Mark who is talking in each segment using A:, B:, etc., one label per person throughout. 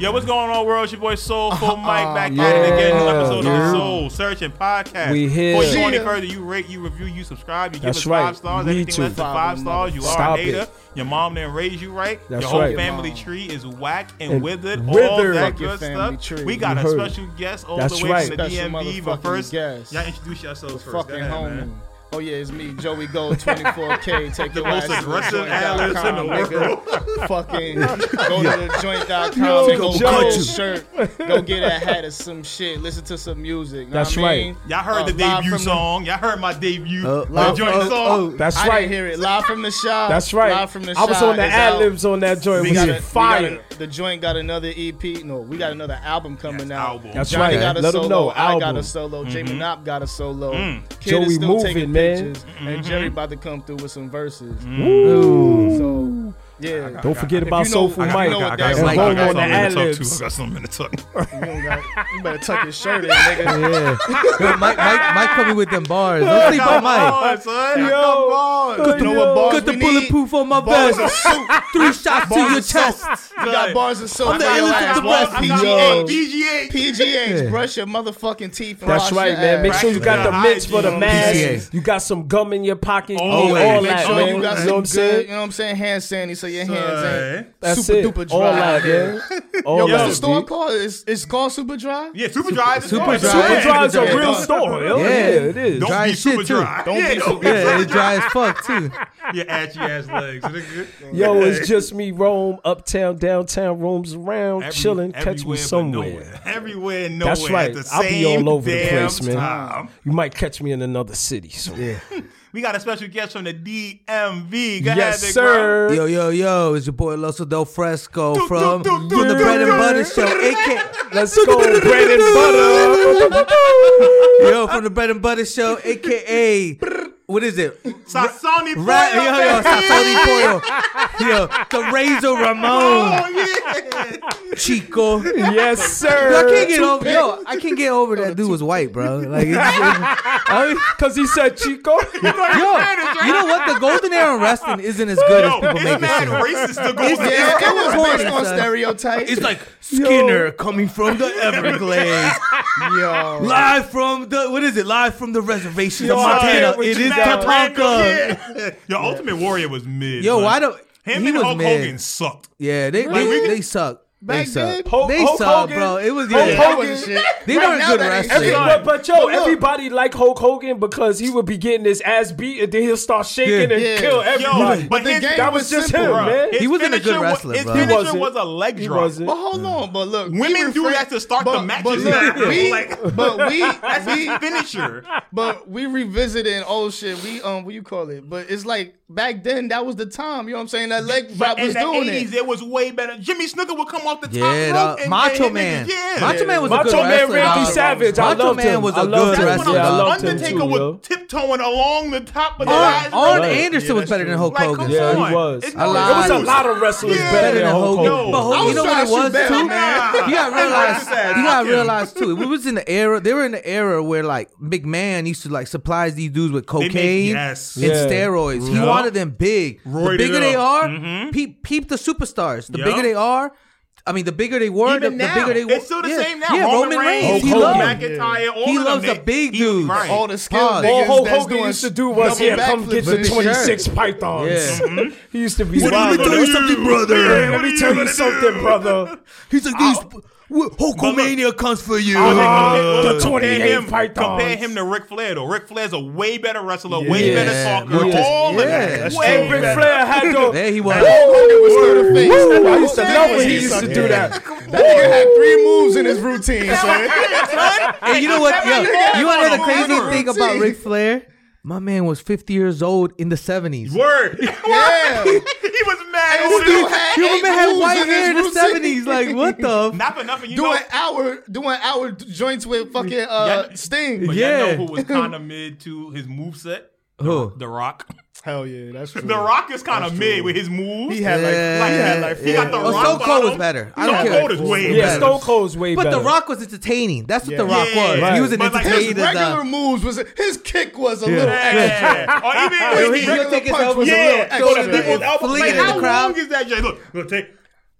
A: Yo, what's going on, world? It's your boy Soulful Mike back
B: yeah,
A: at it again. New episode of
B: yeah.
A: the Soul Searching Podcast.
B: We here.
A: Before you go any
C: Yeah.
A: further, you rate, you review, you subscribe, you
B: That's
A: give us
B: right.
A: five stars.
B: Need
A: Everything
B: to.
A: less than
C: Five
A: five
C: and
A: stars, you are
B: Stop
A: a native.
B: it.
A: Your mom didn't raise you right.
B: That's
A: your whole
B: right.
A: family
C: Mom.
A: tree is whack and,
B: And
A: withered. All
B: withered.
A: that
C: Fuck your
A: good
C: family
A: stuff.
C: tree.
A: We got
B: You
A: a
B: heard.
A: special guest all
B: That's
A: the way
B: right.
A: from the
C: Special
A: DMV. But
C: motherfucking
A: first,
C: guest.
A: y'all introduce yourselves first.
C: fucking
A: Go ahead,
C: homie.
A: man.
C: Oh yeah, it's me, Joey Gold, 24K. Take
A: The
C: your
A: most
C: ass to
A: aggressive
C: joint
A: analyst in the
C: dot com,
A: world.
C: nigga. Fucking go to the
B: Yo,
C: joint.com, take
B: Joe.
C: a gold shirt, go get a hat or some shit, listen to some music. know
B: That's
C: what I
B: right.
C: mean?
A: Y'all heard
C: Uh,
A: the
C: live
A: debut
C: from the-
A: song. Y'all heard my debut.
D: Uh,
A: the
D: live-
A: joint
D: uh,
A: song.
D: oh,
B: That's
C: I
B: right.
C: didn't hear it live from the shop.
B: That's right.
C: Live from the
B: I was
C: shop
B: on the
C: is out.
B: ad libs on that joint.
A: We
B: We
A: got
B: was
A: a-
C: We got
B: fire.
C: a- the joint got another EP. No, we got another album
A: Yes,
C: coming out.
A: album.
B: That's
C: Johnny
B: right.
C: got a
B: Let 'em
C: solo.
B: know,
C: I got
B: album.
C: a solo.
D: Mm-hmm.
C: Jamie Knopp got a solo.
D: Mm.
C: Kid
B: Joey
C: is still
B: moving,
C: taking
B: man.
C: pictures,
D: Mm-hmm.
C: and Jerry about to come through with some verses.
D: Mm.
B: Ooh.
C: So yeah,
B: Don't forget
C: if
B: about
C: you know-
B: Soulful
C: I got-
B: Mike.
C: you know what
A: I got
B: And
D: that
A: something-
D: is.
A: I
B: Rome
A: got
B: on oh, the
A: something in
B: ad
A: the tuck, too.
B: libs.
A: I got something in the tuck.
C: you, don't got, you better tuck your shirt in, nigga.
B: Yeah.
D: Yo, Mike, Mike, Mike coming with them bars. Don't sleep on
A: Come
D: Mike.
A: on, son.
B: Yo.
A: Come on.
C: You know what bars
D: Got the
C: we need?
D: bulletproof on my
C: Bars
D: vest.
C: of soap.
D: Three shots to your
C: of soap.
D: chest.
C: You got bars of soap.
D: I'm the
C: for your
D: illest
C: ass.
D: of the best,
C: I'm
D: Pete.
A: BGH.
C: PGH. PGH, brush your motherfucking teeth. And
B: That's
C: wash
B: right,
C: your
B: man. Make
C: ass.
B: sure you got the
A: Practice
B: mitts for the
A: hygiene.
B: mask.
D: PCA.
B: You got some gum in your pocket.
A: Always.
B: All all
A: Make
B: that,
A: sure
B: man.
C: you
B: You
C: got
B: know
C: some
B: what I'm
C: good, You
B: saying?
C: know what I'm saying? Hand sandy so your hands
A: Son.
C: ain't
B: That's
C: super
B: it.
C: duper dry.
B: All that, man. All
C: Yo, what's
B: that.
C: the store
B: B.
C: called? It's, it's called Super Dry?
A: Yeah, super dry. is
D: Super
A: hard.
D: Dry.
B: Super
D: Yeah.
B: Dry is
C: Yeah.
B: a real store. Yo, Yeah, it is.
A: Don't
D: Dry
A: be
D: as
A: super
D: shit, too.
A: dry.
C: Don't
A: yeah,
C: be super
A: be
D: Yeah, it's dry as fuck too.
A: Your ashy ass legs. nigga.
B: Yo, it's just me, Rome, uptown, downtown, roams around,
A: Every-
B: chilling. Catch
A: everywhere
B: me
A: but
B: somewhere.
A: nowhere. Everywhere and nowhere.
B: That's right.
A: At the
B: I'll be
A: same
B: all over the
A: damn
B: place, man.
A: time.
B: You might catch me in another city. So.
A: We got a special guest from the DMV. Go ahead,
B: Yes,
A: big bro.
B: sir.
D: Yo, yo, yo, it's your boy Lusso Del Fresco from,
A: do,
D: from
A: do,
D: the
A: do,
D: Bread and
A: do.
D: Butter Show, aka
B: Let's go, bread and butter.
D: Yo, from the Bread and Butter Show, aka what is it?
A: Sassoni
D: Ra- yo,
A: Pollo,
D: yo,
A: baby.
D: Sassoni Pollo. Yo, the Razor Ramon,
A: Oh, yeah.
D: Chico. Yo,
B: yes,
D: I can't
B: sir.
D: get over. Yo, I can't get over that dude was white, bro. Like, it's, it's-
B: Because he said Chico.
D: yo, you know what? The Golden Era in wrestling isn't as good as
A: Yo,
D: people
A: it's
D: make
A: mad
D: it seem.
A: racist to go there.
C: Yeah, it was
D: Corny,
C: based on
D: son.
C: stereotypes.
D: It's like Skinner coming from the Everglades.
C: yo.
D: Live from the what is it? Live from the reservation
B: Yo,
D: of
B: I can't
D: Montana.
B: with
D: It
B: you
D: is
B: now,
D: Tatanka.
A: Yeah. Yo, Ultimate Warrior was mid.
D: Yo,
A: son.
D: why don't
A: him
D: he
A: and
D: was
A: Hulk
D: mad.
A: Hogan sucked?
D: Yeah, they
A: Like, we
D: they,
A: can-
D: they suck. They
C: Back
D: suck.
C: then?
B: Hulk-
D: They
B: Hulk
D: suck,
B: Hogan?
D: bro. It was
B: Hulk
D: yeah.
C: That
B: Hogan.
C: wasn't shit.
D: They
C: Right
D: weren't
C: now,
D: good
C: that ain't
D: wrestlers.
C: shit.
D: Son.
B: But, but yo,
C: But look.
B: everybody like Hulk Hogan because he would be getting his ass beat and then he'll start shaking
D: Yeah.
B: and
C: Yeah.
B: kill
C: Yo,
B: everybody.
A: but
C: the
A: his-
C: game
B: that was just
C: simple.
B: him, man.
A: His
D: He wasn't a good
A: finisher wa-
D: wrestler,
A: His
D: bro. He
A: finisher
B: wasn't.
A: was a leg
B: he
A: drop.
B: wasn't.
C: But hold on, but look, we
A: Women do
C: refrain-
A: that to start
C: but,
A: the matches
C: But, look,
A: now.
C: we,
A: Like-
C: but we,
A: That's
C: we,
A: his finisher.
C: but we revisiting old shit. We um, what you call it? But it's like back then that was the time. You know what I'm saying? That leg drop
A: But in
C: was
A: the
C: doing
A: eighties,
C: it.
A: it was way better. Jimmy Snooker would come off the top
D: Yeah,
A: rope
D: dog.
A: and
D: Macho
A: and-
D: Man.
A: and- Yeah.
D: Macho Man was a
B: Macho
D: good
B: Man
D: wrestler.
B: Randy
D: dog.
B: Savage.
D: Macho
B: I loved
D: Man
B: him.
D: was
B: I
D: a
B: loved
D: good
B: him.
A: That's when
D: wrestler.
B: Yeah, I loved him
A: Undertaker
B: too, yo.
A: was tiptoeing along the top of the
D: Arn,
A: ladder.
D: Arn
B: Right.
D: Anderson was better than Hulk
A: Like,
D: Hogan.
A: come
B: Yeah,
A: on.
B: he was.
A: It's
B: It
A: no
B: was a
D: excuse.
B: lot of wrestlers
A: Yeah.
B: better than Hulk Hogan.
D: But
A: I
D: Hulk,
C: was
D: you know
C: trying
D: what it
C: to shoot
D: was
C: better,
D: too.
C: man.
D: You gotta realize.
A: Fuck him.
D: You gotta realize too. We was in the era. They were in the era where like McMahon used to like supplies these dudes with
A: make-
D: cocaine
A: yes.
D: and
B: Yeah.
D: steroids. He
A: Yup.
D: wanted them big.
A: Roided
D: the bigger they
A: up.
D: are, peep, peep the superstars. The bigger
A: Mm-hmm. Yup.
D: they are. I mean, the bigger they were, the,
A: Even
D: the
A: now,
D: bigger they were.
A: it's still the
D: yeah.
A: same now.
D: Yeah,
A: Roman, Reigns,
D: He
B: Hulk
D: loved
B: Hogan.
A: McIntyre, all
D: He
A: of
D: loves
A: them.
D: the big
A: He was
D: dudes.
A: Right.
C: All the skilled
D: Pause.
B: All
C: niggas
B: Hulk
C: that's
B: Hogan
C: doing
B: used to do was,
C: double
B: yeah, come
C: backflips
B: get
C: and
B: the
C: shit.
B: 26 pythons.
D: Yeah.
B: He used to be
D: What are you
B: wild.
D: gonna do? something, brother.
A: What
B: Yeah, let
A: are
B: me tell you
A: gonna
B: something,
A: do?
B: brother.
D: He's like these. Hulkamania comes for you.
A: But
B: Uh,
A: compare-
B: the
A: compare
B: 28
A: him,
B: pythons.
A: compare him to Ric Flair though. Ric Flair's a way better wrestler, way
D: Yeah.
A: better talker.
D: Yeah.
A: All of
D: Yeah.
A: that.
D: That's
A: Way
B: And Ric
A: better.
B: Flair had the.
D: There he was.
C: Hogan was still the face.
B: Woo, I
C: Hulk
B: used to
C: Hogan
B: love
C: was
B: when he
C: the
B: used to
C: sucker.
B: do that.
C: That nigga had three moves in his routine, son.
D: And you know what? Yo, you want to know the crazy
C: Remember.
D: thing about Ric Flair? My man was 50 years old in the 70s.
A: Word.
C: Yeah.
A: he was mad.
C: And
A: over
C: still
A: this.
C: had
D: You
C: eight
D: remember had
C: moves
D: white
C: in his
D: hair in the
C: routine.
D: 70s? Like, what the? f-
A: Not for nothing. You know,
C: Doing hour, doing hour joints with fucking uh,
A: Yeah.
C: Sting.
A: but
D: Yeah.
A: y'all know who was kind of mid to his moveset?
D: Who?
A: The Rock.
C: Hell yeah, that's true.
A: The Rock is kind
C: Mm. That's
A: of
C: true.
A: mid with his moves.
C: He had like,
D: Yeah.
A: like,
C: he had
A: yeah,
C: like,
A: he got the
D: Oh,
A: Rock.
D: Stone Cold was
A: bottom.
D: better. I don't
A: Stone
D: care.
A: Cold is way
B: Yeah,
A: better.
B: Stone Cold's way
D: But
B: better.
D: The Rock was entertaining. That's what The
C: Yeah.
D: Rock was.
A: Yeah.
D: He was an
A: But, like, his
C: his
D: entertainer.
C: regular
D: dog.
C: moves was his kick was a little extra.
A: Yeah. or even when
D: Yo,
A: he
D: he gonna take his
C: punch
D: elbows
C: was
D: a
C: a
A: yeah,
C: little
D: little
A: throw the
C: extra.
A: people's elbow.
D: Fling
A: Like,
D: it in
A: how
D: the crowd.
A: long is that? Jay? Look, look, take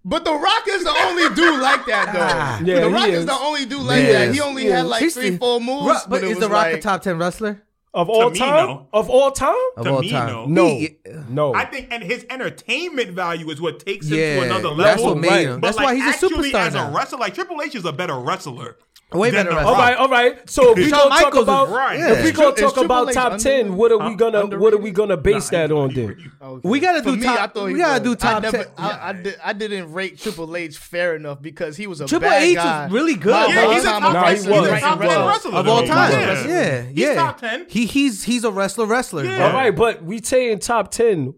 C: But The Rock is the only dude like that,
A: Ah.
C: though.
B: Yeah,
C: the
B: he
C: Rock is.
B: is.
C: the only dude like
D: He
C: that.
D: is.
C: He only
B: He
C: had
B: is.
C: like
D: He's
C: three,
D: the-
C: four moves.
D: Ru- but,
C: it
D: is
C: was
D: The Rock
C: like,
D: a top ten wrestler
B: Of all
A: me,
B: time?
A: no.
B: Of all time?
D: of
A: To
D: all
A: me,
D: time?
A: no.
B: No.
D: He-
B: No.
A: I think and his entertainment value is what takes him
D: Yeah,
A: to another level.
D: that's what made
B: Right.
D: him.
A: But
D: That's
A: like,
D: why he's a
A: actually,
D: superstar
A: as
D: now.
A: a wrestler, like Triple H is a better wrestler.
D: Way
A: than
D: better
A: The
D: wrestler.
B: All
A: Rock.
B: right, all right. So if we gonna
D: Shawn
B: talk
D: Michaels is
B: about
A: right.
B: if we
D: Yeah.
B: gonna
C: Is
B: talk
C: Triple
B: about
C: H
B: top ten,
C: underrated?
B: what are we gonna what are we
C: underrated?
B: gonna base that on then?
D: Oh, We gotta
C: For
D: do
C: me, I
D: top.
C: thought
D: We
C: he
D: gotta
C: was.
D: do top
C: I never-
D: ten.
C: I, I, did, I didn't rate Triple H fair enough because he was a
D: Triple
C: bad
D: H is
C: guy.
D: really good,
C: My
A: Yeah,
D: Of
A: he's a
C: all-time
A: top,
B: No, he
A: wrestler.
B: was.
A: He's a top
B: He
A: ten
B: was.
A: wrestler
D: of
A: to
D: all
A: me.
D: time.
A: Yeah.
D: Yeah, yeah.
A: He's top ten.
D: He he's he's a wrestler wrestler.
A: Yeah.
D: bro.
B: All right, but we say in top ten.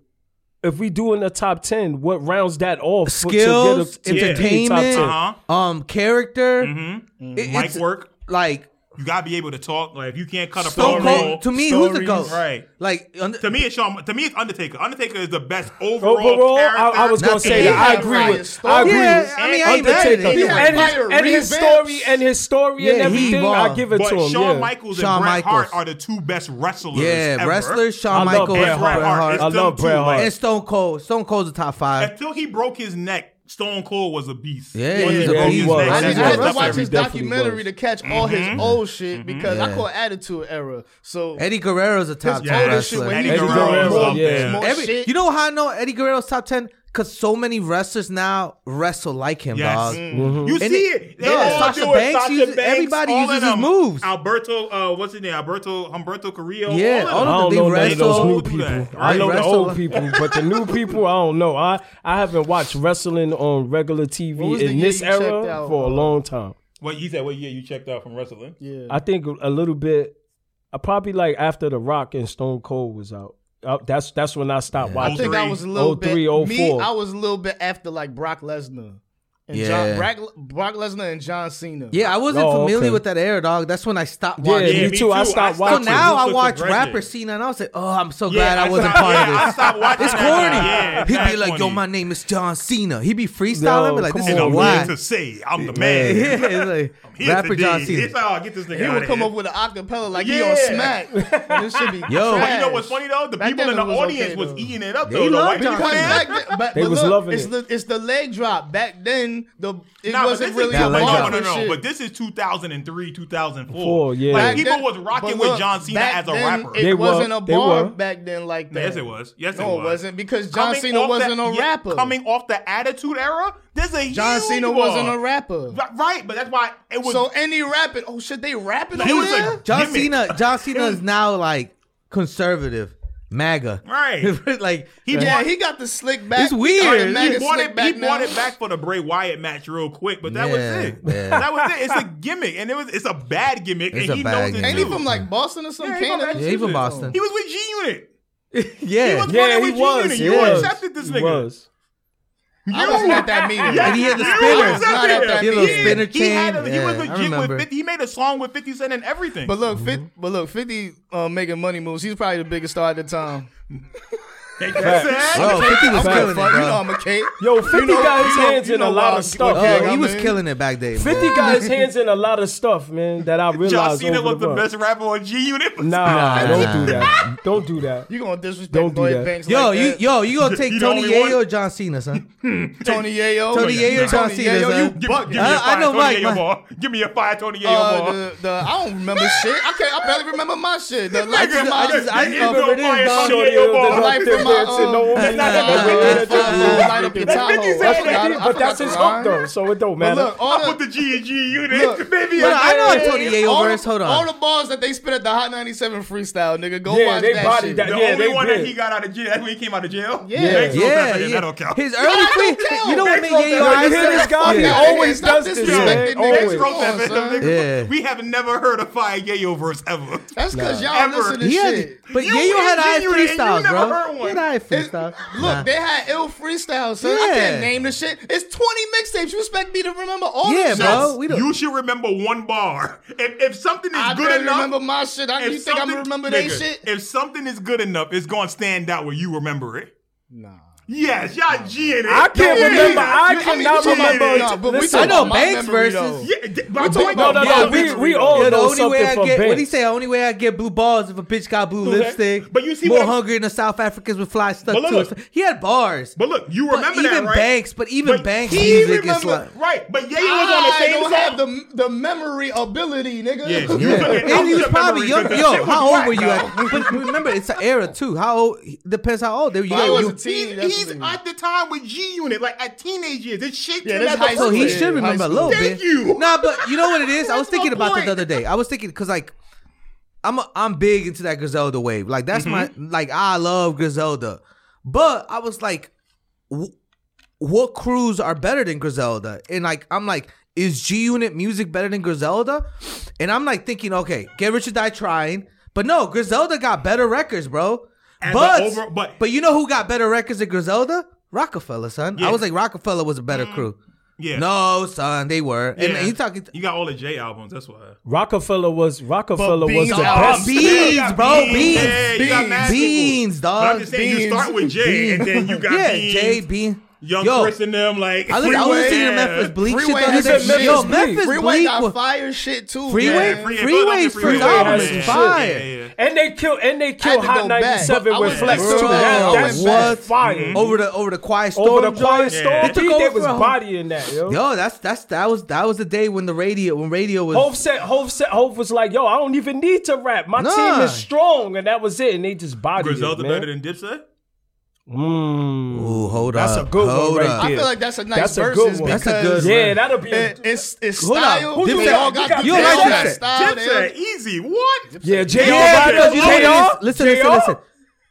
B: If we do in the top ten, what rounds that off? for- to get
D: Skills,
B: a- to be top
D: entertainment,
B: 10?
A: Uh-huh.
D: um, character,
A: Mm-hmm.
D: It-
A: Mic
D: it's
A: work.
D: like
A: You gotta be able to talk. Like if you can't cut a
D: Stone
A: promo
D: Cold. To me, who's the
C: stories,
D: goat?
A: right.
D: Like un-
A: To me, it's Shawn. To me, it's Undertaker. Undertaker is the best overall.
B: Overall, I,
A: character.
B: I was gonna
D: Not
B: say
D: the
B: that. I
C: Iron
B: agree
C: Man.
B: with. I agree.
D: Yeah,
B: with
A: I mean, I ain't mad at
B: Undertaker
A: it. He
C: had
B: and his,
C: fire
B: and his
C: revenge.
B: story and his story and
D: Yeah, he
B: everything. I
D: evolved.
B: give it
A: But
B: to him.
A: Shawn
B: yeah.
A: Michaels and
D: Shawn
A: Bret
D: Michaels.
A: Hart are the two best wrestlers.
D: yeah,
A: ever.
D: wrestlers.
B: I
D: Shawn
B: love
D: Michaels,
B: Bret
D: Bret
A: And Bret Hart.
D: Hart,
A: It's
B: I
A: them
B: love
A: two,
B: Bret Hart.
A: like,
D: and Stone Cold. Stone Cold's a top five.
A: Until he broke his neck, Stone Cold was a beast. Once
D: Yeah, he
A: he
D: was a
A: broke
D: beast.
A: his
D: He
A: neck,
D: was.
C: I,
A: that's
C: just
B: He
A: what
B: was.
C: had to
A: stopped
C: watch
A: him.
C: his
B: definitely
C: documentary
B: was.
C: to catch all
A: Mm-hmm.
C: his old shit because I
D: Yeah.
C: caught Attitude Era. So
D: Eddie Guerrero's a top
C: his
D: ten
C: older shit
D: wrestler.
C: when
A: Eddie
C: he
B: Eddie
A: Guerrero
B: Guerrero,
A: was up
B: yeah.
A: there.
C: More
D: Every,
C: shit.
D: you know how I know Eddie Guerrero's top ten? Cause so many wrestlers now wrestle like him,
A: Yes. Mm.
D: dog.
B: Mm-hmm.
A: You see
D: Mm-hmm. it-
A: it. They
D: no,
A: all
D: Sasha
A: do it.
D: Banks
A: Sasha
D: uses-
A: Banks,
D: everybody
A: all of
D: uses his
A: them.
D: moves.
A: Alberto, uh, what's his name? Alberto Humberto Carrillo.
D: Yeah,
A: all of
D: all
A: them.
B: I don't
D: They
B: know none of those
D: wrestle.
B: new
A: They do
B: people.
A: that,
B: I
A: right?
B: know the
D: Wrestle.
B: old people, but the new people, I don't know. I I haven't watched wrestling on regular
C: What was
B: TV
C: the
B: in
C: year
B: this
C: you checked
B: era
C: out,
B: for a
C: uh,
B: long time.
A: What you said? What year you checked out from wrestling?
C: yeah.
B: I think a little bit. I probably like after The Rock and Stone Cold was out. Uh, that's that's when I stopped
C: I
B: watching.
C: think I
A: 03,
C: was a little bit.
B: 04.
C: Me, I was a little bit after like Brock Lesnar and John
D: Yeah.
C: Brock, Brock Lesnar and John Cena.
D: Yeah, I wasn't
B: Oh,
D: familiar
B: okay.
D: with that era, dog. That's when I stopped
B: Yeah,
D: watching.
B: me
D: it.
B: too. I stopped
D: So
B: watching.
D: now
A: Ruthless
D: I watch
A: Aggression.
D: rapper scene and I was like, oh, I'm so
A: Yeah,
D: glad I
A: I
D: wasn't
A: stopped-
D: part
A: yeah, I
D: of this.
A: stopped watching
D: It's
A: that.
D: corny.
A: Yeah, it's
D: He'd
A: mad
D: be like, yo,
A: corny.
D: my name is John Cena. He'd be freestyling,
B: Yo,
D: be like, this
B: come
D: is
A: And
B: on,
A: I'm
D: why.
A: here to say I'm the
D: Yeah,
A: man.
D: it's like,
A: Here
D: rapper
A: today.
D: John Cena.
A: It's how I get this nigga
C: He
A: out
C: would
A: of
C: come
A: here.
C: up with an acapella like he
A: Yeah.
C: on Smack. this should be
D: Yo.
A: But
C: trash.
A: you know what's funny though? The
C: Back
A: people in
C: then
A: the
C: it was okay,
A: audience was
C: though.
A: eating it up
D: They
A: though. The
D: love
A: white
D: John
A: people
C: Because
D: Cena.
A: there.
C: back then, but,
B: They
C: but
B: was
C: look,
B: loving
C: it's
B: it.
C: The, it's the leg drop. Back then, the it
A: Nah, but this
C: wasn't
A: is
C: really
A: no,
C: a
D: Nah, leg
A: no,
D: drop.
C: bar
A: no,
C: for
A: no.
C: shit.
A: But this is 2003, 2004.
B: Four, yeah.
A: Like
C: Back
A: people
C: then-
A: was rocking
C: but
A: with
C: look,
A: John Cena
C: back
A: as a
C: then,
A: rapper.
C: It
B: They
C: wasn't
B: were,
C: a
B: they
C: bar
B: were.
C: back then like that.
A: Yes, it was. Yes, it
C: No,
A: was.
C: it wasn't because John
A: Coming
C: Cena
A: off
C: wasn't
A: that-
C: a
A: yeah,
C: rapper.
A: Coming off the Attitude Era, there's a
C: John
A: huge
C: Cena
A: bar.
C: wasn't a rapper.
A: Ri- Right, but that's why it was.
C: So any rapping, oh shit, they rapping on
A: He was a-
C: there.
D: John
A: Gimmick.
D: Cena. John Cena is now like conservative, MAGA.
A: Right.
D: like
A: he
D: yeah.
C: yeah,
A: bought,
C: he got the slick back.
D: It's weird.
C: Or the
D: He
A: he
C: mega
A: bought
C: slick
A: it. He
C: now.
A: bought it back for the Bray Wyatt match real quick, but that
D: Yeah,
A: was it.
D: yeah.
A: That was it. It's a gimmick, and it was. It's a bad gimmick,
D: It's
A: and
D: a
A: he
D: bad
A: knows it
D: gimmick.
C: Ain't he
A: too.
C: from like Boston or something?
A: Yeah, he from
C: Canada?
A: that
D: Yeah, he from Boston.
A: He was with G Unit.
D: yeah.
A: was-
B: yeah,
A: running
B: he
A: with G-Unit.
B: was.
A: You
B: yeah.
A: accepted this
B: He
A: nigga.
B: was.
C: I wasn't at that meeting.
D: And he had the
A: You
D: spinner.
A: was up
C: Not at
A: there.
C: that
D: He had a little
A: Yeah,
D: spinner
A: He had.
D: chain.
A: A, he was
D: Yeah, I
A: legit
D: remember.
A: with 50. He made a song with 50 Cent and everything.
C: But look, 50, but look, Fifty uh, making money moves. He's probably the biggest star at the time.
A: Take that,
B: Facts.
A: Cent.
D: Bro, Oh, Fifty was
B: Fuck,
C: Fuck,
D: killing it,
C: you know
D: bro.
C: I'm a kid.
B: Yo, 50
C: know-
B: got his
C: you know-
B: hands
C: you
B: in a
C: know
B: lot
C: why
B: of
C: I'm-
B: stuff.
C: okay,
B: man.
D: Oh, he was
C: man.
D: killing it back then.
B: 50 got his hands in a lot of stuff, man, that I realized.
A: John Cena
B: over
A: was the
B: month.
A: best rapper on G Unit.
B: Nah,
D: Nah,
B: don't
D: nah.
B: do that. Don't do that.
C: You gonna disrespect
B: Don't do
C: Lloyd
B: that.
C: Banks
D: Yo,
C: like
D: you
C: that?
D: yo, you gonna take
A: You the
D: Tony
A: only one?
D: Yayo or John Cena, son?
C: Tony Yayo,
D: Tony
C: Tony
D: Yayo, John Cena,
C: Yayo,
D: son.
C: you
A: Give, give me a
D: I-
A: fire,
D: Uh, I know
A: Tony
D: Mike-
A: Ayo
D: Mike- Oh,
A: ball. Give me a fire, Tony Ayo
C: Uh,
A: ball.
C: the, the, I don't remember shit. I can't. I barely remember my shit. The
A: I
C: life
A: just,
C: of
A: I
C: my
A: just, I just
D: remember
A: remember
D: this, dog.
B: Shorty uh, was
C: the
B: out
C: life
B: there
C: of my uh,
B: dancing, no
C: own.
B: woman.
C: light up your
A: That's
C: top
A: 50
C: hole.
A: Cent.
C: I forgot- I
B: But that's
C: forgot
B: his hook
C: the line.
B: though, so it don't
C: But
B: matter.
C: look, all
A: I
C: the,
A: put the G and G unit,
C: Look,
A: baby.
D: But I know
A: did.
D: a Tony
C: all
D: Yayo
C: the-
D: verse. Hold
C: All the
D: on.
C: balls that they spit at the Hot 97 freestyle, nigga. Go
B: Yeah,
C: watch
B: they
C: that
B: bodied
C: shit.
B: that.
A: The
B: Yeah,
A: only
B: they
A: one that
B: did.
A: he got out of jail. That's when he came out of jail.
C: Yeah.
A: Banks wrote that
D: Yeah,
A: for him. That
D: yeah.
A: don't count.
D: His early
C: I
D: free.
C: don't count.
D: You know what made
C: Banks wrote that.
D: Yayo?
B: you
D: ice
B: hear this
D: up?
B: guy? He
D: Yeah.
B: always
C: Stop
B: does this.
A: Yeah.
B: man.
C: disrespecting niggas,
A: Banks
B: Always.
A: wrote that for him.
D: Yeah.
A: We have never heard a fire Yayo verse ever.
C: That's because y'all
A: Ever.
C: listen to
D: He had-
C: shit.
D: But
A: You
D: Yayo had
A: and
D: ice
A: you- and you
D: freestyles,
A: never
D: bro.
A: heard
D: He
A: one.
D: had ice
C: It-
D: freestyles.
C: Look,
D: Nah.
C: they had ill freestyles, son. I
D: Yeah.
C: can't name the shit. It's 20 mixtapes. You expect me to remember all
D: Yeah,
C: this shit?
D: bro. We don't.
A: You should remember one bar. If, if something is
C: I
A: good
C: barely
A: enough,
C: remember my shit. I,
A: if
C: you think I'm
A: something-
C: gonna remember that
A: nigga,
C: shit?
A: If something is good enough, it's gonna stand out where you remember it.
C: Nah.
A: Yes, y'all G in it.
B: I can't
A: Yeah.
B: remember. I
A: You- you
B: cannot
A: G in
B: remember.
A: it.
C: Nah, but we
B: Listen.
D: I know
C: my
D: Banks
C: memory,
D: versus-
C: though.
A: Yeah, th- my point-
B: No, no,
A: yeah,
B: no. We, we all
D: Yo, the
B: know
D: only way
B: something
D: I
B: from
D: get, what
B: Ben.
D: he say? Only way I get blue balls if a bitch got blue
A: Okay.
D: lipstick.
A: But you see
D: more
A: what I'm-
D: hungry than the South Africans with fly stuck
A: But
D: to
A: look,
D: us. He had bars.
A: But look, you remember
D: even
A: that, right?
D: Banks, but even
A: But
D: Banks'
A: he
D: music is
A: remember-
D: like.
A: right. But yeah, he was on the
C: I
A: same
C: don't
A: side.
C: have the the memory ability, nigga.
A: Yeah, you
D: Yeah.
A: took it out
D: And he
A: your
D: was probably
A: memory 'cause that
D: young. Yo,
A: shit was
D: how old
A: whack,
D: were you
A: dog.
D: at? But remember, it's an era too. How old depends how old they were. You
C: I
D: got-
C: was
D: you-
C: a teen,
A: He's,
C: that's
A: he's
C: what it is.
A: at the time with G Unit, like at teenage years. This shit
C: Yeah,
A: came
C: this
A: out
C: high
A: the
C: school.
D: So he
C: Yeah,
D: should remember
C: high
D: a little
A: Thank
D: bit.
A: you.
D: Nah, but you know what it is? I was
A: That's my
D: thinking about that the
A: point.
D: other day. I was thinking because like I'm a, I'm big into that Griselda wave. Like that's my
A: Mm-hmm.
D: like I love Griselda, but I was like, w- what crews are better than Griselda? And like I'm like, is G Unit music better than Griselda? And I'm like thinking, okay, get rich or die trying. But no, Griselda got better records, bro.
A: As a
D: But,
A: over- but-
D: but you know who got better records than Griselda? Rockefeller, son.
A: Yeah. Mm.
D: I was like Rockefeller was a better crew.
A: Yeah.
D: No, son, they were. And,
A: Yeah.
D: and you talking
A: You got all the J albums. That's why.
B: Rockefeller was Rockefeller
C: But
B: was the
C: Beyonce-
B: best.
C: Beyonce-
A: Yeah,
D: beans, bro,
A: beans.
D: beans,
A: Yeah, you got mad
D: beans, beans,
A: But I'm
D: dog.
A: just saying, you
C: Beans.
A: start with J, and then you got
D: yeah,
A: Beans,
D: J Bean.
A: Young
D: Yo,
A: Chris and them. Like
D: I was, I was
A: Freeway.
D: listening to Memphis Bleak shit
C: Freeway
D: the
C: has
D: other
C: some
D: day.
C: shit.
D: Yo,
B: Freeway-
D: Memphis
C: Freeway
D: Bleak
C: got
D: was-
C: fire shit too.
D: Freeway?
C: man.
A: Free-
D: Freeway's
A: Freeway
D: first
A: had
D: album
A: some
D: is
A: shit.
D: fire.
A: Yeah, yeah, yeah.
B: And they kill and they kill
C: I had to
B: Hot
C: go back.
B: 97
C: I
B: with
C: was
B: Flex
C: back.
B: too.
C: Bro,
B: That,
C: I
B: that
C: went
B: shit
C: back. Mm-hmm.
B: was fire.
D: Mm-hmm. Over the over the Quiet Storm.
B: Over the
D: joint.
B: Quiet Storm,
A: They
B: he
D: took
B: there
D: over
B: was
D: for a whole-
B: body in that, yo.
D: Yo, that's that's that was that was the day when the radio when radio was
B: Hove said, Hove said, Hove was like, "Yo, I don't even need to rap. My
D: Nah.
B: team is strong," and that was it. And they just bodied
A: Griselda
B: it, man.
A: better than Dipset.
B: Mm.
D: Ooh, hold
B: That's
D: up.
B: a good one
D: hold
B: right
D: up.
C: I
B: there.
C: feel like that's a nice
B: That's a good
C: versus
B: one.
C: because
D: That's a good one.
B: Yeah, that'll be. a-
C: it- it's it's
D: Hold up.
C: style.
D: Who
C: they
D: you
C: all
B: got?
C: got,
B: You
C: they all
D: like
C: got
D: Dipset?
C: style. They all-
A: Dipset, easy. What?
B: yeah, J.
D: Yeah,
A: J-
D: because you know
A: J-
D: what it is? Listen, listen,
B: J-
D: listen.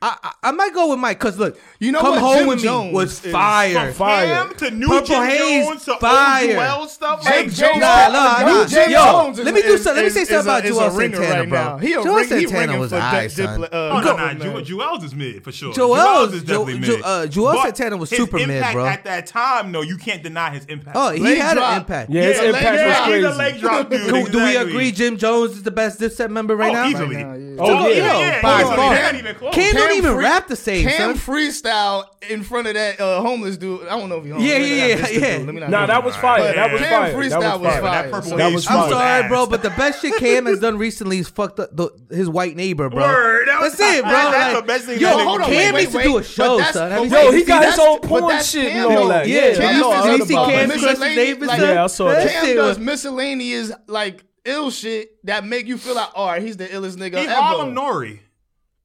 D: I, I I might go with Mike because look,
C: You know
D: come
C: what?
D: home
C: Jim
D: with me
C: Jones
D: was
C: is
D: fire.
B: fire.
A: Him to New
D: Purple
A: Jim
D: Haze,
A: Jones to
D: fire.
A: old UL stuff.
C: Jim
A: Like,
C: Jones-
D: Nah, nah,
C: New
D: nah.
C: Jim
D: Yo,
C: Jones is-
D: let me do
C: is-
D: some. Let me say
C: is-
D: something
C: is a-
D: about
C: is a
D: Joel
C: ringer
D: Santana,
C: right
D: bro.
C: now. He a
D: Joel
C: ring- he
D: Santana
C: ringing
D: was
C: for
D: aight,
C: Dip-
D: son.
C: Diplo- uh,
A: Oh, no,
C: Diplo,
A: no,
C: man.
A: Ju- Juelz is mid for sure.
D: Juelz-
A: Juelz is
D: Ju-
A: definitely
D: Ju-
A: mid.
D: uh, Juelz
A: But
D: Santana was
A: his
D: super mid,
A: impact
D: bro.
A: At that time, though, you can't deny his impact.
D: Oh, he
C: Leg
D: had
C: drop.
D: an impact.
B: Yeah, his
A: yeah,
B: impact
C: yeah,
B: was
C: he's a
B: crazy.
A: He's a leg drop dude.
D: Do, do we
A: exactly.
D: agree Jim Jones is the best Dipset member right
A: Oh,
D: now?
A: easily.
C: Right now, yeah.
A: Oh,
B: Oh,
A: yeah,
B: yeah.
A: yeah,
D: By
A: easily.
D: far.
A: They're not even close.
D: Cam don't
C: Cam
D: even
C: free-
D: rap the same.
C: Cam
D: son.
C: freestyle in front of that uh, homeless dude. I don't know if you.
D: Yeah, yeah, yeah, yeah.
B: Nah, that was fire. That was
C: Damn,
B: fire.
C: freestyle
B: That
C: was
B: was
C: fire.
B: fire.
A: That purple
C: So-
B: That
A: haze
B: was
A: shit
B: fire.
D: I'm sorry,
A: ass.
D: bro, but the best shit Cam has done recently is fucked up the, his white neighbor, bro.
A: Word, that was-
D: that's it, bro.
A: that's
D: Like,
A: the best thing
D: Yo,
C: Oh,
A: that nigga
D: hold
A: did.
D: on,
A: Wait,
D: Cam
A: wait,
D: needs to do a show, son. Have you
B: Yo,
D: seen-
B: he got his
C: that's-
B: own
C: but
B: porn
C: that's
B: shit and
C: Cam,
B: all
C: though.
B: that.
D: Yeah,
B: Yeah,
C: Cam
B: I know, I
C: does
B: heard
D: DC
B: about
D: Cam,
B: it.
D: Christian Davis.
C: Like,
B: Yeah, I saw
D: that.
B: that.
C: Cam
D: shit
C: does
D: was-
C: miscellaneous like ill shit that make you feel like, all right, he's the illest nigga
A: He
C: ever.
A: Harlem Nori.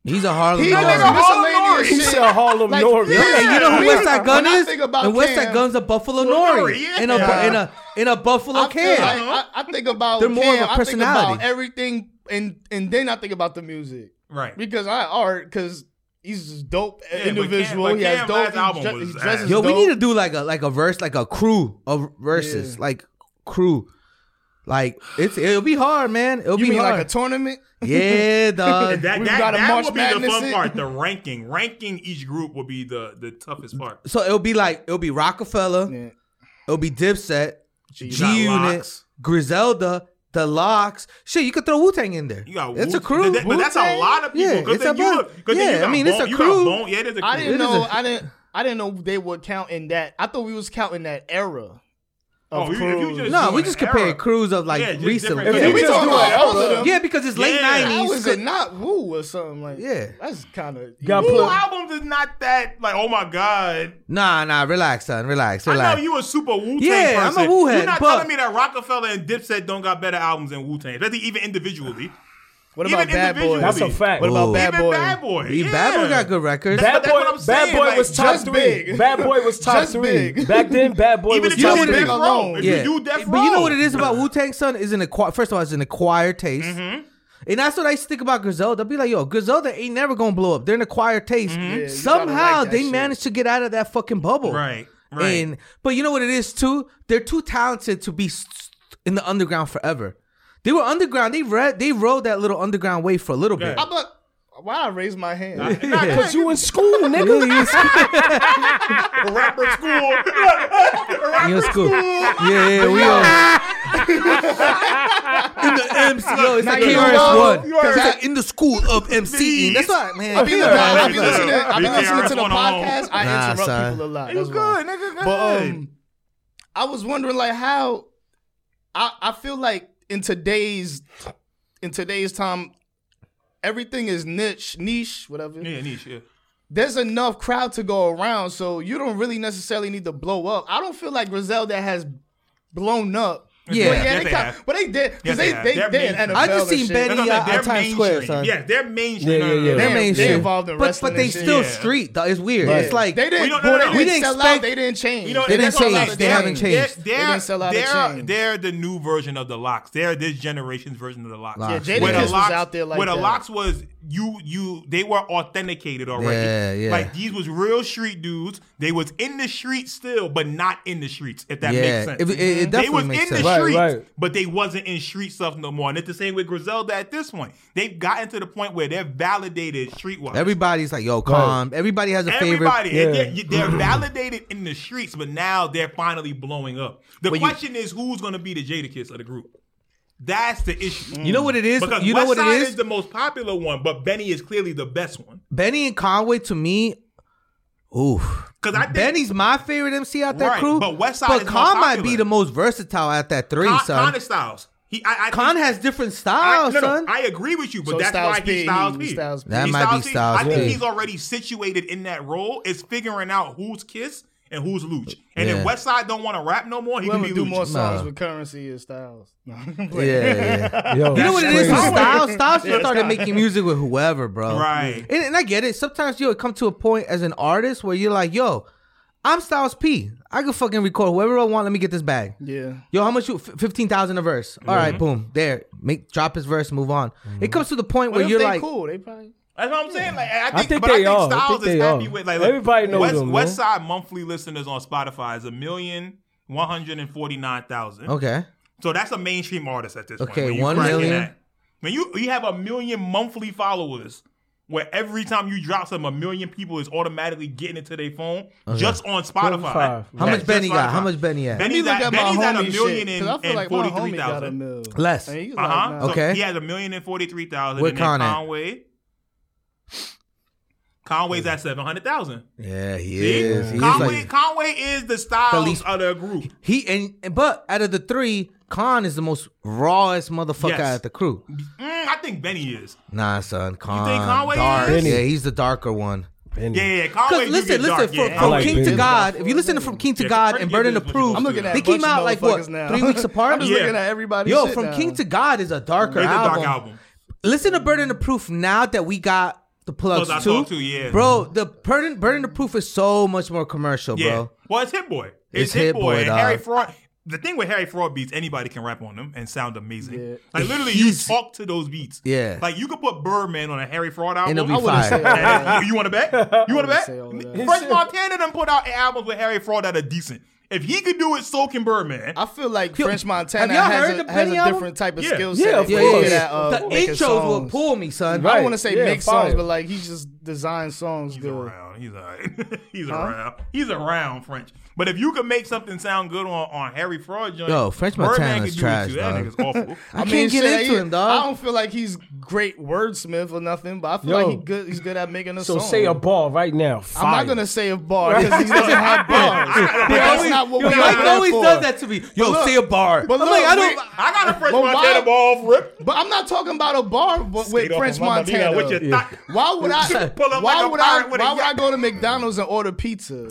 D: He's a Harlem.
C: He
D: dog.
C: does
A: nigga, Harlem
C: miscellaneous
A: Nori.
B: He
C: shit.
B: said Harlem
C: Like,
B: Nori.
C: yeah,
D: Yeah, you know who
C: yeah.
D: West Side Gun
C: When I
D: is?
C: think about
D: and West Side
C: Cam,
D: Gun's a Buffalo
A: Well,
D: Nori.
A: Nori, yeah.
D: In a
A: Yeah.
D: in a in a Buffalo
C: I feel like-
D: Cam.
C: I, I think about
D: They're more of
C: Cam, I
D: a
C: think
D: personality.
C: about everything, and and then I think about the music
A: Right.
C: because I art because he's just dope
A: but
C: individual.
A: Cam- but
C: he has
A: Cam
C: dope.
A: last
C: he
A: album
C: dre-
A: was
C: he dresses
A: ass.
D: Yo, we
C: dope.
D: need to do like a like a verse, like a crew of verses,
C: Yeah.
D: like crew. Like it's it'll be hard, man. It'll
C: You
D: be
C: mean
D: hard.
C: like a tournament?
D: yeah, dog.
A: And that
C: We've
A: that,
C: got a
A: that
C: March
A: will be the
C: Madness
A: fun
C: in.
A: part. The ranking, ranking each group will be the the toughest part.
D: So it'll be like it'll be Rockefeller,
C: Yeah.
D: it'll be Dipset, G
A: You got
D: Unit,
A: Lox.
D: Griselda, The Locks. Shit, you could throw Wu Tang in there.
A: You got
D: it's a
A: Wu-
D: crew.
A: that- but that's a
C: Wu-Tang?
A: lot of people.
D: Yeah,
A: because
D: it's
A: then
D: a
A: you
D: bu-
A: look- 'cause then
D: yeah,
A: you got
D: I mean, it's
A: Bone-
D: a
A: you got
D: crew.
A: Bone- yeah, it is a crew.
C: I didn't
D: It is
C: know.
D: a-
C: I I didn't. I didn't know they would count in that. I thought we was counting that era.
A: Oh,
C: Of
A: you- if you
C: crews.
A: just-
D: no, we
A: doing
D: just
A: an
D: compare
A: era.
D: crews of like
A: Yeah, just
D: recent.
A: different-
B: If
A: Yeah,
B: you
A: we
B: just
C: talking
B: do
C: about
B: an
C: all of
B: era,
C: them.
D: Yeah, because it's late
A: Yeah.
D: nineties.
C: How is it not woo or something like?
D: Yeah.
C: that's kind of
B: Got
A: Woo
B: plug-
A: albums is not that like oh my god.
D: Nah, nah, relax, son. Relax, relax.
A: I know you a super Wu Tang
D: Yeah, I'm
A: person.
D: a Wu-head,
A: You're not
D: but-
A: telling me that Rockefeller and Dipset don't got better albums than Wu Tang, especially even individually.
C: What
A: Even
C: about Bad Boy?
A: individually.
B: That's a fact.
C: What about
D: Ooh.
C: Bad
A: even
C: Boy?
A: Bad Boy,
D: He-
A: yeah.
D: Bad Boy got good records.
A: That's-
B: Bad
A: that's
B: boy,
A: what I'm
B: bad
A: saying,
B: boy
A: like,
B: was top
C: just
B: three.
C: big.
B: Bad boy was top
C: Just
B: three.
C: big.
B: Back then, bad boy
A: Even
B: was
A: if
D: you
B: top
D: know what
A: you
D: it
A: do
B: three.
A: Death
D: is?
A: Row, if
D: yeah.
A: you do Death
D: but you know
A: Row.
D: what it is about Wu Tang Son is an acquired. First of all, it's an acquired taste.
A: Mm-hmm.
D: And that's what I used to think about Griselda. I'd be like, yo, Griselda ain't never gonna blow up. They're an acquired taste.
A: Mm-hmm.
C: you gotta
D: Somehow
C: like that
D: they
C: shit.
D: managed to get out of that fucking bubble.
A: Right, right.
D: And but you know what it is too? They're too talented to be s- in the underground forever. They were underground. They read. They rode that little underground wave for a little bit.
C: I'm a, why I raise my hand?
B: Cause you in school, nigga.
A: Rapper school.
D: In your school. Yeah, yeah, we all. in the MC. Yo, it's
C: Now
D: like
C: you
D: KRS
C: know-
D: One.
C: you already-
D: It's like in the school of MCing. That's why, man.
C: I be,
D: Yeah.
C: looking, I be listening. I be
A: Yeah.
C: listening to the
A: Yeah.
C: podcast. I
D: Nah,
C: interrupt
D: son.
C: people a lot.
A: You
C: That's
A: good,
C: why.
A: nigga? Good.
C: But um, I was wondering like how I I feel like in today's in today's time everything is niche niche whatever.
A: yeah, niche. Yeah.
C: There's enough crowd to go around, so you don't really necessarily need to blow up. I don't feel like Griselda has blown up.
D: Yeah.
C: but yeah,
A: Yes,
C: they,
A: they
C: kind
A: have.
C: but they did
A: Yes,
C: because
A: they
C: they
A: have.
C: they,
A: They're
C: they, in
A: mainstream.
C: NFL
D: I just
C: and
D: seen
C: shit.
A: That's
D: Benny
A: what I'm saying.
D: at
A: They're
D: uh, Times Square,
A: mainstream.
D: son.
A: Yeah, they're mainstream.
B: Yeah,
A: No, no,
B: yeah,
A: no,
B: yeah.
A: no.
D: They're mainstream.
C: involved in
D: but,
C: wrestling
D: but they
C: and shit.
D: still
A: Yeah.
D: street. though. It's weird.
C: Yeah.
D: It's like
C: they
A: We
C: didn't,
A: don't-
C: boy,
A: no,
C: they
A: no, no.
D: We
C: didn't
D: didn't
C: sell out.
D: expect-
C: They didn't change.
A: You know,
D: They
A: and
D: didn't
A: that's what I'm
D: change.
A: saying.
D: They haven't changed.
A: They're,
C: They didn't sell out, they
A: they're,
C: changed.
A: they're the new version of the locks. They're this generation's version of the locks.
D: Lox,
A: When
D: Yeah, Jadakiss
A: the
D: was
A: locks
C: out there like
A: when the
C: that.
A: locks was you you they were authenticated already.
D: Yeah, yeah.
A: Like these was real street dudes. They was in the streets still, but not in the streets. If that
D: Yeah,
A: makes sense.
D: it- it- it
A: they
D: definitely
A: was
D: makes
A: in
D: sense.
A: the
B: Right,
A: streets,
B: right.
A: but they wasn't in street stuff no more. And it's the same with Griselda at this point. They've gotten to the point where they're validated streetwise.
D: everybody's like, yo, calm. Everybody has a favorite.
A: Everybody,
B: Yeah.
A: they're, they're validated in the streets, but now they're finally blowing up. The question is, who's going to be the Jadakiss of the group? That's the issue.
D: Mm. You know what it is?
A: Because
D: you know what it
A: Westside
D: is?
A: is the most popular one, but Benny is clearly the best one.
D: Benny and Conway to me, oof.
A: Because I think
D: Benny's my favorite MC out that
A: Right,
D: crew.
A: but Westside
D: But
A: is
D: Khan
A: more
D: might
A: popular.
D: be the most versatile at that three,
A: Con,
D: son.
A: Con is Styles. He, I, I
D: Khan
A: think-
D: has different
A: I,
D: styles,
A: no, no,
D: son.
A: I agree with you, but
C: So
A: that's
C: Styles
A: why
C: P,
A: he's Styles P.
C: Styles P.
D: That
A: He's
D: might be Styles
A: I think
D: P.
A: he's already situated in that role. Is figuring out who's Kiss and who's Luch. And
D: Yeah.
A: if Westside don't want to rap no more, he
C: Whoever
A: can be
C: do
A: Luch.
C: more songs
D: Nah.
C: with currency is Styles. No, I'm
D: yeah,
C: playing.
D: yeah.
B: Yo,
D: You know what it is?
B: crazy.
D: with Styles, Styles
C: Yeah,
D: just started
C: Styles.
D: making music with whoever, bro.
A: Right.
D: And, and I get it. Sometimes you'll come to a point as an artist where you're like, yo, I'm Styles P. I can fucking record whoever I want. Let me get this bag.
C: Yeah.
D: Yo, how much you? f- 15,000 a verse. All right, boom. There. Make Drop his verse, move on. It comes to the point
C: But
D: where
C: if
D: you're
C: they
D: like,
C: cool, they probably.
A: That's what I'm saying. Like I think,
B: think
A: but
B: they
A: I think
B: are. I
A: Styles
B: think they
A: is happy
B: are.
A: with like look,
B: Everybody knows
A: West,
B: them, man.
A: West Side monthly listeners on Spotify is a million one hundred and forty nine thousand.
D: okay.
A: So that's a mainstream artist at this point.
D: Okay,
A: when you
D: one
A: cracking
D: million.
A: that. When you you have a million monthly followers, where every time you drop some, a million people is automatically getting into their phone just on Spotify.
B: How
D: How
A: That's
D: much
A: just
D: Benny got?
A: Spotify.
D: How much Benny at?
A: Benny's
C: Let me
A: at, Benny's at a
C: homie
A: million
C: shit,
A: and,
C: 'cause I feel
A: and
C: like my
A: forty
C: homie
A: three
C: got a
A: thousand.
C: mil.
D: Less.
C: And he's
A: Uh
C: like,
A: huh.
C: nah.
A: So
D: Okay.
A: He has a million and forty three thousand.
D: Where
A: and then
D: Con at?
A: Conway. Conway's at seven hundred thousand.
D: Yeah, he
A: See?
D: is. He is
A: Conway,
D: like,
A: Conway is the styles
D: The least-
A: of the group.
D: he and and- but out of the three, Khan is the most rawest motherfucker
A: Yes.
D: out of the crew.
A: Mm, I think Benny is.
D: Nah, son, Khan.
A: Conway
D: dark.
A: is?
D: Yeah, he's the darker one.
B: Benny.
A: Yeah, yeah, yeah. Conway.
D: Because
A: do
D: listen,
A: get
D: listen,
A: dark,
D: from,
A: yeah.
D: from
B: I like
D: King to
B: Benny.
D: God, if you listen to From King to
A: Yeah,
D: God
A: Frank
D: and
A: Gage
D: Burning
A: is
D: to
A: what you
D: Prove,
A: supposed
C: I'm looking at
D: they
C: a
D: came
C: bunch of
D: out like what
C: motherfuckers now.
D: three weeks apart.
C: I'm just
A: Yeah.
C: looking at everybody.
D: Yo,
C: shit
D: from
C: now.
D: King to God is a darker
A: It's a
D: album.
A: dark album.
D: Listen to Burden the Proof now that we got the plugs
A: Plugs I
D: too.
A: talked to, yeah.
D: Bro, the Burden Burden the Proof is so much more commercial,
A: Yeah.
D: bro.
A: Well, it's Hit Boy. It's,
D: It's
A: Hit,
D: Hit
A: Boy.
D: Boy,
A: and
D: dog.
A: Harry Fraud. The thing with Harry Fraud beats, anybody can rap on them and sound amazing.
C: Yeah.
A: Like literally,
D: He's-
A: you talk to those beats.
D: Yeah.
A: Like you could put Birdman on a Harry Fraud album.
D: And it'll
A: I
D: be
A: would-
C: wouldn't say all
D: fire.
C: that.
A: you want to bet? You want to bet?
C: say all of that.
A: French Montana done put out albums with Harry Fraud that are decent. If he could do it, so can Birdman.
C: I feel like
D: Yo,
C: French
D: have
C: Montana
D: y'all
C: has,
D: heard
C: a, has
D: the
C: a
D: Benny album?
C: different type of
A: Yeah.
C: skill
B: Yeah,
C: set.
B: of
C: if you
D: Yeah,
B: course.
C: look
D: yeah,
C: at,
D: yeah.
C: uh,
D: the
C: making
D: intros will
C: songs.
D: pull me, son.
C: I
B: Right.
C: don't want to say
B: Yeah,
C: make
B: fire.
C: songs, but like he just designs songs
A: He's
C: good.
A: around. He's all right. He's around. He's around French. But if you could make something sound good on, on Harry Fraud joint,
D: Yo, French
A: Birdman
D: Montana's
A: could do it
D: trash,
A: too. That
D: dog.
A: nigga's awful.
D: I, can't get
C: shit,
D: into
C: he-
D: him, dog.
C: I don't feel like he's great wordsmith or nothing, but I feel
B: Yo.
C: like he good. He's good at making a
B: So
C: song.
B: say a ball right now.
C: I'm
B: Fire.
C: not gonna say a bar because he doesn't have bars. but that's not what
D: Yo,
C: we
A: Yo,
C: are
D: Mike
A: Mike
C: there
D: always
C: for.
D: does that to me. Yo,
C: look-
D: say a bar.
C: but
D: I'm like,
C: look,
D: I don't.
A: I got a French
C: But why-
A: Montana ball off rip.
C: But I'm not talking about a bar w- with
A: off
C: French
A: of Mamma Mia
C: Montana.
A: with your thigh.
C: Why would I?
A: Pull up
C: Why
A: like a
C: would I?
A: pirate with a
C: Why would I
A: yacht.
C: go to McDonald's and order pizza?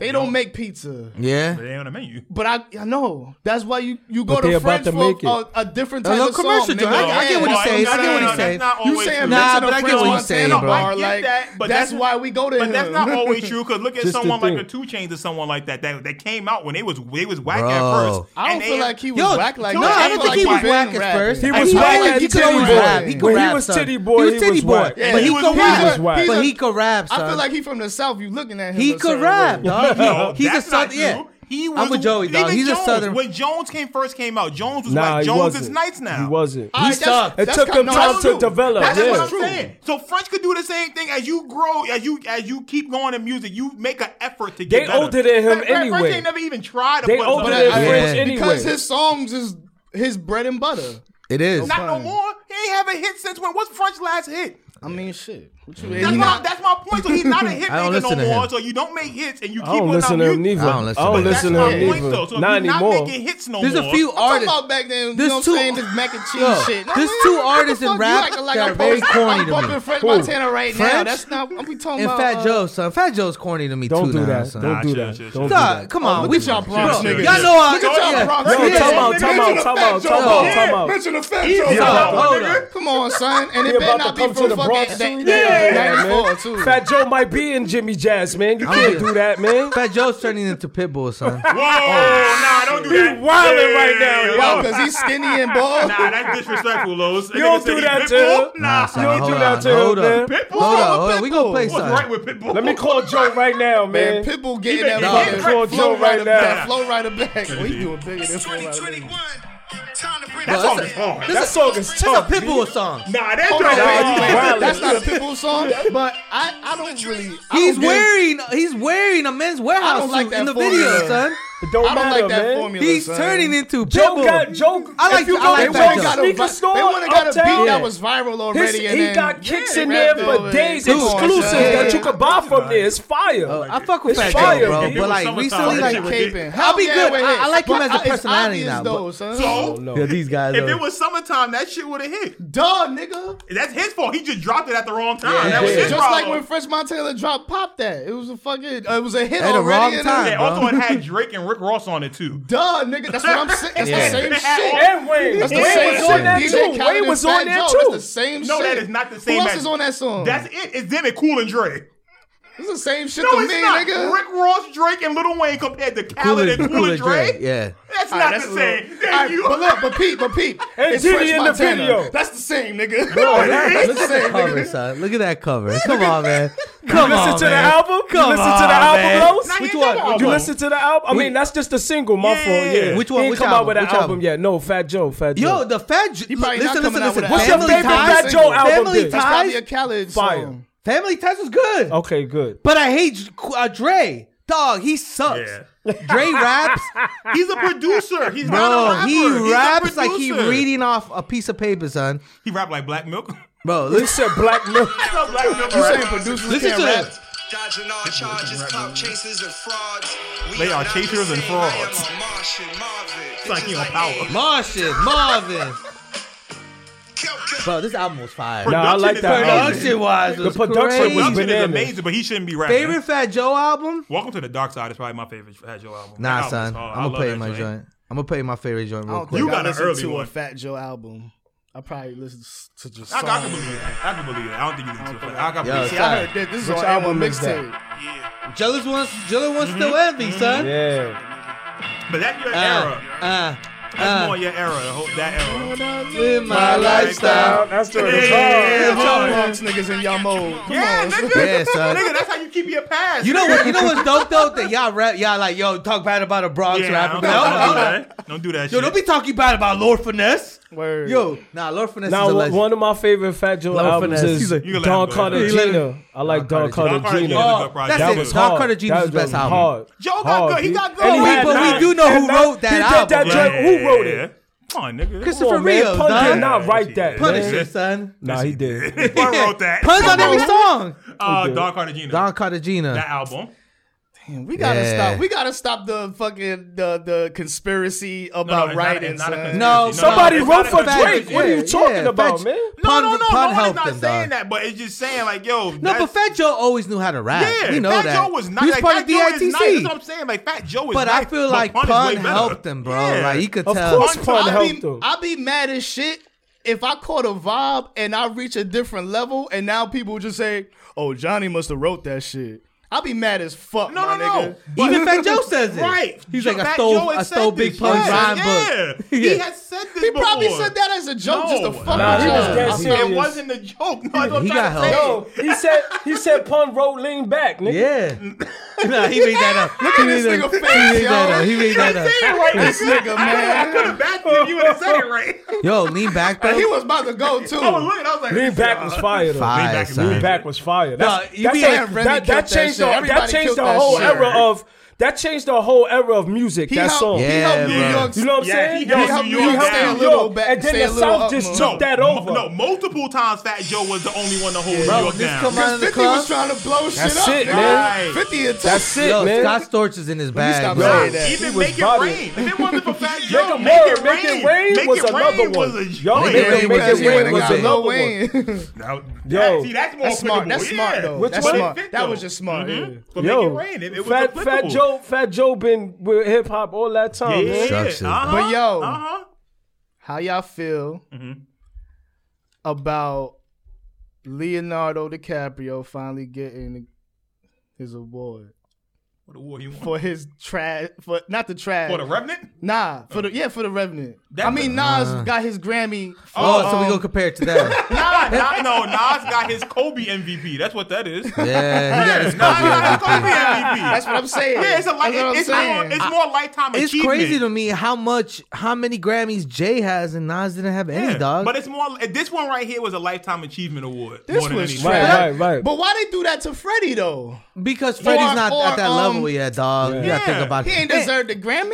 C: They don't make pizza.
D: yeah.
A: They ain't on the menu.
C: But I, I know that's why you, you go
B: But they
C: to
B: about
C: French
B: to
C: for
B: make
C: a,
B: it.
C: a different
D: A
C: type
D: little
C: of song.
D: commercial
C: nigga.
D: joint. I- I get what
C: Yeah.
D: he's saying. I get what he's
A: That's
D: saying.
A: not
C: You
A: always
C: saying
A: true.
D: Nah,
C: mention a
D: but I get
C: French
D: what you're
C: Montana
D: saying, bro.
C: bar,
A: I get
C: like,
A: that, but
C: that's,
A: that's-
C: why we go to
A: But
C: him.
A: that's not always true. Cause look at
B: Just the
A: someone like
B: thing.
A: a Two Chains or someone like that that, that came out when they was they was whack at
D: Bro.
A: first. And
C: I don't
A: they-
C: feel like he was
D: Yo,
C: whack like
D: no,
C: that.
D: I don't
C: feel
D: think he
C: like
D: was
C: he
D: whack
C: been
D: at first.
C: rapping.
B: He was
D: I feel
B: whack
D: like
B: at
D: he could
B: Titty
D: always
B: Boy.
D: rap. He could
B: When he
D: rap,
B: was
D: son.
B: Titty Boy,
D: he
B: he
D: was titty
B: was
D: boy.
B: whack.
C: Yeah,
D: But
C: he
D: he
C: was
D: could
C: whack.
D: rap.
B: He was
D: But
B: whack.
D: he could rap.
C: I
D: son.
C: feel like he from the south. You looking at him?
D: He
C: a
D: could
C: certain
D: rap,
C: way.
D: dog.
A: No,
D: He's a
A: that's not
D: southern. Yeah,
A: true. He was
D: I'm with Joey, dog.
A: even
D: He's a
A: Jones.
D: southern.
A: When Jones came first came out, Jones was
B: Nah,
A: like
B: he
A: Jones is
B: wasn't.
A: nights now.
B: He wasn't.
C: All right,
D: He
C: that's-
D: sucked.
B: It
C: that's
B: took
C: kind-
B: him
C: no,
B: time
C: that's
B: to
C: true.
B: develop.
A: That's
B: yeah.
A: what I'm saying. So French could do the same thing as you grow, as you as you keep going in music. You make an effort to get
B: They
A: better.
B: older than him
A: French-
B: anyway.
A: French ain't never even tried to
B: They
A: put
B: older
A: something
B: than
A: out.
C: I-
B: French
D: Yeah.
B: anyway.
C: because his songs is his bread and butter.
D: It is.
A: Not no more. He ain't have a hit since when? What's French's last hit?
C: I mean, shit. What you?
A: That's
C: he
A: my
C: not-
A: that's my point. So he's not a hit
D: I don't
A: maker no
D: listen to him.
A: more. So you don't make hits and you keep
B: I don't
A: putting out
B: listen to him
A: music.
B: neither.
D: I don't
B: I
D: listen to
B: don't
D: him.
A: That's
B: listen
A: my
B: to him
A: point
B: neither.
A: though. So if
B: Not
A: you're not
B: anymore.
A: making hits no
D: There's
A: more.
D: a few
C: I'm talking
D: artists.
C: about back then. you
D: There's
C: know
D: two-
C: what I'm saying? This mac and cheese
D: Look,
C: shit.
D: there's
C: What
D: two
C: the fuck
D: artists in
C: you
D: rap
C: acting like
D: that
C: I'm
D: are very
C: bumping-
D: corny
C: I'm
D: to
C: bumping
D: me.
C: French
B: Who?
C: Montana right now.
D: French?
C: That's not. I'm be talking
D: And
C: about.
D: Fat
C: uh,
D: Joe, son. Fat Joe's corny to me
B: Don't
D: too
B: do
D: now,
B: that.
D: son.
B: Don't
A: Nah,
B: do
A: chill,
B: that.
A: chill,
B: Don't do
A: chill.
D: Nah,
B: that.
D: come on.
C: look
D: we
C: at y'all
D: bro,
C: Bronx
A: niggas.
D: Y'all know
C: Look at y'all
D: yeah,
C: Bronx
B: Yo,
D: yeah.
C: niggas.
B: time out, time
C: Mention
B: out,
C: the
B: time
C: Fat
B: out,
C: Joe
B: time
D: out,
C: Bone.
B: time out.
C: Mention the Fat
A: Easy
C: Joe
A: on that
C: Bone.
A: one,
D: hold
A: nigga.
C: Come on, son. And
B: He
C: it better
B: about to
C: not be
B: come to
C: from
B: the Bronx.
C: fucking
B: Yeah,
C: yeah,
B: man.
C: 94 too.
B: Fat Joe might be in Jimmy Jazz, man. You
D: I'm
B: can't
D: good.
B: do that, man.
D: Fat Joe's turning into Pitbull, son.
A: Whoa, nah, don't do that.
B: He wildin' right now,
A: Yeah,
C: Yo, because he's skinny and bald.
A: Nah, that's disrespectful, Lowe's.
B: You don't do that to him.
A: Nah,
D: son,
B: don't
D: hold
B: do that
D: on,
B: to him,
D: hold
B: man.
D: up.
A: Pitbull.
D: Hold
A: What's
D: on, hold on. We gonna play
A: What's
D: something.
A: right with Pitbull?
B: Let me call Joe right now, man.
C: Man, Pitbull
A: He
C: getting
A: been
C: that
A: getting
C: fucking
D: cracked
C: flow
B: for Joe
C: rider
B: right now.
C: back. Flow rider back. We doing bigger than flow rider back.
E: 2021. Time to bring
A: That
E: back
A: song is hard.
B: That song is
D: That's a
B: tough.
D: Pitbull song.
A: Nah, that
C: Oh,
A: joint
C: no,
A: is
B: you
C: wait, wait,
A: hard.
B: wild.
C: that's not a Pitbull song, but I, I don't really. I
D: He's
C: don't get-
D: wearing he's wearing a men's
C: I
D: warehouse
C: don't like
D: suit
C: that
D: in the
C: formula.
D: video, son.
B: It don't
C: I don't
B: matter,
C: like that
B: man.
C: formula.
D: He's
C: son.
D: turning into
B: Joe
D: Pitbull.
B: got Joe.
D: I like
B: if you
D: I
B: go
D: like
B: to
D: that
B: Joe's
D: Joe.
C: got a-
B: sneaker store.
C: They would've got a beat
B: uptown,
C: that was viral
B: His,
C: already. and
B: he
C: then
B: got kicks in
C: wrapped
B: there
C: it
B: for
C: over.
B: days,
D: Dude,
B: exclusives
D: yeah,
B: that
D: yeah.
B: you could buy from there. It's fire.
D: I fuck with
B: It's
D: Fat
B: fire,
D: Joe, bro.
B: dude.
D: But like
A: Summertime
D: recently,
A: shit
D: like
A: was
C: Caping.
D: I'll be good. I- I like him
C: But
D: as a
C: I- it's
D: personality
C: obvious
D: now,
C: Though,
D: but-
C: son.
A: So,
B: no.
D: Yeah, these guys.
A: if
D: are-
A: it was summertime, that shit would have hit.
C: duh, nigga.
A: That's his fault. He just dropped it at the wrong time.
D: Yeah,
A: that was
D: yeah.
A: his
C: Just
A: problem.
C: like when Fresh Montana dropped Pop That. It was a fucking. Uh, it was a hit
D: At the
C: already.
D: wrong
C: and it-
D: time.
A: yeah,
D: bro.
A: also it had Drake and Rick Ross on it too.
C: Duh, nigga. That's what I'm saying. That's
D: Yeah.
C: the same
A: It had all-
C: shit.
B: And Wayne. Wayne was
C: That's the same
B: on
C: shit.
B: that
C: DJ
B: too.
C: Khaled
B: Wayne
C: and
B: was on
C: Fat Joe.
B: that
C: That's the
B: too.
C: same shit.
A: No, that is not the same
C: Who else
A: as-
C: is on that song?
A: That's it. It's them and Cool and Dre.
C: It's the same shit
A: No,
C: to
A: it's
C: me,
A: not.
C: nigga.
A: Rick Ross, Drake, and Lil Wayne compared to
D: Cool
A: Khaled and
D: and-
A: Cool and Dre.
D: Yeah.
A: That's
C: All
A: not
C: right, that's
A: the
C: a little-
A: same. Thank
C: All right,
A: you.
C: But look, but Peep, but Peep.
B: And
C: it's
B: Diddy
C: Fresh
B: in the
C: Montana.
B: video.
C: That's the same, nigga.
A: No, it ain't.
D: Look at that cover, son. Look at that cover. Come on, man. Come
B: Listen
D: on,
B: to the
D: man.
B: album. You
D: Come
B: listen to the
D: on, man.
B: album, Los.
A: Nah, he
D: Which
A: ain't got an
D: one? Which
B: You
A: album.
B: listen to the album. I mean, that's just a single. My
A: Yeah.
B: fault. Yeah.
D: Which one-
B: He
D: which
B: come
D: album?
B: out with an
D: Which
B: album,
D: album?
B: yet. No, Fat Joe. Fat Joe.
D: Yo, the Fat Joe.
C: probably not
D: Listen, listen,
C: coming out
D: listen.
C: with an
B: album. What's your favorite Fat
D: Ties-
B: Joe album,
D: Family
B: dude?
C: That's probably a
D: Ties.
C: Khaled
B: Fire.
C: song.
D: Family Ties was good.
B: okay, good.
D: But I hate uh, Dre. Dog, he sucks. Dre raps.
A: He's a producer. He's not a
D: Bro,
A: rapper.
D: he
A: He's a
D: raps like he
A: producer.
D: reading off a piece of paper, son.
A: He rap like Black Milk.
D: Bro,
B: They
D: listen.
B: said Black Milk.
A: That's how Black Milk
C: You
A: rap.
C: saying producers
D: Listen
C: can't
D: to
C: rap?
D: it.
E: Dodging all charges, clout chasers and frauds. We
A: They are
E: not
A: chasers
E: the
A: and
E: same. I am
A: frauds.
E: a Martian Marvin. Bitches
A: like he on power.
E: me.
D: Martian, Marvin.
E: Kill, kill.
D: Bro, this album was fire.
A: Production
B: Nah, I like
A: is
B: that
A: amazing.
B: album.
D: Production wise, the
B: production was
D: production
B: bananas.
A: Production is amazing, but he shouldn't be rapping.
D: Favorite Fat Joe album?
A: Welcome to the Dark Side is probably my favorite Fat Joe album.
D: Nah,
A: That album is
D: son.
A: hard. I
D: I'm
A: love
D: gonna play
A: that
D: my joint. I'm gonna play my favorite joint
C: I
D: real
C: don't
D: quick.
A: You
C: think I
A: got an
C: listened
A: early
C: to
A: one.
C: a Fat Joe album. I probably listened to just
A: I, I can
C: songs.
A: believe it. I can believe it. I don't think he's into it. I can
D: Yo,
A: believe
D: it's
A: it.
C: See, I heard that. This is
B: Which
C: on album
B: album is that?
C: mixtape.
D: Jealous one's jealous one's still envy, son.
B: Yeah.
A: But that's your
D: Uh,
A: era.
D: uh,
A: That's more
D: uh,
A: your era. the whole- That era.
D: live my lifestyle.
B: That's the
A: Yeah.
B: result.
C: Get y'all
A: on.
C: punks niggas in y'all mode. Come
A: Yeah,
C: on.
A: nigga.
D: Yeah, son.
A: Nigga, that's how you keep your past.
D: You know what? You know what's dope though? That y'all rap, y'all like, yo, talk bad about a Bronx
A: Yeah,
D: rapper.
A: don't,
D: but hold on,
A: don't do
D: hold on.
A: that. Don't do that
D: Yo,
A: shit.
D: don't be talking bad about Lord Finesse.
C: Word.
D: Yo, nah, Lord Finesse is a
B: Now,
D: legend.
B: one of my favorite Fat Joe
D: Love
B: albums
D: Finesse.
B: is
D: He's a-
A: You can let him
B: Don
A: go. You
D: let him-
B: Cartagena. I like Don
D: Cartagena.
A: Don
B: Cartagena.
A: Cartagena.
D: oh,
A: Good project.
D: that's
B: That
D: it.
B: was
D: Don
B: hard.
D: Cartagena's
B: That
D: was best
B: was
D: album.
B: hard.
A: Joe got
B: Hard,
A: good. He
B: dude.
A: got good.
B: And he
A: Wait,
B: had
A: but we
B: nine-
D: do know who
B: and nine-
D: wrote that
B: he did
D: album.
B: joint- Who wrote
A: Yeah.
B: it?
A: Come on, nigga.
D: Christopher
B: Come on, man.
D: Rios,
B: Pun
D: dog.
B: did not write that. man.
D: Punisher, son.
B: Nah, he did.
A: Who wrote that?
D: Puns on every song.
A: Uh,
B: did.
A: Don Cartagena.
D: Don Cartagena.
A: that album.
C: Man, we gotta
D: Yeah.
C: stop. We gotta stop the fucking the the conspiracy
A: No,
C: about
A: no, it's not-
C: writing.
A: it's not a
C: son.
A: conspiracy.
D: No,
B: Somebody
A: it's
B: wrote
A: not a
B: for
A: conspiracy.
B: Drake. What are you
D: Yeah,
B: talking
D: yeah,
B: about,
D: Fat-
B: man?
A: No,
D: Pun-
A: no, no,
D: Pun
A: no. It's
D: helped
A: not
D: him,
A: saying
D: dog.
A: that, but it's just saying like, yo,
D: No,
A: that's-
D: but Fat Joe always knew how to rap.
A: yeah,
D: we know
A: Fat
D: that.
A: Joe was not
D: He was
A: like,
D: part
A: Fat
D: of the
A: Joe is nice. That's
D: ITC.
A: what I'm saying. Like Fat Joe is
D: But
A: nice,
D: I feel
A: but
D: like
A: Pun is
D: Pun,
A: way better.
D: helped him, bro.
A: Yeah.
D: Like you could
B: Of
D: tell.
B: course Pun
C: I'd
B: helped
C: be,
B: him.
C: I'd be mad as shit if I caught a vibe and I reach a different level, and now people just say, "Oh, Johnny must have wrote that shit." I'd be mad as fuck,
A: No,
C: my
A: no,
C: nigga.
A: no.
D: Even Fat Joe says it.
A: Right.
D: He's
A: Joe-
D: like, I
A: Fat
D: stole,
A: Joe
D: I
A: has
D: stole
A: said
D: Big
A: this.
D: Pun's
A: Yes,
D: rhyme
A: yeah.
D: book.
A: He has said this
C: He probably
A: before.
C: said that as a joke, just
A: No.
C: to fuck
B: Nah, he
C: with
B: was
C: y'all.
B: dead
C: I-
B: serious.
A: It wasn't a joke. No, that's what I'm
D: He
A: trying to
D: got
A: say.
D: help.
B: Yo, he said he said Pun wrote lean back, nigga.
D: Yeah. nah, he made that up. Look
C: at this nigga face,
D: He made that
C: yo.
D: up. He made that up.
A: Say it right,
C: This
A: nigga.
C: nigga,
A: I
C: man.
A: could have backed you if you would have said it right.
D: Yo, lean back, bro.
C: He was about to go too.
A: I was looking. I was like,
B: Lean back was fire though.
D: Fire,
A: Lean back is
D: son.
A: good.
B: Lean back was fire.
D: Nah,
B: That's,
D: you
B: that's
D: be
B: a-
D: damn
B: that,
C: Remy
B: that
C: killed that
B: changed
C: shit.
B: the that
C: Everybody
B: changed
C: killed
B: the
C: that
B: whole
C: shit.
B: era of that changed the whole era of music.
C: He
B: that
C: helped,
B: song.
C: he
D: Yeah,
C: helped New
D: bro.
C: York.
B: You know what I'm
A: Yeah, he
B: saying?
A: helped New York stay a
B: New
C: little
B: York,
C: back-
B: and
C: stay a
B: then the
C: little
B: South just
C: up
B: took
C: more.
B: that
A: mo-
B: over.
A: No, multiple times Fat Joe was the only one to hold
D: Bro,
A: New York
D: this
A: down.
D: come out
C: Because
D: of the
C: 50 was
D: club.
C: trying to blow shit
B: That's
C: up.
B: it,
C: nigga.
A: man.
C: 50 and
B: That's it,
D: Yo,
B: man.
D: Scott Storch is in his
C: me
D: bag,
C: stop
D: bro.
C: saying that.
B: He
A: Even
B: was
A: make it
B: vibing.
A: rain. If it wasn't for Fat
B: Make
A: Joe,
B: it, make it,
A: make it rain.
B: was
A: It
B: another
A: Rain
B: one.
A: was a
B: Yo,
A: joint.
B: make it,
D: Rain
B: make
D: was
B: it
D: a
B: rain
D: joint.
B: was
D: Got
B: another
C: no
B: one.
C: Wayne.
A: Now, that-
B: Yo.
A: see, that's more
C: That's smart.
A: applicable.
C: That's smart,
A: Yeah.
C: though.
B: Which
C: That's
B: one?
C: smart.
A: Fit,
C: That
A: though. Mm-hmm.
C: was just smart. yeah.
A: But
B: Yo,
A: make it rain. It, it was
B: Fat, Fat
A: applicable.
B: Joe, Fat Joe been with hip hop all that
A: Yeah,
B: time.
A: yeah,
B: Man.
D: Structure.
A: Uh-huh,
C: But yo.
A: uh-huh.
C: How y'all feel
A: Mm-hmm.
C: about Leonardo DiCaprio finally getting his award
A: What award you want?
C: for his trash? For not the trash.
A: For the Oh. Revenant?
C: nah, for the yeah, for the Revenant. I
A: That-
C: mean, Nas got his Grammy. For,
D: Oh, so we
C: um,
D: gonna compare it to that?
A: Nah, nah, no, Nas got his Kobe MVP. That's what that is.
D: yeah, he got his
A: Nas got his
D: Kobe
A: Kobe
D: MVP.
A: MVP.
C: That's what I'm saying.
A: Yeah, it's a
C: That's
A: like
C: what I'm
A: it's,
C: saying.
A: more, it's more lifetime
D: It's
A: achievement.
D: crazy to me how much, how many Grammys Jay has and Nas didn't have any,
A: Yeah,
D: dog.
A: But it's more. This one right here was a lifetime achievement award.
C: This
A: more than
C: was
A: anything.
B: Right,
C: trash.
B: right, right.
C: But why they do that to Freddie though?
D: because Freddie's
C: Or-
D: not
C: or,
D: at that
C: um,
D: level yet, dog. You gotta think
A: Yeah.
D: about
C: He
D: it.
C: ain't deserved the Grammy.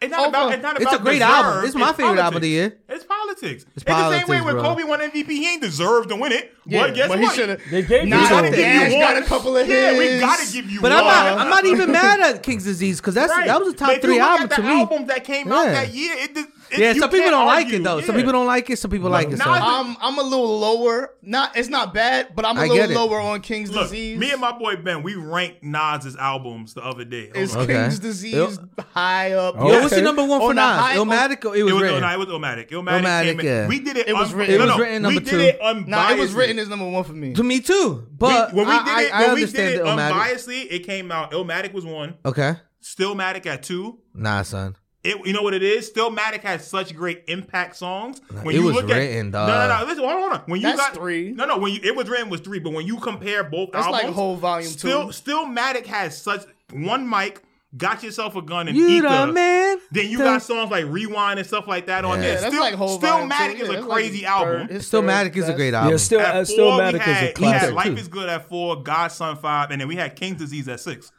A: It's not about. It's not
D: It's
A: about.
D: a great
A: deserve,
D: album. It's my favorite album of the
A: politics.
D: year.
A: It's politics. It's, the
D: politics,
A: same way when
D: bro.
A: Kobe won MVP, he ain't deserved to win it.
C: Yeah,
A: but guess
C: but he
A: what?
C: shoulda-
B: They gave
C: Nah,
B: you
A: we gotta
B: something.
C: Dash
A: give you one.
C: got a couple of
A: yeah, we
C: his.
A: gotta give you
D: But
A: one.
D: I'm not, I'm not even mad at Kings Disease because that's
A: Right.
D: that was a top
A: But if you
D: three
A: look at
D: album
A: the
D: to me.
A: Album that came out
D: Yeah.
A: that year. It, did- it,
D: yeah,
A: you
D: some people
A: can't
D: don't like
A: argue.
D: it though. Some
A: Yeah.
D: people don't like it. Some people like it.
A: Nas
D: So.
A: is
C: I'm I'm a little lower. Not it's not bad, but I'm a
D: I get
C: little
D: it.
C: lower on King's
A: Look,
C: disease.
A: me and my boy Ben, we ranked Nas's albums the other day. Hold
C: is
A: on.
D: Okay.
C: King's disease high up.
B: Oh.
D: Yo,
B: Yeah.
D: what's the number one
C: On
D: for
C: the
D: Nas?
C: high-
D: Illmatic. It
A: oh, It
D: was
A: was,
D: written.
A: no, it was Illmatic. Illmatic,
D: Illmatic,
A: came in.
D: yeah.
A: We did it.
C: It was
A: un-
C: written.
A: no, no,
C: It was
D: written number
A: we
D: two.
A: Did it unbiased.
C: Nah, it was written as number one for me.
D: To me too, but
A: when we did
D: I,
A: it,
D: I, I
A: when we
D: understand
A: did it
D: the Illmatic.
A: unbiasedly, it came out. Illmatic was one.
D: Okay,
A: Stillmatic at two.
D: nah, son.
A: It, you know what it is? Stillmatic has such great impact songs. When
D: it
A: you
D: was
A: look
D: written,
A: at,
D: dog.
A: No, no, no. Listen, hold on, hold on. When you
C: That's
A: got
C: three.
A: No, no. When you, it was written was three, but when you compare both
C: That's
A: albums,
C: like whole volume
A: still,
C: two.
A: Stillmatic has such one mic. Got yourself a gun and
D: You
A: Ether.
D: the man.
A: Then you
D: The-
A: got songs like Rewind and stuff like that on
D: Yeah.
A: there.
C: yeah, that's
A: still,
C: like whole volume
A: Stillmatic
C: two.
A: is
C: Yeah,
A: a
C: that's like
A: cillmatic
C: his
A: album.
C: third- his
D: Stillmatic
C: third
D: is a
C: best.
D: great
B: Yeah,
D: album.
B: still,
A: At
B: uh,
A: four,
B: still,
A: we had,
B: Matic is a
A: we had
B: classic
A: Life
B: too.
A: is Good at four, Godson five, and then we had King Disease at six.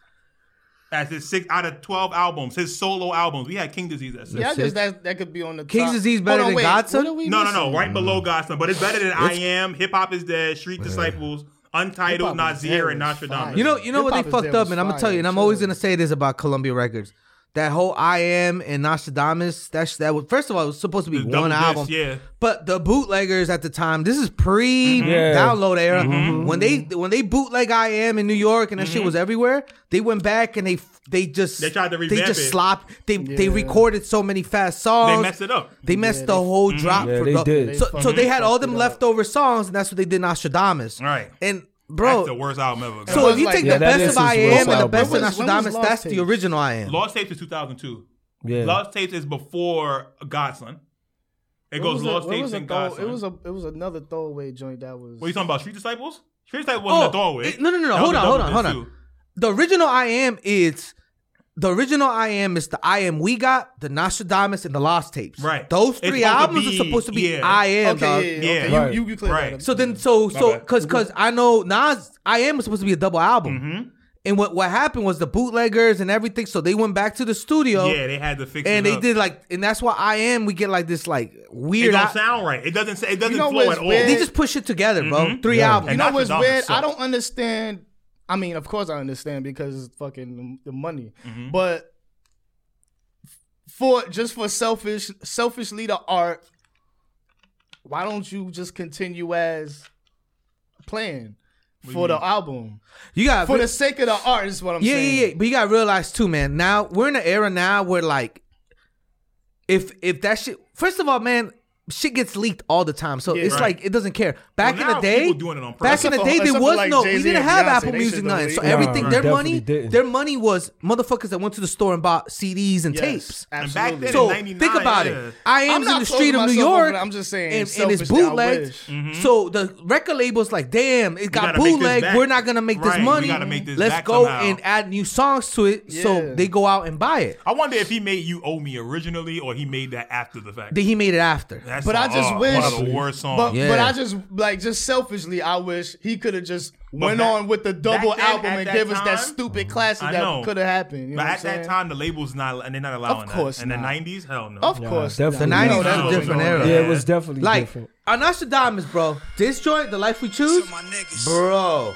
A: That's his six out of twelve albums, his solo albums. We had King Disease at six.
C: Yeah, I guess
D: Six.
C: that that could be on the
D: King's
C: top.
D: Disease
C: Hold
D: better
C: on,
D: than
C: wait,
D: Godson?
C: what are we
A: No, no, no,
C: missing?
A: right below Godson, but it's better than I Am, Hip Hop is Dead, Street Disciples, Untitled,
C: Hip Hop Is Dead
A: Nazir, and
C: was fire.
A: Nostradamus.
D: You know, you know
C: Hip
D: what
C: Hop
D: they
C: Is
D: fucked
C: Dead
D: up,
C: was
D: and I'm gonna
C: fire,
D: tell you, and I'm always
C: too.
D: gonna say this about Columbia Records. That whole I am and Nostradamus, that sh- that was first of all, it was supposed to be
A: The double
D: one
A: disc,
D: album.
A: yeah. Mm-hmm.
D: But the bootleggers at the time, this is pre download era.
C: Mm-hmm.
D: When they when they bootleg I am in New York and that shit was everywhere, they went back and they f- they just
A: Mm-hmm. They tried to
D: they
A: revamp
D: just
A: it.
D: slopped they they
C: Yeah.
D: recorded so many fast songs.
A: they messed it up. Mm-hmm.
D: They messed the whole drop.
B: Yeah,
D: for
B: they
D: the-
B: did.
D: So,
C: They
D: so they
C: fucking
D: had all
C: fucked
D: them
C: it up.
D: leftover songs, and that's what they did Nostradamus.
A: Right.
D: And
A: That's
D: bro,
A: the worst album ever.
C: It
D: so
C: was
D: if you
C: like-
D: take
C: Yeah,
D: the
B: that is
D: best of I
B: his
D: am
B: worst
D: and the
B: album.
D: best
C: When was-
D: of
C: when was
D: Nostradamus,
C: Lost
D: that's the
C: Tapes?
D: original I am.
A: Lost Tapes is 2002.
B: Yeah.
A: Lost Tapes is before Godson. It
C: What
A: goes
C: was a-
A: Lost
C: what was
A: Tapes
C: a
A: and
C: throw-
A: Godson.
C: It was a it was another throwaway joint that was.
A: what are you talking about? Street Disciples? Street Disciples wasn't
C: Oh,
A: a throwaway.
D: it- no, no, no, no.
A: That was
D: Hold
A: a
D: on, hold on,
A: double
D: hold
A: disc,
D: on.
A: too.
D: The original I am is the original I am is the I am we got the Nostradamus and the Lost tapes.
A: Right.
D: Those
A: It's
D: three
A: supposed to
D: albums
A: be-
D: are supposed to be
A: yeah.
D: I am.
C: Okay,
D: dog.
C: yeah,
A: Yeah.
C: yeah, okay.
B: Right.
C: You you cleared
A: Right.
C: that up.
D: So then, so so
A: bad.
D: because because I know Nas I am was supposed to be a double album.
A: Mm-hmm.
D: And what, what happened was the bootleggers and everything, so they went back to the studio
A: Yeah, they had to fix it.
D: and they
A: up.
D: did like, and that's why I am. We get like this like
A: It
D: weird.
A: don't
D: I-
A: sound right. It doesn't. sa- It doesn't
C: know
A: flow
C: what's
A: at all.
C: weird?
D: they just push it together, bro. Three
B: Yeah.
D: albums.
A: Mm-hmm. And
C: You know
A: Not
C: what's
A: Nostradamus
C: weird? I
A: sucked.
C: don't understand. I mean, of course I understand because it's fucking the money,
A: Mm-hmm.
C: but for just for selfish, selfishly the art. Why don't you just continue as playing for the album
D: you got
C: for the sake of the art? Is what I'm
D: yeah,
C: saying.
D: yeah, yeah. But you gotta realize too, man. Now we're in an era now where like, if if that shit, first of all, man, shit gets leaked all the time, so it's
A: Right.
D: like it doesn't care. Back
A: Well,
D: in the
A: now
D: day,
A: people doing it on
D: back
A: purpose.
D: in the
C: Except
D: day,
C: for-
D: there
C: except
D: was
C: for, like,
D: no, we
C: Jay-Z
D: didn't
C: and
D: have
C: Beyonce.
D: Apple
C: They
D: Music
C: should've
D: nothing.
C: leaked.
D: So
C: Nah,
D: everything,
B: we
D: their
B: definitely
D: money,
B: didn't.
D: their money was motherfuckers that went to the store and bought CDs and
C: Yes,
D: tapes.
A: And back
C: absolutely.
A: then,
D: So
A: in 99,
D: think about
A: yeah.
D: it. I
C: I'm
D: am in
C: not
D: the street
C: floating
D: of New
C: myself over
D: York.
C: it. I'm just saying,
D: and, and it's
C: selfishly, I
D: bootleg.
C: wish.
D: So the record label's like, damn, it
A: Mm-hmm.
D: got
A: gotta make this
D: bootleg.
A: back.
D: We're not gonna make
A: Right,
D: this
A: we
D: money.
A: gotta make this
D: Let's
A: back
D: go
A: somehow."
D: and add new songs to it.
C: Yeah.
D: So they go out and buy it.
A: I wonder if he made you owe me originally, or he made that after the fact.
D: Then he made it after.
A: That's That
C: But I
A: song-
C: just
A: oh,
C: wish-
A: one of the worst songs.
C: But but
D: Yeah.
C: I just like just selfishly, I wish he could have just went
A: back-
C: on with the double
A: back then,
C: album
A: at
C: and
A: that
C: gave us that
A: time,
C: stupid classic
A: I know.
C: that could have happened. You know
A: But
C: what I'm
A: at that
C: saying?
A: time, the labels not and they're not allowing
C: Of course
A: that. In the
C: not.
A: nineties, hell no.
C: of
B: Nah,
C: course,
B: definitely.
C: not.
D: The 90s
C: No,
D: was
C: that
D: a
C: wasn't
D: different
C: going
D: era.
C: on.
B: Yeah, it was definitely
D: Like
B: different.
D: Nostradamus, bro. This joint, the life we choose,
E: my niggas.
D: bro.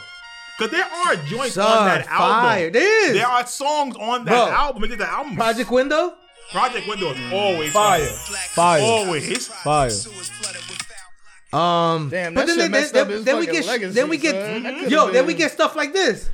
A: Because there are joints
D: Son,
A: on that
D: fire.
A: album.
D: There is.
A: There are songs on that
D: Bro.
A: album. It's just the album.
D: Project Window.
A: Project Window is always
B: Fire, fire,
A: Always.
B: fire.
D: Um,
C: Damn,
D: but
C: that
D: then,
C: shit
D: then,
C: messed
D: then,
C: up his
D: then we
C: fucking
D: get
C: legacy,
D: then we get
C: son. That could've
D: yo then we
C: been-
D: get stuff like this.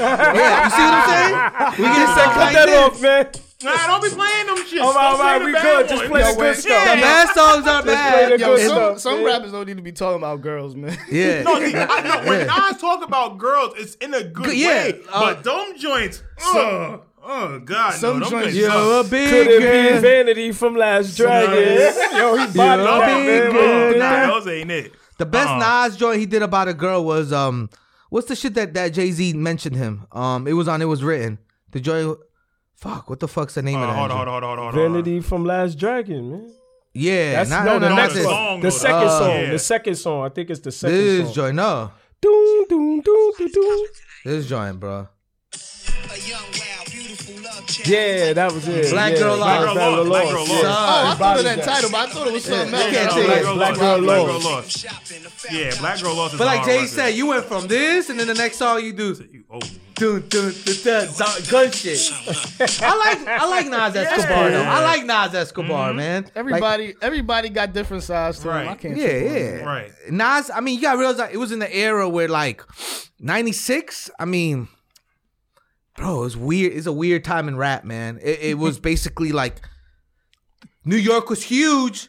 D: Yeah, you see what I'm saying? We get stuff
B: Cut
D: like
B: that
D: this.
B: off, man.
A: Nah, don't be playing them shit.
B: All right, all
A: Stop
B: right,
A: playing
B: we
A: the
B: good.
A: bad ones.
B: Just play the
C: Yo,
B: good
C: wait.
B: stuff.
D: The bad songs are
B: play the
D: bad.
B: good
C: Yo,
B: Good
C: some,
B: stuff,
C: some
B: man.
C: rappers don't need to be talking about girls, man.
D: Yeah.
A: No, see, I know when
D: Yeah.
A: Nas talk about girls, it's in a good
D: Good- yeah,
A: way.
D: uh,
A: but them joints, ugh, oh god,
C: some
A: no, them
C: joints-
A: joints.
C: Yo,
A: suck.
D: You're a
B: Could
D: big
B: it be
D: girl.
B: Vanity from Last Dragon? Yo, he bodied
D: Yo,
B: that,
D: big
B: man.
A: Oh,
D: good.
A: nah, those ain't it.
D: The best
A: Uh-uh.
D: Nas joint he did about a girl was um, what's the shit that that Jay Z mentioned him? Um, it was on. It was written. The joint. Fuck, what the fuck's the name of
A: Uh,
D: that?
A: hold on, hold
D: joint?
A: on, hold on, hold on.
B: Vanity from Last Dragon, man.
D: Yeah,
B: That's
D: not,
B: no, no,
D: no, not
B: that's
D: this.
A: song.
B: the
A: though,
B: second
D: that's-
B: song.
A: yeah.
B: The second song. I think it's the second
D: This
B: song.
D: joint, no,
B: Doom, doom, doom, doom, doom.
D: this joint, bro.
B: Yeah, that was it.
D: Black
B: yeah.
D: Girl
A: Black
D: Law.
A: Girl
D: Black
A: Law, Black Girl
D: Son.
A: Law.
C: Oh, I thought
B: body
C: of that
B: shot.
C: title, but I thought it was something
D: Yeah,
C: else.
D: can't
A: No,
D: take
A: Black
D: it.
A: Girl
B: Black
A: Lost.
B: Girl
A: Black Girl
B: Lost.
A: Lost. Yeah, Black Girl Lost is
D: But
A: a
D: like
A: hard
D: Jay
A: record.
D: said, you went from this, and then the next song you do
A: Oh,
D: dun, dun, dun, dun, dun, gun shit. I like I like Nas Escobar though. I like
A: Mm-hmm.
D: Nas Escobar, man. Like,
C: Everybody, everybody got different sides to
A: Right.
C: them. I can't.
D: yeah,
C: trip on
D: yeah.
C: that.
A: Right.
D: Nas, I mean, you gotta realize it was in the era where like '96. I mean, bro, it's weird. It's a weird time in rap, man. It, it was basically like New York was huge,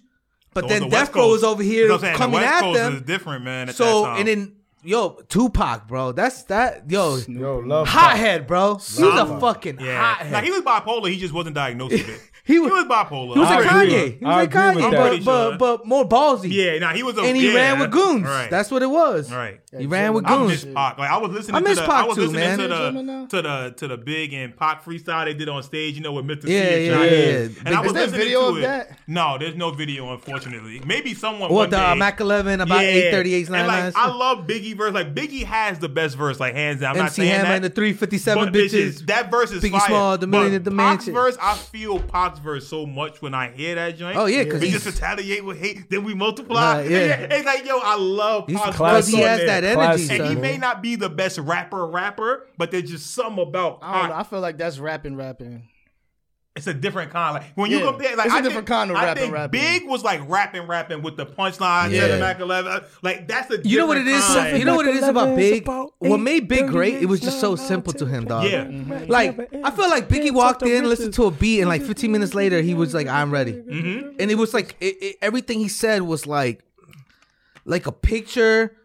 D: but
A: So on
D: then
A: the West
D: Death Row
A: Coast-
D: was over here
A: you know what I'm saying?
D: coming
A: the West
D: at
A: Coast
D: them.
A: is different, man. At
D: so
A: that time.
D: and then yo, Tupac, bro, that's that yo.
B: Yo, love.
D: Hothead, bro. He was a
A: Love.
D: fucking
A: yeah,
D: hothead.
A: like he was bipolar. He just wasn't diagnosed with it.
D: He
A: he,
D: was-
A: was, bipolar.
D: He was
A: I
D: like
A: agree.
D: Kanye. He
B: I
D: was like
B: agree with
D: Kanye,
B: that.
D: but,
A: I'm pretty
D: but
A: sure.
D: but more ballsy.
A: Yeah, nah, he was a
D: And he
A: yeah,
D: ran with goons.
A: Right.
D: That's what it was.
A: Right.
D: He ran with
A: I
D: goons.
A: miss Pac. Like I was listening
D: I miss
A: to the,
D: Pac
A: I was
D: too,
A: listening
D: man.
A: to
C: Gemini.
A: the to the to the big and Pac freestyle they did on stage, you know, with Mr.
D: Yeah,
A: C and
D: yeah,
A: China.
D: yeah.
A: And I
D: Is
A: was
C: there
A: listening
C: video
A: to
C: of
A: it.
C: that?
A: No, there's no video, unfortunately. Maybe someone
D: What
A: one
D: the
A: day.
D: uh, Mac 11 about
A: Yeah.
D: 838's
A: And, like,
D: 99?
A: I love Biggie verse. Like Biggie has the best verse, like hands down. I'm not
D: MC
A: saying
D: Hammer
A: that.
D: and the 357
A: But
D: bitches.
A: That verse is
D: Biggie
A: fire.
D: Small, the Million
A: But
D: at the
A: Pac's
D: Mansion.
A: verse, I feel Pac's verse so much when I hear that joint.
D: Oh, yeah, 'cause
A: we
D: he's-
A: just retaliate with hate, then we multiply.
D: Nah, yeah.
A: And it's like yo, I love
D: He's
A: Pac's
D: because
A: verse
D: he
A: on
D: has
A: there.
D: that energy,
B: Classic.
A: And he
D: son.
A: may not be the best rapper rapper, but there's just something about
C: I don't know.
A: Pac.
C: I feel like that's rapping, rapping.
A: It's a different kind. Like when you
C: Yeah.
A: compare, like
C: It's a
A: I think,
C: different kind of
A: I
C: rapping,
A: think
C: rapping.
A: Big was like rapping, rapping with the punchline.
D: Yeah.
A: Yeah. Mac 11. Like that's a.
D: You know what it
A: different
D: is?
A: kind.
D: You know what it is about
B: 11
D: Big?
B: about
D: what made Big great? It was just so
B: 838's
D: simple to him, dog.
A: Yeah.
D: Like, I feel like Biggie walked in, listened to a beat, and like
A: Mm-hmm,
D: 15 minutes later, he was like, I'm ready.
B: Mm-hmm.
D: And it was like, it, it, everything he said was like, like a picture.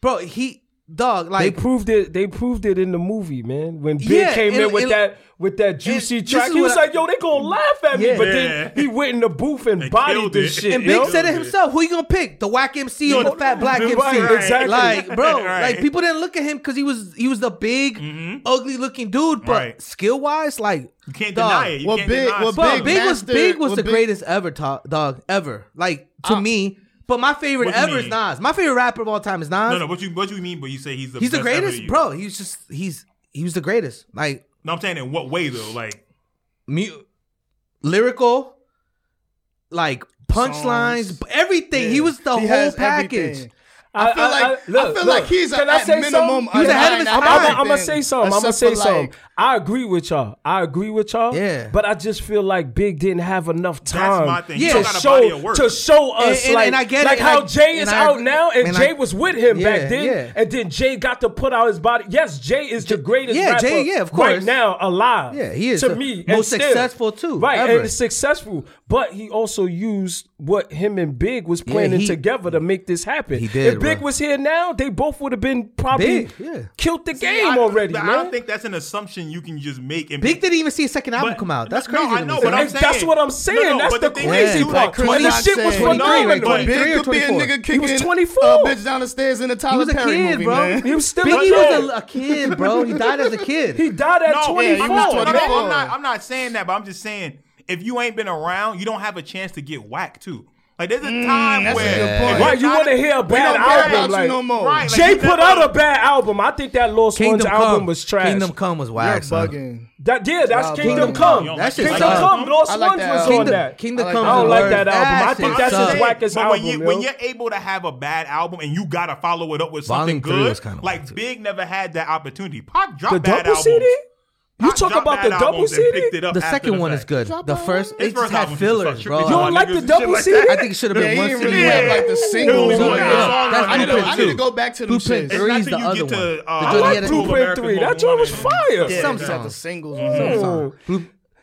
D: Bro, he, dog,
B: They
D: like,
B: proved it. They proved it in the movie, man. When Big
D: Yeah,
B: came
D: it-
B: in with
D: it-
B: that with that juicy
D: this
B: track,
D: is
B: he was
D: what I-
B: like, "Yo, they gonna laugh at
D: Yeah.
B: me," but
A: Yeah.
B: then he went in the booth and
A: They
B: bodied
A: killed
B: this
A: it.
B: shit.
D: and
B: yo.
D: Big said it himself. Who you gonna pick? The whack MC or the fat black MC?
B: Right, exactly.
D: Like, bro,
A: Right.
D: like people didn't look at him because he was he was the big,
B: Mm-hmm.
D: ugly looking dude, but
A: Right.
D: skill wise, like
A: You can't
D: dog.
A: deny it. You
C: Well,
A: can't
C: Big-
A: deny
C: well,
A: it.
D: Bro, big,
C: Big
D: was
C: Master
D: big was
C: was
D: the
C: Big-
D: greatest ever to- dog ever. Like to
C: Uh,
D: me, but my favorite
A: What do you
D: ever is
A: mean?
D: Nas. My favorite rapper of all time is Nas.
A: No, no. What you what you mean? But you say he's the
D: he's the
A: best ever to
D: greatest,
A: you.
D: bro. He's just he's he was the greatest. Like
A: No, I'm saying in what way though? Like
D: mu- lyrical, like punchlines, everything. He was the
C: He
D: whole
C: has
D: package.
C: everything. I feel like I,
B: look,
C: feel like
B: look.
C: he's a,
B: Can I
C: at
B: say
C: minimum.
B: something?
D: He was
C: a
D: ahead of his
B: I'm,
D: time.
B: I'm,
D: Alright,
B: gonna say something. I'm gonna
C: Except
B: say
C: for,
B: something.
C: like,
B: I agree with y'all. I agree with y'all.
D: Yeah.
B: But I just feel like Big didn't have enough time
A: my thing.
D: He
B: to
D: don't got
A: a body of
B: show
A: work.
B: to show us
D: And- and-
B: like,
D: and I get
B: like
D: it,
B: how
D: and I-
B: Jay is
D: and I
B: out
D: agree.
B: now and,
D: And I-
B: Jay was with him
D: Yeah,
B: back then.
D: yeah.
B: And then Jay got to put out his body. Yes, Jay is the greatest
D: yeah,
B: rapper
D: Jay, yeah, of
B: right
D: course.
B: now alive.
D: Yeah, he is
B: to
D: the
B: me and
D: most
B: still.
D: successful too,
B: Right,
D: ever.
B: and successful. But he also used what him and Big was planning
D: he-
B: together to make this happen.
D: He did,
B: If Big
D: bro.
B: was here now, they both would have been probably
D: Big, yeah.
B: killed the
A: I-
B: game already,
A: I,
B: man.
A: don't think that's an assumption you can just make. And
D: Big didn't even see a second album
A: But-
D: come out. That's
A: no,
D: crazy.
A: I
D: to me.
A: know, but I'm saying-
B: that's what I'm saying.
A: No, no,
B: that's
A: but
B: the
A: the thing
B: crazy
D: is,
B: part.
D: like
C: Chris
B: When this
C: Rock
B: shit was
C: said,
D: like
B: phenomenal.
D: 23
C: Big
D: or
C: could be a
D: 24.
C: nigga
B: He
C: kicking
B: was
C: a
B: 24.
C: bitch down the stairs in the Tyler
D: He was a
C: Perry
D: kid,
C: movie,
D: bro.
C: man.
B: He was still a
D: Biggie
B: kid.
D: was a, a kid, bro. He died as a kid.
B: He died at
A: no,
B: 24.
A: yeah, you was
C: 24,
A: no, no,
C: man.
A: I'm not. I'm not saying that, but I'm just saying if you ain't been around, you don't have a chance to get whacked too. Like there's a
B: Mm,
A: time
C: that's a
A: where
C: good
A: if
C: point.
A: you're
B: Right, you
A: not-
B: wanna hear a
A: we
B: bad
A: don't
C: care
A: care
B: album,
A: about
C: about you
B: like-
C: no more.
A: Right, like
B: Jay
A: you said,
B: put out
A: like-
B: a bad album. I think that Lost Ones
D: Kingdom
B: album
D: Come
B: was trash.
D: Kingdom Come was
C: You're
D: whack. son.
C: bugging.
B: That yeah, that's
C: Nah,
B: Kingdom
C: Kingdom
B: Come.
A: Come.
D: That shit
A: Kingdom
B: Kingdom
A: Come.
D: sucked.
B: Come. Lost
C: I like
B: Ones
C: that
B: was
C: album.
B: on that.
D: Kingdom
C: I
D: Come.
C: like that. I don't
B: like
D: was
B: that
D: worth.
B: album. I
D: That
B: think
D: shit
B: that's his
A: I'm
D: sucked.
A: saying,
B: wackest
A: but When,
B: album,
A: you, when
B: yo.
A: you're able to have a bad album and you gotta follow it up with something
D: Volume three
A: good,
D: was kinda
A: like
D: whack, too.
A: Big never had that opportunity. Pac dropped
B: The
A: bad
B: double
A: albums.
B: CD. You
A: Pac
B: talk
A: dropped
B: about the
A: bad
B: double
A: albums and
B: CD.
A: picked it up
D: The
A: after
D: second
A: the
D: one
A: fact.
D: is good.
C: Drop
D: The
C: that
D: first,
C: one.
D: it
A: His
D: just
A: first
D: had
A: album was
D: fillers,
A: just
D: bro.
A: like-
B: You don't like
A: niggas
B: the
A: and
B: double
A: shit like
B: CD?
A: that.
D: I think it should have
C: Yeah,
D: been
C: he
D: one
C: didn't
D: CD.
C: really
A: Yeah.
C: have like the
A: It
C: singles.
A: was
C: on
A: one
C: it.
A: song
C: That's
A: on it.
C: Blueprint. I need to
D: Two.
C: go back to them
D: Blueprint
C: shits.
A: It's
D: Three
A: not
D: is
A: till
D: the
A: you
D: other
A: get
D: one.
A: to, uh,
D: The
B: I
D: Johnny
A: like
B: like
D: had a-
A: Cool
B: Blueprint
A: American
B: Three.
A: Woman.
B: That joint was fire.
D: Yeah.
C: Some
D: Some
C: got the
D: songs.
C: singles.
B: Some
C: on it.
B: songs.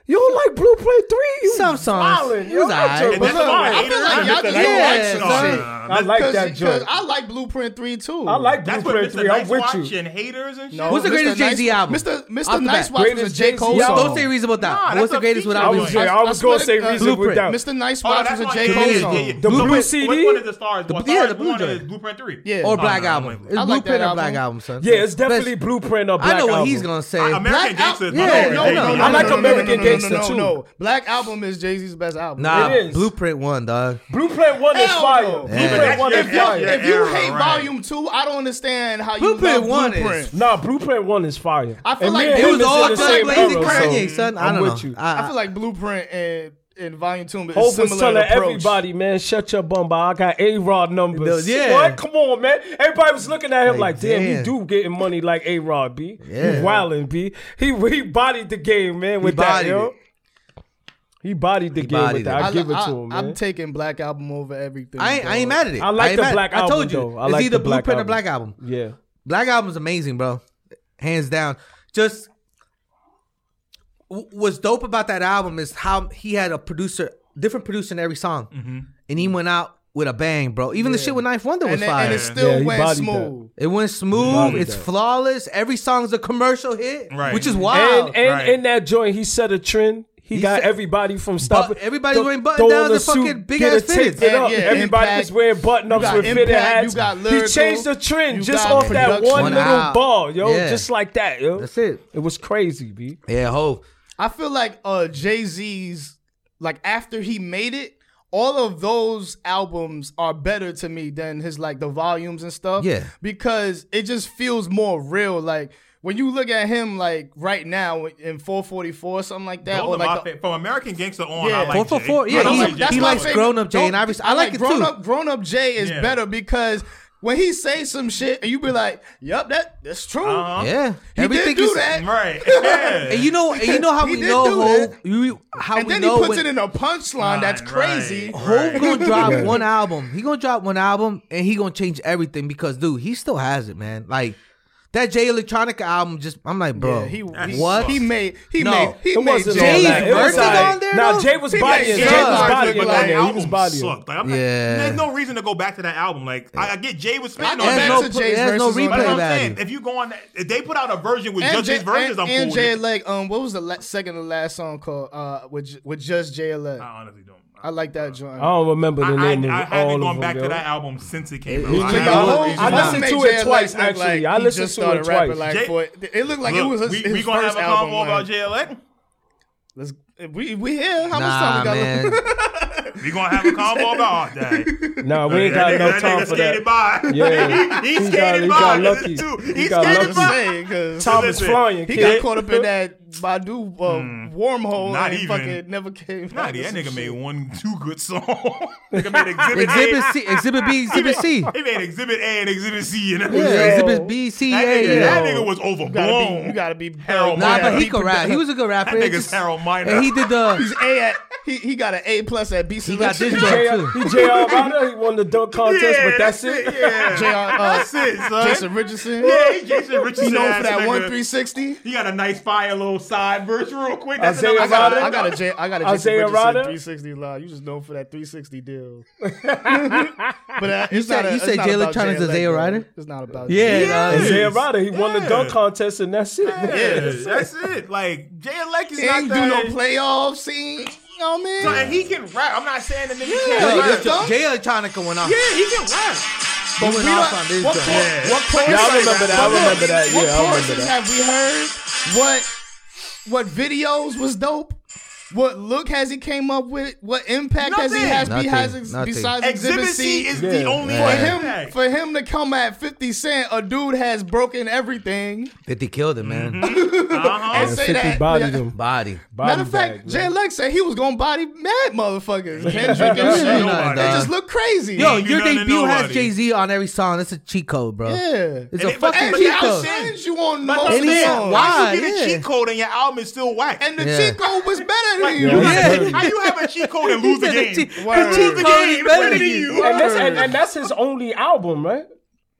B: You don't like Blueprint Three? You
D: Some songs.
B: wildin',
D: It was
B: yo.
D: alright.
B: That
A: And that's
B: joint was-
A: why
C: I feel like y'all just don't like some shit.
B: I like
C: Cause-
B: that
C: Cause
B: joint.
C: I like Blueprint Three too.
B: I like
A: That's what
B: Blueprint
A: Mr.
B: Three. I'm
A: Nice
B: with
A: Watch
B: you.
A: and haters and shit.
C: No,
D: What's the greatest
C: Mr.
D: Jay-Z
C: Nice-
D: album?
C: Mr.
D: Off
C: Mr.
D: the
C: Nice
D: bat.
C: Watch was a
B: Greatest
C: J
B: Jay-Z
C: Cole
B: album.
C: song.
D: Don't say reason without.
A: Nah,
D: that. What's
A: that's
D: the
A: a
D: greatest
A: feature
D: without?
B: I
A: album.
D: album?
B: was, yeah, I was
C: That's-
B: gonna
C: that's
B: say
C: what it-
B: reason
D: Blueprint.
B: with doubt.
C: Mr. Nice
A: Oh,
C: Watch
A: that's
C: was a
A: on-
C: J
A: yeah,
C: Cole
A: yeah,
C: song.
A: yeah, yeah.
B: The
A: Which-
B: Blueprint
A: Which
B: CD?
A: one is the stars? Well,
D: yeah,
A: Stars
D: the Blue
A: one
D: Joint.
A: is Blueprint Three.
C: Yeah.
D: Or
A: Nah,
D: Black
A: nah,
D: Album?
A: I'm with
D: It's
C: I like that
D: Blueprint or
C: album.
D: Black Album, son.
B: Yeah, it's
D: Best-
B: definitely Blueprint or Black
D: I know what
B: Album.
D: he's gonna say.
A: I-
D: Black-
A: American Gangster. is my
D: Yeah.
A: favorite.
D: No, no, no, no, I
B: like
C: no, no,
B: American
C: no, no, no,
B: Gangster,
C: no, no,
B: too.
C: No, Black Album is Jay Z's best album.
B: It
D: Nah,
B: is.
D: Blueprint one, dog.
B: Blueprint One is
C: Hell
B: fire.
C: no.
B: Blueprint
A: Yeah.
B: One
A: If
B: is
A: y'all-
B: fire.
A: Yeah,
C: If you
A: era,
C: hate
A: right.
C: Volume Two, I don't understand how you
D: Blueprint
C: love
D: one is-
C: Blueprint.
B: Nah, Blueprint One is fire.
C: I feel
B: And
C: like
B: me and
C: it
D: It
B: him
D: was
B: is
D: all
B: in the
D: like
B: same
D: lazy
B: era, so
D: Kanye, son. I
B: I'm
D: don't know.
B: with you.
C: I feel like Blueprint and and Volume Two is
B: Hope was
C: similar in
B: telling
C: approach.
B: everybody, man, shut your bum out. I got A Rod numbers.
D: No, yeah.
B: What? Come on, man. Everybody was looking at him like,
D: Like,
B: damn, he
D: damn.
B: do getting money like A Rod B.
D: Yeah.
B: He wildin' B. He he bodied the game, man, with that,
D: bodied
B: yo.
D: it.
B: He bodied the game with
D: bodied
B: that.
D: it.
B: I,
C: I-
B: give it
C: I-
B: to him, man.
C: I'm taking Black Album over everything.
D: I ain't, I ain't
C: dog.
D: mad at it.
B: I like
D: ain't
B: the
D: mad-
B: Black
D: I
B: album,
D: told you,
B: though. I
D: it's
B: like
D: either
B: the Black
D: Blueprint or
B: album.
D: Black Album.
B: yeah.
D: Black Album's amazing, bro. Hands down. Just w- what's dope about that album is how he had a producer, different producer in every song,
C: Mm-hmm.
D: and he went out with a bang, bro. Even the shit with Knife Wonder was
C: And, it-
D: fire.
C: and it still
B: Yeah, he
C: went
B: bodied that.
C: smooth.
D: it went smooth.
B: Bodied
D: It's
B: that.
D: flawless. Every song's a commercial hit,
A: Right.
D: which is
A: And-
D: wild.
B: and and
A: Right.
B: in that joint, he set a trend. He,
D: He
B: got
D: set-
B: everybody from stop.
D: everybody's
B: th-
D: wearing button
B: throw
D: downs
B: on a
D: and fucking
B: suit,
D: big
B: get
D: ass
B: it taped
D: fitteds.
B: it up.
C: Yeah,
B: everybody
C: Impact.
B: was wearing button ups
C: got
B: with fitted
C: Impact,
B: hats.
C: you got
B: he
C: Lyrical,
B: changed the trend
C: you
B: just
C: got
B: off that
C: production.
B: one
D: One
B: little
D: out.
B: ball, yo,
D: Yeah.
B: just like that, yo.
D: That's it.
B: It was crazy, b.
D: Yeah, ho.
C: I feel like uh Jay Z's like after he made it, all of those albums are better to me than his like the volumes and stuff.
D: Yeah.
C: because it just feels more real. Like when you look at him like right now in 444 something like that,
A: Both
C: or
A: of
C: like
A: my
C: the-
A: fa- from American Gangster on,
C: Yeah.
A: I like
D: Four for
A: Jay.
D: four.
A: I
D: Yeah,
A: don't
D: he,
A: like Jay.
D: he
C: my
D: likes
C: favorite.
D: grown up Jay, and I, res- I like, it
C: grown
D: too.
C: Up, grown up Jay is
A: Yeah.
C: better because when he say some shit and you be like, "Yup, that that's true."
A: Uh-huh.
D: Yeah,
C: He did do
D: is-
C: that.
A: Right. Yeah.
D: And you know, and you know how
C: He
D: we
C: did
D: know
C: do
D: Ho,
C: that.
D: you, how
C: And
D: we
C: then he
D: know
C: puts
D: when-
C: it in a punchline that's
A: Right,
C: crazy.
A: right.
D: Hope gonna drop
B: Right.
D: one album. He gonna drop one album and he gonna change everything because dude, he still has it, man. Like that Jay Electronica album, just I'm like, bro,
C: Yeah, he, he
D: what?
C: He made he
D: No,
C: made he
B: It
C: made
B: wasn't
D: Jay-
B: all
C: Jay's
D: Jay's
B: that. It was
D: verses
B: all right.
D: on there,
B: Nah,
D: though?
B: Jay was
C: He
B: bodying. Jay
C: made Jay
B: was
C: look
B: bodying
A: But
B: on
C: like
A: that
B: there. He was
A: album
B: bodying.
A: sucked. Like, I'm
D: Yeah.
A: not, there's no reason to go back to that album. Like I, I get Jay was
C: I
A: spitting
C: go
A: on
D: There's
A: that.
C: back
D: no
C: to
D: pl-
C: Jay's
D: there's
C: verses
D: no
C: on that.
D: replay
A: But I'm
D: value.
A: saying, if you go on, that, if they put out a version with
C: And
A: just
C: Jay,
A: his versions,
C: and,
A: I'm
C: and
A: cool
C: Jay
A: with it.
C: like um, what was the la- second to last song called? Uh, with J- with just Jay Elect.
A: I honestly don't.
C: I like that
B: I
C: joint.
B: don't remember
A: I,
B: the
A: I,
B: name
A: I
B: of all
A: haven't
B: of
A: gone
B: them,
A: back
B: yo.
A: to that album since it came
B: he-
A: out. I have
B: he- I
A: no
B: don't-
A: reason
B: I
A: not
B: listened
A: to.
B: to
C: Jay
B: it twice,
C: Elect
B: actually. I
C: he
B: listened
C: just
B: to it
C: started rapping
B: twice.
C: Like
A: Jay-
C: for it. it looked like it
A: Look,
C: was his,
A: we,
C: his
A: we gonna
C: first
A: have a
C: album.
A: convo about
C: like,
A: JLA.
C: Let's, we we here. How much time
D: nah,
C: we got?
D: man.
C: left?
A: We gonna have a convo about that.
B: Nah, we ain't
A: That
B: got
A: nigga-
B: enough time
A: nigga
B: for that.
A: skated by.
B: Yeah.
A: he, he,
B: He got-
A: skated
B: he
A: by.
B: got
A: This is
B: lucky.
A: Two.
B: He
A: He,
B: got
A: skated
B: lucky.
A: by.
C: Saying, 'cause
B: Tom was
A: Listen,
B: flying.
C: he
B: kid.
C: got caught up in that Badu uh, wormhole.
A: Hmm. Not
C: and he
A: even.
C: Fucking never came.
A: Nah,
C: out
A: yeah,
C: with
A: that nigga
C: some
A: made
C: shit.
A: one, two good songs. nigga made Exhibit
D: Exhibit
A: A.
D: C, Exhibit B, Exhibit C.
A: He made Exhibit A and Exhibit C, and that was
D: Yeah,
A: it.
D: Exhibit B, C,
A: That
D: A,
A: nigga, that
D: yeah.
A: nigga was
C: You gotta be.
A: overblown.
C: You gotta be.
A: Harold
D: Nah,
A: Yeah,
D: but he
A: he
D: could rap. He was a good
A: that
D: rapper. It
A: nigga's
D: just-
A: Harold Miner.
D: And he did the.
C: He's A at he he got an A plus at BC.
D: He got this
B: He
D: joint
B: J-
D: too.
B: He J.R. Ryder. He won the dunk contest,
A: yeah,
B: but that's it.
A: Yeah,
C: J- uh,
A: that's it, son.
C: Jason Richardson.
A: Yeah, he Jason Richardson.
C: He known
A: ass
C: for that
A: nigga.
C: one three sixty.
A: He got a nice fire little side verse real quick. That's
B: Isaiah
A: another
C: I got, a,
A: side
C: I got
A: verse.
C: a J. I got a
B: Isaiah
C: Jason Richardson
B: Rada?
C: three sixty line. You just known for that three sixty deal. but uh, it's
D: said-
C: not. a-
D: you
C: it's
D: said
C: not
D: Jalen
C: about
D: Tron is
C: Jay Elect,
D: Isaiah
C: bro.
D: Rada?
C: It's not about.
D: Yeah,
A: Yeah.
D: nah,
A: Yes.
B: Isaiah Ryder, he won the dunk
A: Yeah.
B: contest, and that's it.
A: Yeah, that's it. Like Jay Leck is
C: He
A: not
C: ain't do
A: that.
C: no playoff scene. You know what
A: So,
C: I
A: and
C: mean?
A: he can rap. I'm not saying the nigga
C: Yeah,
A: can't
C: yeah.
A: rap.
C: dunk?
D: Jay Electronica went off.
A: Yeah, he can rap.
D: He went off
C: don't-
D: on this
C: what
D: joint.
C: point-
A: Yeah.
C: What point?
B: Yeah, I remember that. I remember that. Yeah,
C: What
B: I remember
C: portions
B: that.
C: have we heard? What what videos was dope? What look has he came up with? What impact has he
A: Nothing.
C: has
D: Nothing.
C: besides,
D: Nothing.
C: besides
A: Exhibit C is the
B: Yeah.
A: only
C: for
A: one.
C: him for him to come at 50 Cent, a dude has broken everything.
D: 50 killed him, man.
A: uh-huh.
C: And
B: And
C: say
B: 50
C: that.
B: bodied
C: Yeah.
B: him.
D: Body.
B: Body
C: Matter of fact,
B: bag,
C: Jay
B: man.
C: Lex said he was gonna body mad motherfuckers. Kendrick and
D: Yeah,
C: shit.
A: nah,
C: they
A: nah.
C: just look crazy.
D: Yo,
A: you
D: your
A: done to
D: debut has
A: nobody.
D: Jay Z on every song. That's a cheat code, bro.
C: yeah.
D: It's
A: And
D: a
A: it- but-
D: fucking
A: but
D: cheat
A: that
D: code.
A: shit-
C: Challenge you on
A: But
C: most
A: I'm
C: of the
D: Any-
A: saying,
C: songs.
A: why you
D: why?
A: get a
D: Yeah.
A: cheat code and your album is still whack?
C: And the
D: Yeah.
C: Chico was better
A: Like,
C: than you.
A: you
B: Yeah.
A: have-
B: Yeah.
A: How you have a cheat code and lose the
D: said the
A: game?
D: cheat- the
A: Lose
D: cheat code is
A: it's
D: better than you.
B: And that's, and, and that's his only album, right?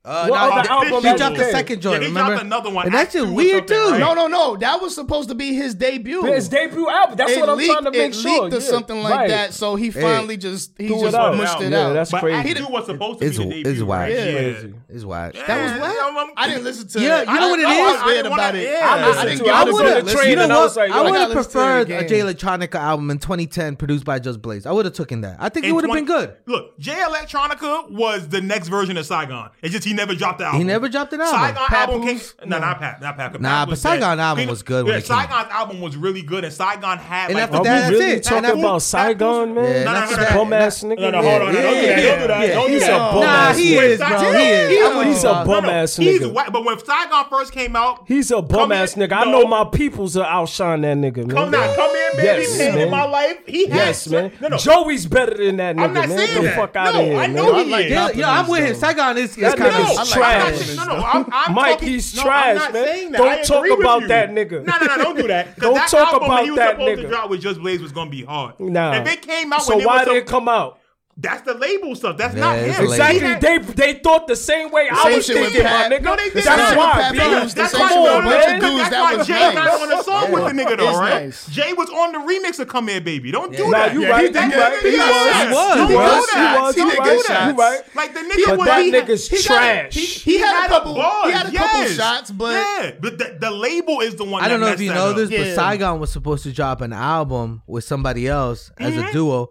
D: Uh,
B: What
D: nah,
B: other
D: he-
B: album
D: he
A: that
D: dropped
A: he
D: the
A: did?
D: second joint.
A: Yeah, he dropped
D: remember?
A: another one,
D: and that
A: Act
D: shit
A: Two or
D: weird
A: something,
D: too.
A: right?
C: No, no, no. That was supposed to be his debut.
B: His debut album. That's
C: it
B: what I'm
C: leaked,
B: trying to make
C: it
B: sure.
C: leaked or
B: yeah.
C: something like
B: Right.
C: that. So he finally just he
B: Threw it
C: just
B: out.
C: mushed it
B: Yeah,
C: out.
B: that's
A: But
B: crazy.
A: Act Two was supposed
D: It's-
A: to be the
D: it's
A: debut.
D: whack.
A: right?
C: Yeah.
B: Crazy.
D: It's wild.
A: Yeah.
C: That was whack?
A: I'm- I'm-
C: I didn't listen to.
D: Yeah,
C: it.
D: you know
C: I-
D: what it
C: I,
D: is?
C: was
A: I
C: weird
A: didn't wanna-
C: about it.
A: yeah.
B: I listened to it. I
C: was
B: would've-
C: on the train
B: you know
C: and I
B: what?
C: was like,
B: I
C: yo,
D: would
C: gotta
D: have
C: listen to it
D: preferred a
C: again.
D: Jay Electronica album in 2010 produced by Just Blaze. I would have taken that. I think it
A: In
D: would have
A: 20
D: been good.
A: Look, Jay Electronica was the next version of Saigon. It's just he never dropped the album.
D: never dropped an album.
A: Saigon
C: Papoose?
A: album came. No, not Pat. Not Pat. 'cause
D: Nah,
A: Pat
D: but
A: was dead.
D: Saigon album
A: People-
D: was good when
A: Yeah,
D: it came out.
A: Saigon's album was really good, and Saigon had
D: And
A: like.
D: after
B: Are
A: a-
B: we
D: that- that's
B: really
D: it.
B: talking
D: That's-
B: about Saigon, man?
D: Yeah,
A: that's
B: This
A: that.
B: bum ass nigga.
A: No, no, hold on.
D: Yeah,
A: Don't do that. Don't do that.
B: yeah.
A: Don't do
B: He's a
A: that.
B: bum
D: Nah,
B: ass
D: he
B: nigga.
D: is, bro. He is. I'm with
B: He's
D: you,
B: a
D: dog.
A: No,
B: bum
A: no,
B: ass
A: he's
B: nigga.
A: whack. But when Saigon first came out,
B: He's a bum
A: Come
B: ass
A: here.
B: nigga. I
A: No.
B: know my peoples are outshine that nigga, man.
A: come now, come in, baby,
B: Yes,
A: pain in
B: man.
A: my life. He
B: Yes,
A: has,
B: man.
A: No, no.
B: Joey's better than that nigga,
A: I'm not
B: man.
A: saying
B: Get the
A: that.
B: fuck out of
A: No,
B: here,
A: I
B: man.
A: know he is.
D: Yeah, yeah, I'm with him. Saigon is, is
B: That
D: kind
B: nigga's
A: No,
D: of
B: He's
A: I'm not-
B: trash.
A: I'm not- No, no, I'm, I'm
B: Mike,
A: talking,
B: he's
A: no, I'm
B: trash,
A: not
B: man.
A: saying that.
B: Don't
A: I
B: talk
A: agree with
B: about
A: you.
B: that nigga.
A: No, no, no, don't do that. 'Cause
B: Don't
A: that
B: talk
A: album
B: about
A: he was
B: that
A: supposed
B: nigga.
A: to drop with Just Blaze was gonna be hard.
B: Nah.
A: If it came out
B: so
A: when
B: why
A: it was
B: did it come out?
A: that's the label stuff. That's
D: Yeah,
A: not
D: it's
A: him.
D: the label.
A: He
B: Exactly.
A: had-
B: They they thought the same way I
C: same
B: was
C: shit with
B: thinking, my
C: Pat.
B: nigga.
A: No, they did
B: That's
A: not.
B: why.
C: Pat Boone
B: B.
C: was the
A: That's
C: same
A: why,
C: shit
B: come
C: with
B: on,
C: a bunch of
B: man.
C: dudes
A: That's
C: that
A: why
C: was
A: Jay
C: nice.
A: not on the song with the nigga though,
C: It's
A: right?
C: nice.
A: Jay was on the remix of "Come Here, Baby." Don't do
B: Nah,
A: that.
B: you right.
A: That
B: you right.
A: nigga-
B: He was.
A: Yes.
B: He was.
A: Don't
B: He
A: do
B: was.
A: that.
B: He was.
A: Don't
B: You
A: do
B: right.
A: that.
B: You right.
A: Like the nigga
B: But
A: was
B: that
A: he-
B: nigga's
A: he got a-
B: trash.
A: He,
C: He had a couple-
A: bars,
C: he had a couple
A: yes.
C: shots, but-
A: yeah, but the, the label is the one.
D: I don't
A: that
D: know if
A: messed
D: you
A: that
D: know
A: up.
D: this, but
C: Yeah.
D: Saigon was supposed to drop an album with somebody else as
A: Mm-hmm.
D: a duo,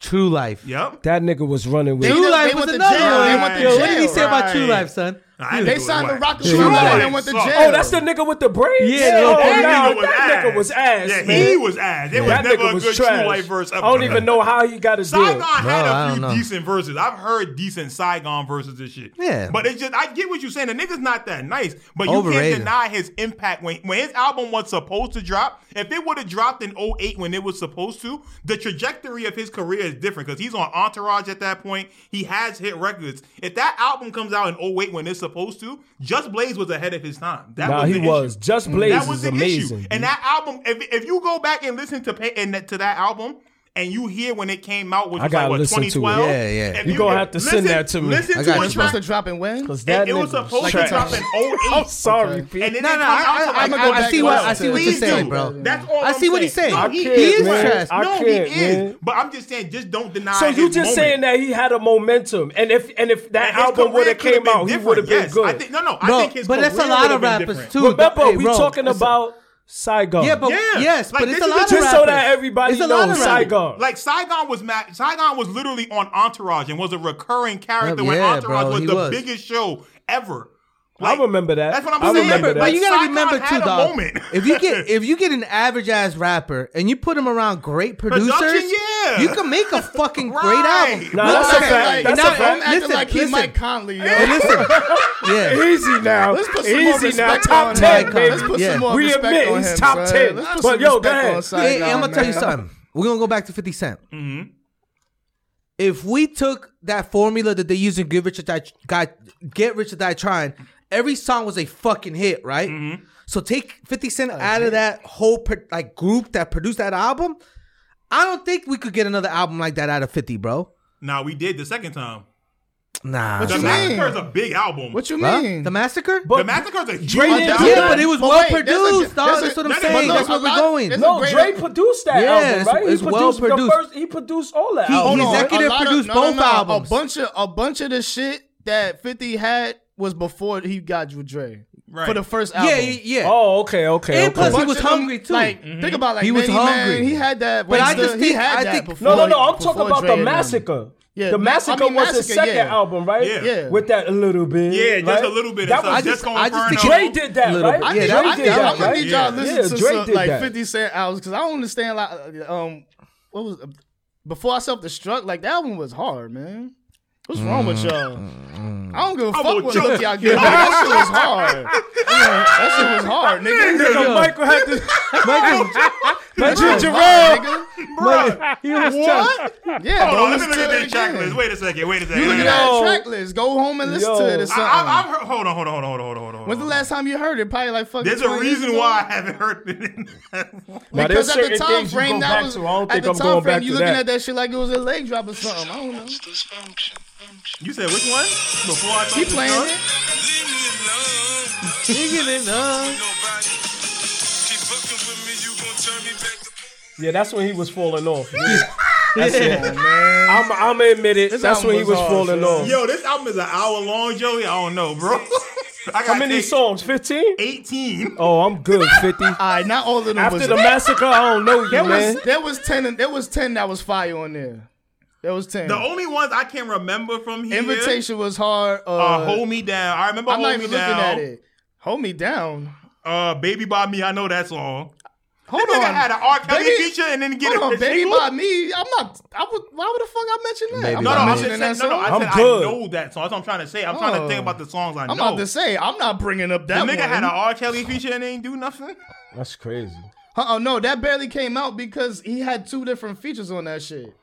D: True Life.
A: Yep.
B: That nigga was running with.
C: They-
D: True
C: went-
D: Life
C: they
D: was
C: went to
D: another
C: jail.
A: They
D: one.
A: went to
D: Yo, what did he
A: jail.
D: say about True
A: Right.
D: Life, son?
A: I knew it
C: They
A: was
C: signed the
A: whack.
C: Rock and
A: True
C: Roll
A: Life
C: and went to
A: sucked.
C: jail.
B: Oh, that's the nigga with the braids.
D: Yeah, they all
B: oh,
D: that
B: nah,
A: That
B: that
A: nigga was ass.
B: nigga was ass.
A: Yeah,
B: man.
A: he was ass. It was
B: That
A: never
B: nigga
A: a
B: was
A: good
B: trash.
A: True Life verse.
B: I
A: ever.
B: don't even know how he got his
A: Saigon
B: deal.
D: Bro, I
A: had a
D: don't
A: few
D: know.
A: decent verses. I've heard decent Saigon verses and shit.
D: Yeah.
A: But it's just I get what you're saying. The nigga's not that nice. But you
D: Overrated.
A: can't deny his impact when when his album was supposed to drop. If it would have dropped in 08 when it was supposed to, the trajectory of his career is different because he's on Entourage at that point. He has hit records. If that album comes out in 08 when it's supposed to, Just Blaze was ahead of his time. That
B: Nah,
A: was
B: he
A: the
B: was.
A: issue.
B: Just Blaze
A: That was
B: is
A: the
B: amazing.
A: issue. And that album, if, if you go back and listen to pay, and to that album, and you hear when it came out, which
B: I
A: was
B: gotta
A: like what,
B: listen to it.
A: 2012.
D: Yeah, yeah.
A: If
B: You gonna have to send that to me.
A: Listen
D: I
A: to
D: got
A: a
D: you.
C: It's supposed
A: track.
C: to drop in when?
B: Because that
A: It, it was
B: nigga
A: supposed to
B: trash.
A: drop in 08.
B: I'm sorry, Pete.
A: And it
D: No,
A: didn't come
D: no,
A: out till
D: I, I,
A: like
D: I,
C: go
D: I
C: back
D: see
C: and
D: what
C: listen
D: I
C: to
D: see
C: it.
D: what you're
A: Please
D: saying,
A: do.
D: bro.
A: That's all
D: I
A: I'm
D: see what he's saying.
A: No,
B: I
A: he
B: can't,
A: is
B: man.
A: trash.
B: I
A: no,
B: can't,
A: he is.
B: man.
A: But I'm just saying, just don't deny.
B: So you
A: his
B: just
A: moment.
B: saying that he had a momentum, and if and if that
A: And his
B: album would
A: career
B: have
A: could've
B: came
A: been
B: out, he
A: different,
B: would have been
A: yes.
B: good.
A: I think, no, no. I
D: Bro,
A: think his
D: but that's a
A: career
D: lot
A: would've
D: of
A: been
D: rappers
A: different.
D: too.
B: Remember,
D: Hey,
B: we
D: bro,
B: talking
D: listen.
B: about Saigon.
D: Yeah, but
A: Yeah.
D: yes,
A: Like,
D: but it's
A: this is
D: a lot of
A: just
B: just so that
D: rappers.
B: everybody
D: It's a lot
B: knows
D: of rappers.
B: Saigon.
A: Like Saigon was ma- Saigon was literally on Entourage and was a recurring
C: Oh,
A: character when
D: Yeah,
A: Entourage
D: bro,
A: was
D: he
A: the
D: was.
A: biggest show ever.
B: I remember that.
A: That's what I'm
B: I
A: saying.
B: remember
A: But
B: that.
D: But you gotta
A: Saigon
D: remember
A: had
D: too,
A: a
D: dog.
A: moment.
D: if you get if you get an average ass rapper and you put him around great producers,
A: Production, yeah.
D: you can make a fucking great
A: Right.
D: album.
B: Nah,
D: Look,
B: that's a
D: okay,
B: fact.
D: like,
B: That's a
D: now-
B: fact.
C: I'm acting
D: listen,
C: like he
D: listen.
C: Mike Conley, yo.
D: Hey, listen, yeah.
B: Easy now.
C: Let's put some more
B: Easy now.
C: respect
B: Top
C: on
B: ten,
C: him.
B: baby.
C: Let's put
D: Yeah.
C: some more
B: we
C: respect
B: admit
C: on
B: he's
C: him,
B: top
C: son.
B: ten.
C: Let's
B: But
C: put some
B: yo, go
C: respect on
B: ahead.
D: Hey,
C: Saigon,
D: I'm gonna tell you
C: man.
D: something. We're gonna go back to Fifty Mm-hmm. If we took that formula that they use in Get Rich or Die, God, Get Rich or Die Trying, every song was a fucking hit, right? So take Fifty Cent out of that whole pro- like group that produced that album. I don't think we could get another album like that out of Fifty, bro.
A: Nah, we did the second time.
D: Nah,
A: The
C: you
D: son.
C: mean?
A: Massacre is a big album.
C: What you
D: Huh?
C: mean?
D: The massacre?
A: the
B: But
A: Massacre is a huge
B: Dre didn't
A: album.
B: do
D: yeah,
B: that.
D: but it was
C: But
D: well
C: wait, there's a-
D: produced. dog.
C: there's a-
D: that's what I'm
A: there's a-
D: saying.
A: but
D: That's where
C: look,
D: we're
C: a lot-
D: going.
C: there's a-
B: no,
C: great
B: Dre
C: album.
B: produced that
D: Yeah,
B: album,
D: it's-
B: right?
D: it's
B: he
D: well
B: produced
D: produced.
B: the first. He produced all that.
D: He-
B: album,
D: he's
B: right?
D: executive
C: a lot of-
D: produced
C: no, no,
D: both
C: no.
D: albums.
C: A bunch of a bunch of the shit that Fifty had was before he got with Dre.
A: Right.
C: for the first album.
D: Yeah, yeah, yeah.
B: Oh, okay, okay.
D: And
B: okay.
D: plus- he
C: Bunch
D: was
C: of them,
D: hungry, too.
C: Like
B: Mm-hmm.
C: think about like
D: He was
C: Benny Man,
D: hungry.
C: he had that.
D: But I
C: Wayster,
D: just
C: he
D: think-
C: had
D: I
C: that
D: think-
C: before,
B: no, no, no. I'm
C: before
B: talking about
C: Dre
B: the
C: and them.
B: massacre.
C: Yeah,
B: the
C: Ma- I
B: massacre
C: mean,
B: was his
C: Massacre,
B: second
C: yeah.
B: album, right?
A: Yeah.
C: Yeah.
B: With that a little bit.
A: Yeah, just
B: right?
A: a little bit.
B: That
A: So
B: was
D: just-
A: just going
D: I just think
A: Inferno.
B: Dre did that,
D: Little
B: right?
D: bit.
C: I
D: Yeah,
C: need,
D: that
C: I
D: was-
C: need,
D: yeah,
C: I'm gonna
A: that-
C: need y'all to
A: yeah.
C: listen
B: Yeah,
C: to
B: Drake
C: some,
B: did
C: like
B: that.
C: 50 Cent albums because I don't understand like uh, um what was before I self destruct like that one was hard man. What's wrong with y'all?
B: Mm-hmm.
C: I don't give a
A: gonna
C: fuck what
A: choke
C: look
A: you.
C: y'all give. me. That shit was hard. Yeah, that shit was hard, nigga.
B: Nigga, Michael had to.
D: Michael,
C: That shit was
D: Michael,
C: hard, nigga.
B: Michael, he was what?
C: Yeah,
A: Hold
C: go
A: on, let me
C: listen
A: look
C: to
A: at
C: it
A: that track
C: again.
A: list. Wait a second. Wait a second.
C: You look
A: Wait
C: at
A: a
C: that
B: Yo.
C: track list. Go home and listen to it or
B: Yo.
A: I,
C: something.
A: I, I've heard. Hold on. Hold on. Hold on. Hold on. Hold on. Hold on.
C: When's the last time you heard it? Probably like fucking.
A: There's a
C: 20 years
A: reason
C: ago.
A: why I haven't heard it.
B: Now,
C: Because
B: there's
C: at the
B: certain
C: time
B: things you
C: frame
B: go
C: that
B: back
C: was
B: to. I don't
C: at
B: think
C: the
B: I'm
C: time
B: going
C: frame
B: back
C: you
B: to
C: looking at
B: that.
C: that shit like it was a leg drop or something. I don't know.
A: you said which one? Before I
C: He
A: Talk to
C: playing
A: Drunk?
C: it.
E: Leave me alone. Nobody. Keep fucking with me, you gon' turn me back to.
B: Yeah, that's when he was falling off. That's it. I'm, I'm admit it.
C: This
B: that's
C: album
B: when he
C: was
B: was
C: hard,
B: falling
C: son.
B: off.
A: Yo, this album is an hour long, Joey. I don't know, bro. I got
B: How many songs? 15?
A: 18.
B: Oh, I'm good. 50.
C: All right, not all of them.
B: After
C: was
B: the massacre, I don't know you,
C: there
B: man.
C: was there was ten and- there was ten that was fire on there. There was ten.
A: The only ones I can remember from here
C: Invitation was hard. Uh,
A: are Hold Me Down. I remember
C: I'm
A: Hold
C: not even
A: Me Down.
C: looking at it. Hold me down.
A: Uh, Baby by Me, I know that song.
C: Hold
A: That
C: on.
A: nigga had an R. Kelly
C: Baby-
A: feature and then get
C: Hold
A: a
C: on, baby
A: single?
C: by me. I'm not. I would. Why would the fuck I mention that?
D: Baby
C: I'm
A: No,
D: by
A: no,
C: not
A: I'm
C: mentioning
A: just
C: that
A: saying, no, no,
C: song.
A: I
B: I'm
A: said
B: good.
A: I know that song. That's what I'm trying to say. I'm trying to
C: Oh.
A: think about the songs I
C: I'm
A: know.
C: about to say I'm not bringing up
A: the
C: that
A: nigga
C: one.
A: had an R. Kelly feature and didn't do nothing.
B: That's crazy.
C: Uh-oh, no, that barely came out because he had two different features on that shit.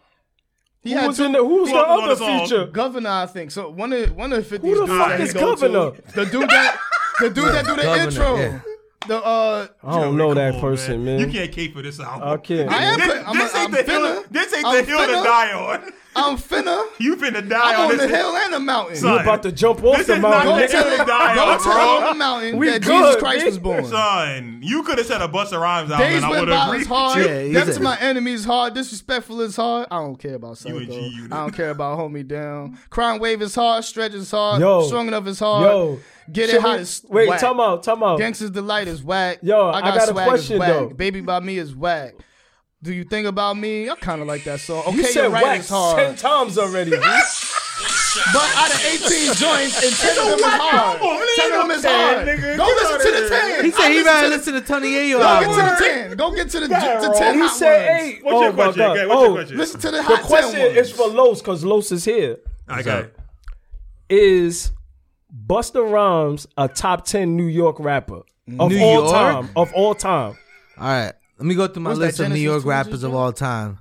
C: He
B: Who
C: had
B: was
C: two.
B: in the, who was
A: who
B: the
A: else was
B: other
A: on the song?
B: feature?
C: Governor, I think. So one of one of 50's
B: Who the
C: dudes
B: fuck
C: that he
B: is
C: go
B: Governor?
C: To, the dude that the dude that do the
D: Governor,
C: intro.
D: yeah.
C: The uh
B: I don't know
A: Come
B: that
A: on,
B: person, man.
A: You can't keep for this album.
B: I can't.
C: I am
A: This,
C: put- I'm-
A: this
C: I'm
A: ain't the hill.
C: finna-
A: This ain't
C: I'm
A: the hill to
C: finna-
A: die on.
C: I'm finna.
A: You finna die
C: I'm on
A: on
C: the
A: this.
C: hill and the mountain.
A: Son,
B: You about to jump off
A: This
B: the
A: is not
B: mountain.
C: Go
A: the
B: nigga.
A: hill
C: tell
A: to die
C: go
A: on,
C: tell
A: bro.
C: on the mountain
B: We
C: that Jesus
B: good,
C: Christ
B: nigga.
C: was born.
A: Son, you could have said a Busta Rhymes album,
C: Days
A: and I
C: went
A: would
C: by
A: have agreed.
C: was hard.
D: Yeah,
C: Yeah,
D: he's
C: Death to
D: a-
C: my enemies hard. Disrespectful is hard. I don't care about
A: You
C: psycho.
A: a G unit.
C: I don't care about homie down. Crime wave is hard. Stretch is hard.
B: Yo.
C: Strong enough is hard.
B: Yo.
C: Get it
B: Shit,
C: hot
B: we-
C: is
B: Wait,
C: whack.
B: time out, time out.
C: Gangsta's delight is whack.
B: Yo, I got a
C: swag is
B: question,
C: whack.
B: though.
C: Baby by me is whack. Do you think about me? I kind of like that song. Okay,
B: You said
C: you're right
B: wax
C: is hard.
B: ten times already. man.
C: But out of 18 joints, and 10 of them is hard.
A: album, nigga.
C: 10 of them is
A: Ten,
C: hard.
A: nigga.
C: Go
A: Get
C: listen
A: outta
C: to the
A: here.
C: 10.
D: he said
C: I
D: he
C: listened
D: rather
C: to the
D: listen to Tony Ayo
C: Go get
D: album.
C: to the ten. Go get to the,
A: Yeah,
C: to
A: bro.
C: ten
B: He
C: hot
B: said
C: ones.
B: eight.
A: What's
B: oh
A: your
B: my
A: question?
B: god.
A: Okay, what's your
B: oh,
A: question?
C: Listen to the
B: the
C: hot
B: question
C: ten ones.
B: is for Los because Los is here.
A: I got it.
B: Is Busta Rhymes a top ten New York rapper of
D: New
B: all
D: York?
B: time? Of all time.
D: All right, let me go through my
C: What's that,
D: list of New
C: Genesis
D: York
C: too,
D: rappers of
C: Jason?
D: all time.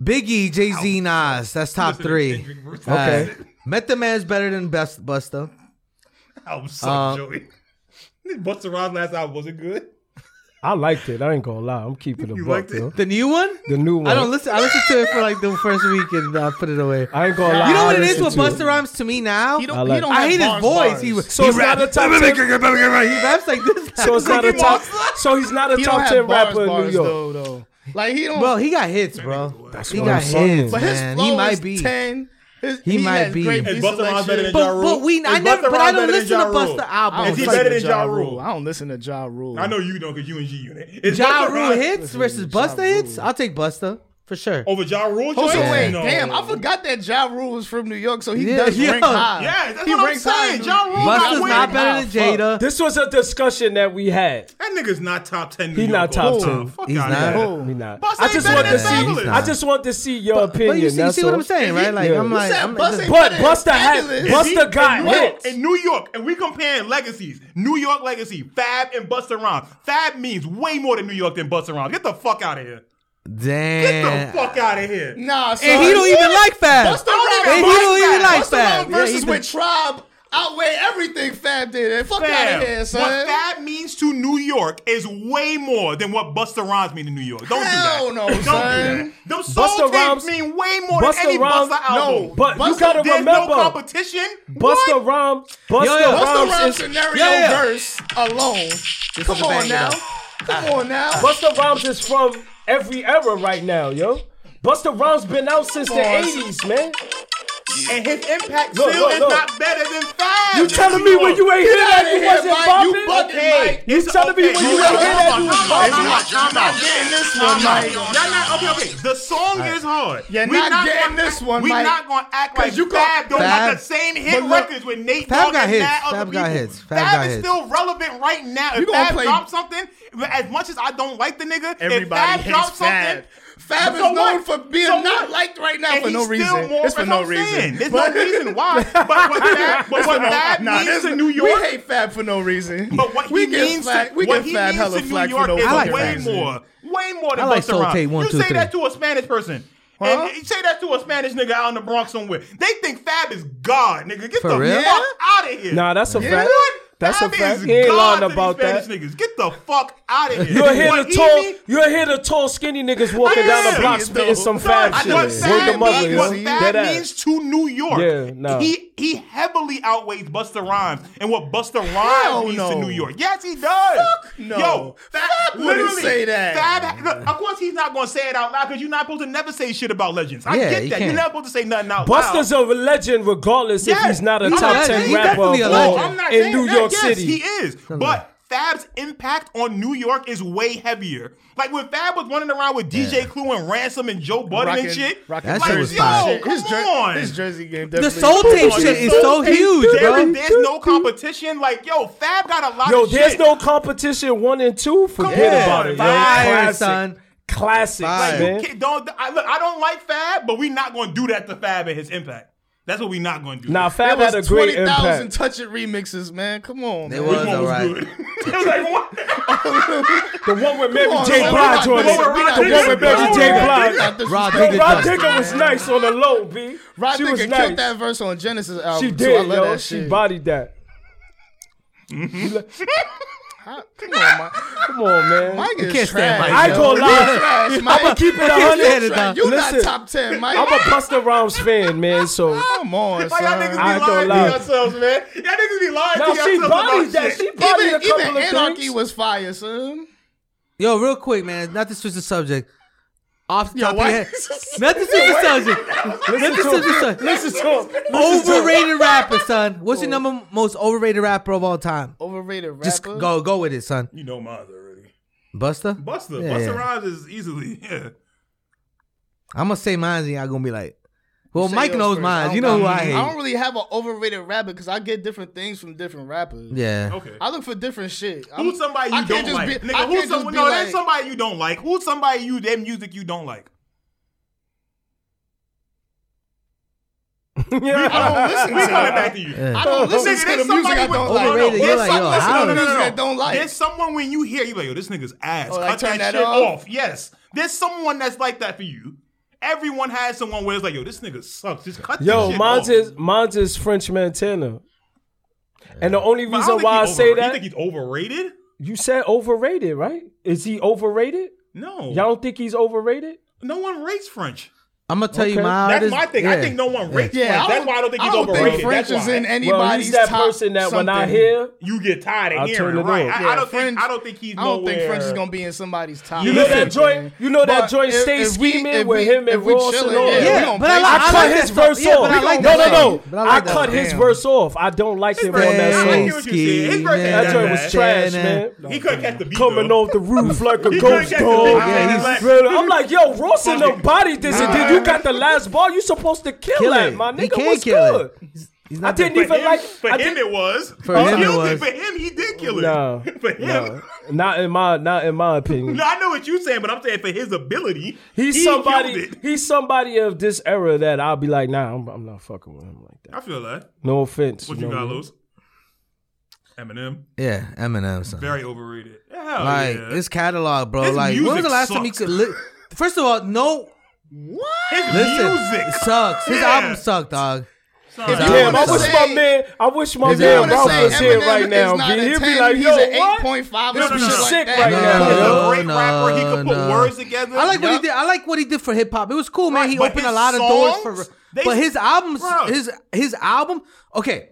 D: Biggie, Jay Z, Nas. That's top three.
A: Kendrick Brewster.
D: All
B: Okay.
D: right. Method Man's better than Best Busta.
A: album sucked,
D: Uh,
A: Joey. Busta Rhymes last album wasn't good.
B: I liked it. I ain't gonna lie. I'm keeping the
A: You
B: buck,
A: liked it?
B: though.
D: The new one?
B: The new one.
D: I don't listen. I listened to it for like the first week and I put it away.
B: I ain't gonna lie.
D: You know what
B: I
D: it is
B: listen
D: with
B: to
D: Busta Rhymes to me now?
C: He don't.
B: I like-
C: he don't
D: I
C: have
D: hate his
C: bars,
D: voice.
C: bars.
D: He,
B: So
D: he
B: it's not a top 10?
D: He raps like this.
B: So it's not a top. So he's not a
C: He don't
B: top
C: have
B: ten
C: bars,
B: rapper in
C: bars,
B: New York.
C: Though, though. Like he don't.
D: Bro, he got hits, bro. he
B: what
D: got
B: I'm saying.
D: hits,
C: but his
D: man.
C: flow
D: He might
C: is
D: be.
C: ten. His,
D: He might
C: has
D: be.
C: Great
A: Is
C: beat
A: Busta Rhymes better than
C: selection.
A: Ja
D: But,
A: Rule?
D: but we, I
A: Is
D: never,
A: Busta
D: but I
A: Rhymes
D: don't
A: better than
D: listen
A: Ja
D: to
A: Rule?
D: Busta
C: I
D: albums.
A: Is he
C: don't
A: better
C: listen
A: than
C: to
A: Ja Rule?
C: I don't listen to Ja Rule.
A: I know you don't because you and G Unit. Is
D: Ja
A: Busta
D: Rule
A: Rhymes
D: hits versus Busta hits? I'll take Busta for sure.
A: over Ja Rule.
C: Oh, so
A: Joey?
C: wait,
A: No.
C: damn! I forgot that Ja Rule was from New York, so he
D: Yeah,
C: does
D: yo.
C: rank high.
A: Yes, that's
C: he
A: what I'm
C: ranks high
A: saying.
C: in-
A: Ja Rule got
D: Busta's
A: way
D: not
A: high.
D: better than Jada.
B: This was a discussion that we had.
A: That nigga's not top ten. New
B: He not
A: York all
B: top
A: time.
B: 10.
A: Fuck
D: He's
A: outta
D: not.
A: here.
C: Who?
B: Me not.
A: Busta
B: I
A: ain't
B: just
A: better
B: want
A: than
B: to see.
A: Fabulous.
B: I just want to see your opinion.
D: But you see, you
B: that's
D: see what I'm
B: all.
D: saying, right? Like
B: Yeah.
D: I'm
B: You
D: like,
C: said
D: I'm,
C: Busta ain't
B: But
C: better than
B: Busta had
C: Fabulous.
A: If he-
B: Busta got
A: in New York-
B: hits.
A: in New York, and we comparing legacies. New York legacy, Fab and Busta Rhymes. Fab means way more than New York than Busta Rhymes. Get the fuck out of here. Get
D: damn.
A: the fuck out of here.
C: Nah, son.
D: And he don't even like Fab.
C: Busta Rhymes.
D: And he don't even
A: Busta
D: like
C: Busta Rhymes
D: Fab. Yeah, he
C: versus
D: do-
C: with Tribe outweigh everything Fab did. And fuck out
A: Fab.
C: of here, son.
A: What Fab means to New York is way more than what Busta Rhymes mean to New York. Don't
C: Hell
A: do that.
C: no,
A: Don't
C: son.
A: do that. Them soul
B: Busta
A: tapes
B: Rhymes-
A: mean way more
B: Busta
A: than any
B: Rhymes-
A: Busta album.
C: No,
B: But you
C: Busta-
B: gotta
A: There's no
B: remember,
A: competition. What?
B: Busta Rhymes. Busta
C: Busta Rhymes
B: Rhymes is
C: scenario
D: Yeah, yeah.
C: verse alone. Come
D: a
C: on
D: banger,
C: now.
D: though.
C: Come on now.
B: Busta Rhymes is from every era right now, yo. Busta Rhymes been out since the
C: on.
B: '80s, man.
A: and his impact
B: Look,
A: still
B: look,
A: is
B: look.
A: not better than Fab.
B: You telling me when you ain't hear that you wasn't
A: You
B: bumping?
A: buckhead.
B: You telling me when you ain't hear that you was bumping?
A: I'm not
C: getting this one, Mike.
A: Y'all not okay. Okay, the song is hard.
C: You're
A: We
C: not getting
A: gonna
C: this
A: act-
C: one,
A: We
C: Mike.
A: not gonna act like
C: 'Cause you got-
A: Fab don't got
D: Fab-
A: the same
C: But
A: hit
C: look,
A: records with Nate
D: Fab
A: Dogg
D: got
A: and
D: hits.
A: mad other
D: Fab got
A: people.
D: hits. Fab
A: Fab
D: got
A: is
D: hits.
A: still relevant right now.
C: You
A: If
C: gonna
A: Fab
C: play-
A: drops something, as much as I don't like the nigga, if
C: Everybody
A: Fab
C: hates
A: drops something.
C: Fab. Fab is
A: So
C: known
A: what?
C: for being
A: So
C: not
A: what?
C: liked right now
A: And
C: for
A: he's
C: no
A: still
C: reason.
A: More,
C: It's for
A: that's
C: no
A: what I'm saying.
C: reason.
A: There's
C: But-
A: no reason why. But what Fab, but
C: It's
A: what
C: for no-
A: Fab
C: nah,
A: means
C: this-
A: to New York.
C: We hate Fab for no reason.
A: But what
C: we
A: he
C: give
A: means
C: Fab,
A: to,
C: we
A: what
C: give
A: he
C: Fab
A: means
C: hella
A: to New
C: flack for
A: York
C: no
A: is
D: I like
C: fucking
A: way
D: Fab.
C: reason.
A: more, way more than
D: I like
A: Busta Rhymes.
D: Soul Tape one,
A: you
D: two,
A: say that
D: three.
A: to a Spanish person.
C: Huh?
A: And you say that to a Spanish nigga out in the Bronx somewhere. They think Fab is God, nigga. Get
D: For
A: the
D: real?
A: fuck out of here.
B: Nah, that's a
A: You know
B: fact.
A: what?
B: That's
A: Fab
B: a fact.
A: Is
B: He ain't
A: God
B: lying
A: to these
B: about
A: Spanish
B: that.
A: niggas. Get the fuck out of here.
B: You'll hear
A: What
B: the
A: he
B: tall,
A: mean-
B: you'll hear the tall, skinny niggas walking
A: Yeah.
B: down the block
C: Serious,
B: spitting
C: though.
B: some
A: Son,
B: fab
A: I
B: shit.
A: know
C: what
B: Word
A: Fab
B: the mother,
A: means,
B: yo.
A: what Fab
B: Dead
A: means
B: ass.
A: to New York.
B: Yeah, nah.
A: He he heavily outweighs Busta Rhymes and what Busta Rhymes
C: Hell
A: means to
C: no.
A: New York. Yes, he does.
C: Fuck no.
A: Yo, Fab
C: Fab wouldn't
A: literally
C: say that.
A: Fab, look, of course he's not gonna say it out loud because you're not supposed to never say shit about legends. I
D: Yeah,
A: get
D: you
A: that. You're
D: can't.
A: not supposed to say nothing out loud.
B: Buster's a legend, regardless if
A: Yeah.
B: he's not a
A: He's
B: top
A: a
B: ten
A: legend. He's
B: rapper
D: definitely a
B: of
A: No,
D: legend.
B: all
A: I'm not
B: in
A: saying
B: New
A: that.
B: York
A: yes,
B: City.
A: He is. But Fab's impact on New York is way heavier. Like when Fab was running around with DJ Clue and Ransom and Joe Budden
C: Rockin-
A: and shit.
C: rockin'
D: That
A: like,
D: shit was
A: yo,
D: fire.
A: come
C: His jer-
A: on.
C: his jersey game.
D: The
C: definitely-
D: soul tape
A: on,
D: shit
A: it's
D: is
A: so
D: so
A: big.
D: huge,
A: There-
D: bro.
A: There's no competition. Like, yo, Fab got a lot
B: Yo,
A: of
B: there's
A: shit.
B: no competition one and two. Forget
A: on,
B: about it, yo.
A: fire,
B: Classic.
D: son.
B: Classics,
D: Fire.
A: You
B: man.
A: can't- don't, I, look, I don't like Fab, but we not going to do that to Fab and his impact. That's what we not going to do.
B: Nah,
C: There
B: Fab
C: was
B: had a great
C: 20,000
B: impact.
C: touch it remixes, man. Come on,
D: They
C: man.
D: was
A: Which one was
D: alright.
A: good? it was like, what?
B: The one with Mary
C: on,
B: J.
C: man.
B: Blige on
C: We
B: it.
C: got- we got-
B: The
C: we
B: one
C: got-
B: with Mary
A: we
B: J.
A: got-
B: Blige.
C: Not this-
D: Rod
B: Yo,
D: Digger
B: Rod
D: does it.
B: Digger was nice on the low, B.
C: Rod
B: she
C: Digger
B: was
C: killed
B: nice.
C: that verse on Genesis album.
B: She
C: too. I
B: did,
C: love
B: yo.
C: that
B: She
C: shit.
B: bodied that.
C: Come on, Mike.
B: Come on, man.
C: Mike is
D: can't stand
C: trash.
D: Mike,
B: I
D: yo.
B: ain't gonna lie.
C: Trash, Mike.
B: I'ma keep it a
D: stand it,
B: hundred.
D: dog.
C: You
B: Listen,
C: not top ten, Mike.
B: I'm a Busta Rhymes fan, man. So
C: Come on,
A: Why y'all niggas be
C: son.
B: I
A: lying
B: ain't gonna
A: to
B: lie.
A: yourselves, man? Y'all niggas be lying
B: now
A: to
B: she
A: yourselves
B: bodied
A: about
B: that.
A: shit.
B: She bodied
C: Even,
B: a couple
C: even
B: of
C: Anarchy
B: things.
C: was fire, son.
D: Yo, real quick, man. Not to switch the subject. Off the
C: Yo,
D: top
C: why-
D: of your head. Not to switch the subject. Not to
B: Listen
D: switch
B: to
D: the
B: him.
D: subject.
B: Listen to him. Listen to him.
D: Overrated rapper, son. What's your number most overrated rapper of all time?
C: Overrated rapper.
D: Just go go with it, son.
A: You know mine's already.
D: Buster?
A: Buster.
D: Yeah,
A: Buster
D: yeah.
A: Rhymes is easily. Yeah.
D: I'm gonna say mine and y'all gonna be like, well,
C: Say
D: Mike
C: yours
D: knows
C: first.
D: mine.
C: don't
D: You know
C: got-
D: who I
C: I don't
D: hate.
C: really have an overrated rapper because I get different things from different rappers.
D: Yeah.
A: Okay.
C: I look for different shit. I'm-
A: Who's somebody
C: I
A: you
C: can't
A: don't
C: just
A: like?
C: Be, I
A: Nigga, who's
C: can't just
A: some,
C: be
A: no,
C: like,
A: there's somebody you don't like. Who's somebody you their music you don't like?
C: I don't
A: We
C: listen to
A: coming
C: it.
A: back to you.
D: Yeah.
C: I don't listen
A: Nigga,
C: to
A: there's
C: the music
A: somebody
C: I
A: with- no,
C: don't
A: no,
C: like.
D: Overrated,
A: there's
D: you're like,
A: some-
D: yo,
A: listen,
D: I
A: no, no, no,
C: listen to
D: don't
A: no.
C: music I don't like.
A: There's someone when you hear you like, yo, this nigga's ass.
C: Oh,
A: Cut
C: like,
A: that,
C: turn that
A: shit off?
C: off?
A: Yes. There's someone that's like that for you. Everyone has someone where it's like, yo, this nigga sucks. Just cut
B: Yo,
A: this shit oh.
B: mine's
A: off.
B: is mine's is French Montana. And the only
A: But I don't
B: reason
A: think
B: why I
A: he
B: say
A: overrated.
B: that,
A: you think he's overrated?
B: you said overrated, right? Is he overrated?
A: No,
B: Y'all don't think he's overrated?
A: no one rates French.
D: I'm gonna tell you
B: Okay.
D: mine.
A: That's
D: is-
A: my thing. I
D: yeah.
A: think no one rates
C: Yeah,
A: French.
C: I
A: That's
C: don't-
A: why I don't think he's
C: I don't
A: overrated.
C: French
A: That's
C: is
A: why.
C: in
B: Well,
C: anybody's
B: he's that
C: top
B: person that when I
C: something.
B: hear,
A: you get tired of
B: I'll
A: hearing
B: turn
A: it,
B: it
A: right?
B: off.
A: I, I
C: Yeah,
A: don't think
C: French-
A: I don't think he's.
C: I don't
A: nowhere.
C: think French is gonna be in somebody's top.
B: You know
A: Listen,
B: that joint. You know that
C: But
B: joint.
C: if-
B: Stay
C: if we-
B: scheming
C: if
B: with
C: we-
B: him and
C: if we
B: Ross and
C: chilling,
B: all.
C: yeah,
B: that.
C: we
D: Yeah,
C: don't
D: but I
C: play
D: like.
B: I
D: I
B: cut
D: like
B: his
D: that song.
B: verse
D: Yeah,
B: off.
D: but I like
B: no, no,
D: that
B: no.
D: song. But
B: I,
D: like that
B: cut
D: song.
B: his
D: Damn.
B: verse off. I don't like him on that
A: verse- I
B: song.
A: hear what you're saying. His verse ain't
B: That joint was
A: bad.
B: trash, man.
A: He couldn't catch the beat.
B: Coming
A: though.
B: off the roof like a
A: He couldn't
B: ghost
A: catch the
B: dog.
A: beat.
D: Yeah,
A: He's
D: he's
A: like-
B: Brother, I'm like, yo, Ross in
A: Fuck
B: the
A: it.
B: body this and then you got the last ball. You supposed to kill,
D: Kill
B: that,
D: it.
B: my
D: He
B: nigga.
D: can't
B: What's
D: kill
B: good?
D: it. He's not
B: I didn't
D: that-
A: For
B: even
A: him,
B: like.
A: for
B: I
A: him
B: didn't,
A: it was. For
D: him it was.
A: For him, he did kill it.
B: No,
A: for him.
B: no, not in my, not in my opinion.
A: No, I know what you're saying, but I'm saying for his ability,
B: He's
A: he
B: somebody.
A: killed it.
B: He's somebody of this era that I'll be like, nah, I'm, I'm not fucking with him like that.
A: I feel that.
B: No offense.
A: What
B: you
A: you
B: know
A: got,
B: what I mean?
A: Los? Eminem,
D: Yeah, Eminem. Son.
A: very overrated. Hell
D: like
A: yeah.
D: his catalog, bro.
A: His
D: like when
A: music
D: was the last time he
A: sucks.
D: could? Li- First of all, no.
A: his
D: Listen,
A: music.
D: it sucks. His
A: Yeah.
D: album sucked, dog.
A: Sorry.
C: If you
D: I
B: Damn,
D: wanna
B: I wish
D: say-
B: my man, I wish my
D: If you
B: man
D: wanna
B: Ralph
D: say
B: was here
C: Eminem
B: right
C: is
B: now.
C: not
B: B.
C: a
B: He'd
C: 10,
B: be like,
C: he's
B: yo,
C: an
B: what?
C: 8.5 or
A: No, no,
C: some
A: no,
C: shit
A: no.
B: Sick
C: like
B: right
C: that.
B: now,
A: He's
B: yo.
A: a great
D: No,
A: rapper. He could put
D: no.
A: words together.
D: I like what he
A: Yup.
D: did. I like what he did for hip hop. It was cool, man.
A: Right,
D: He
A: but
D: opened a
A: his
D: lot of doors
A: songs,
D: for.
A: they-
D: but his albums,
A: Bruh.
D: his his album. Okay,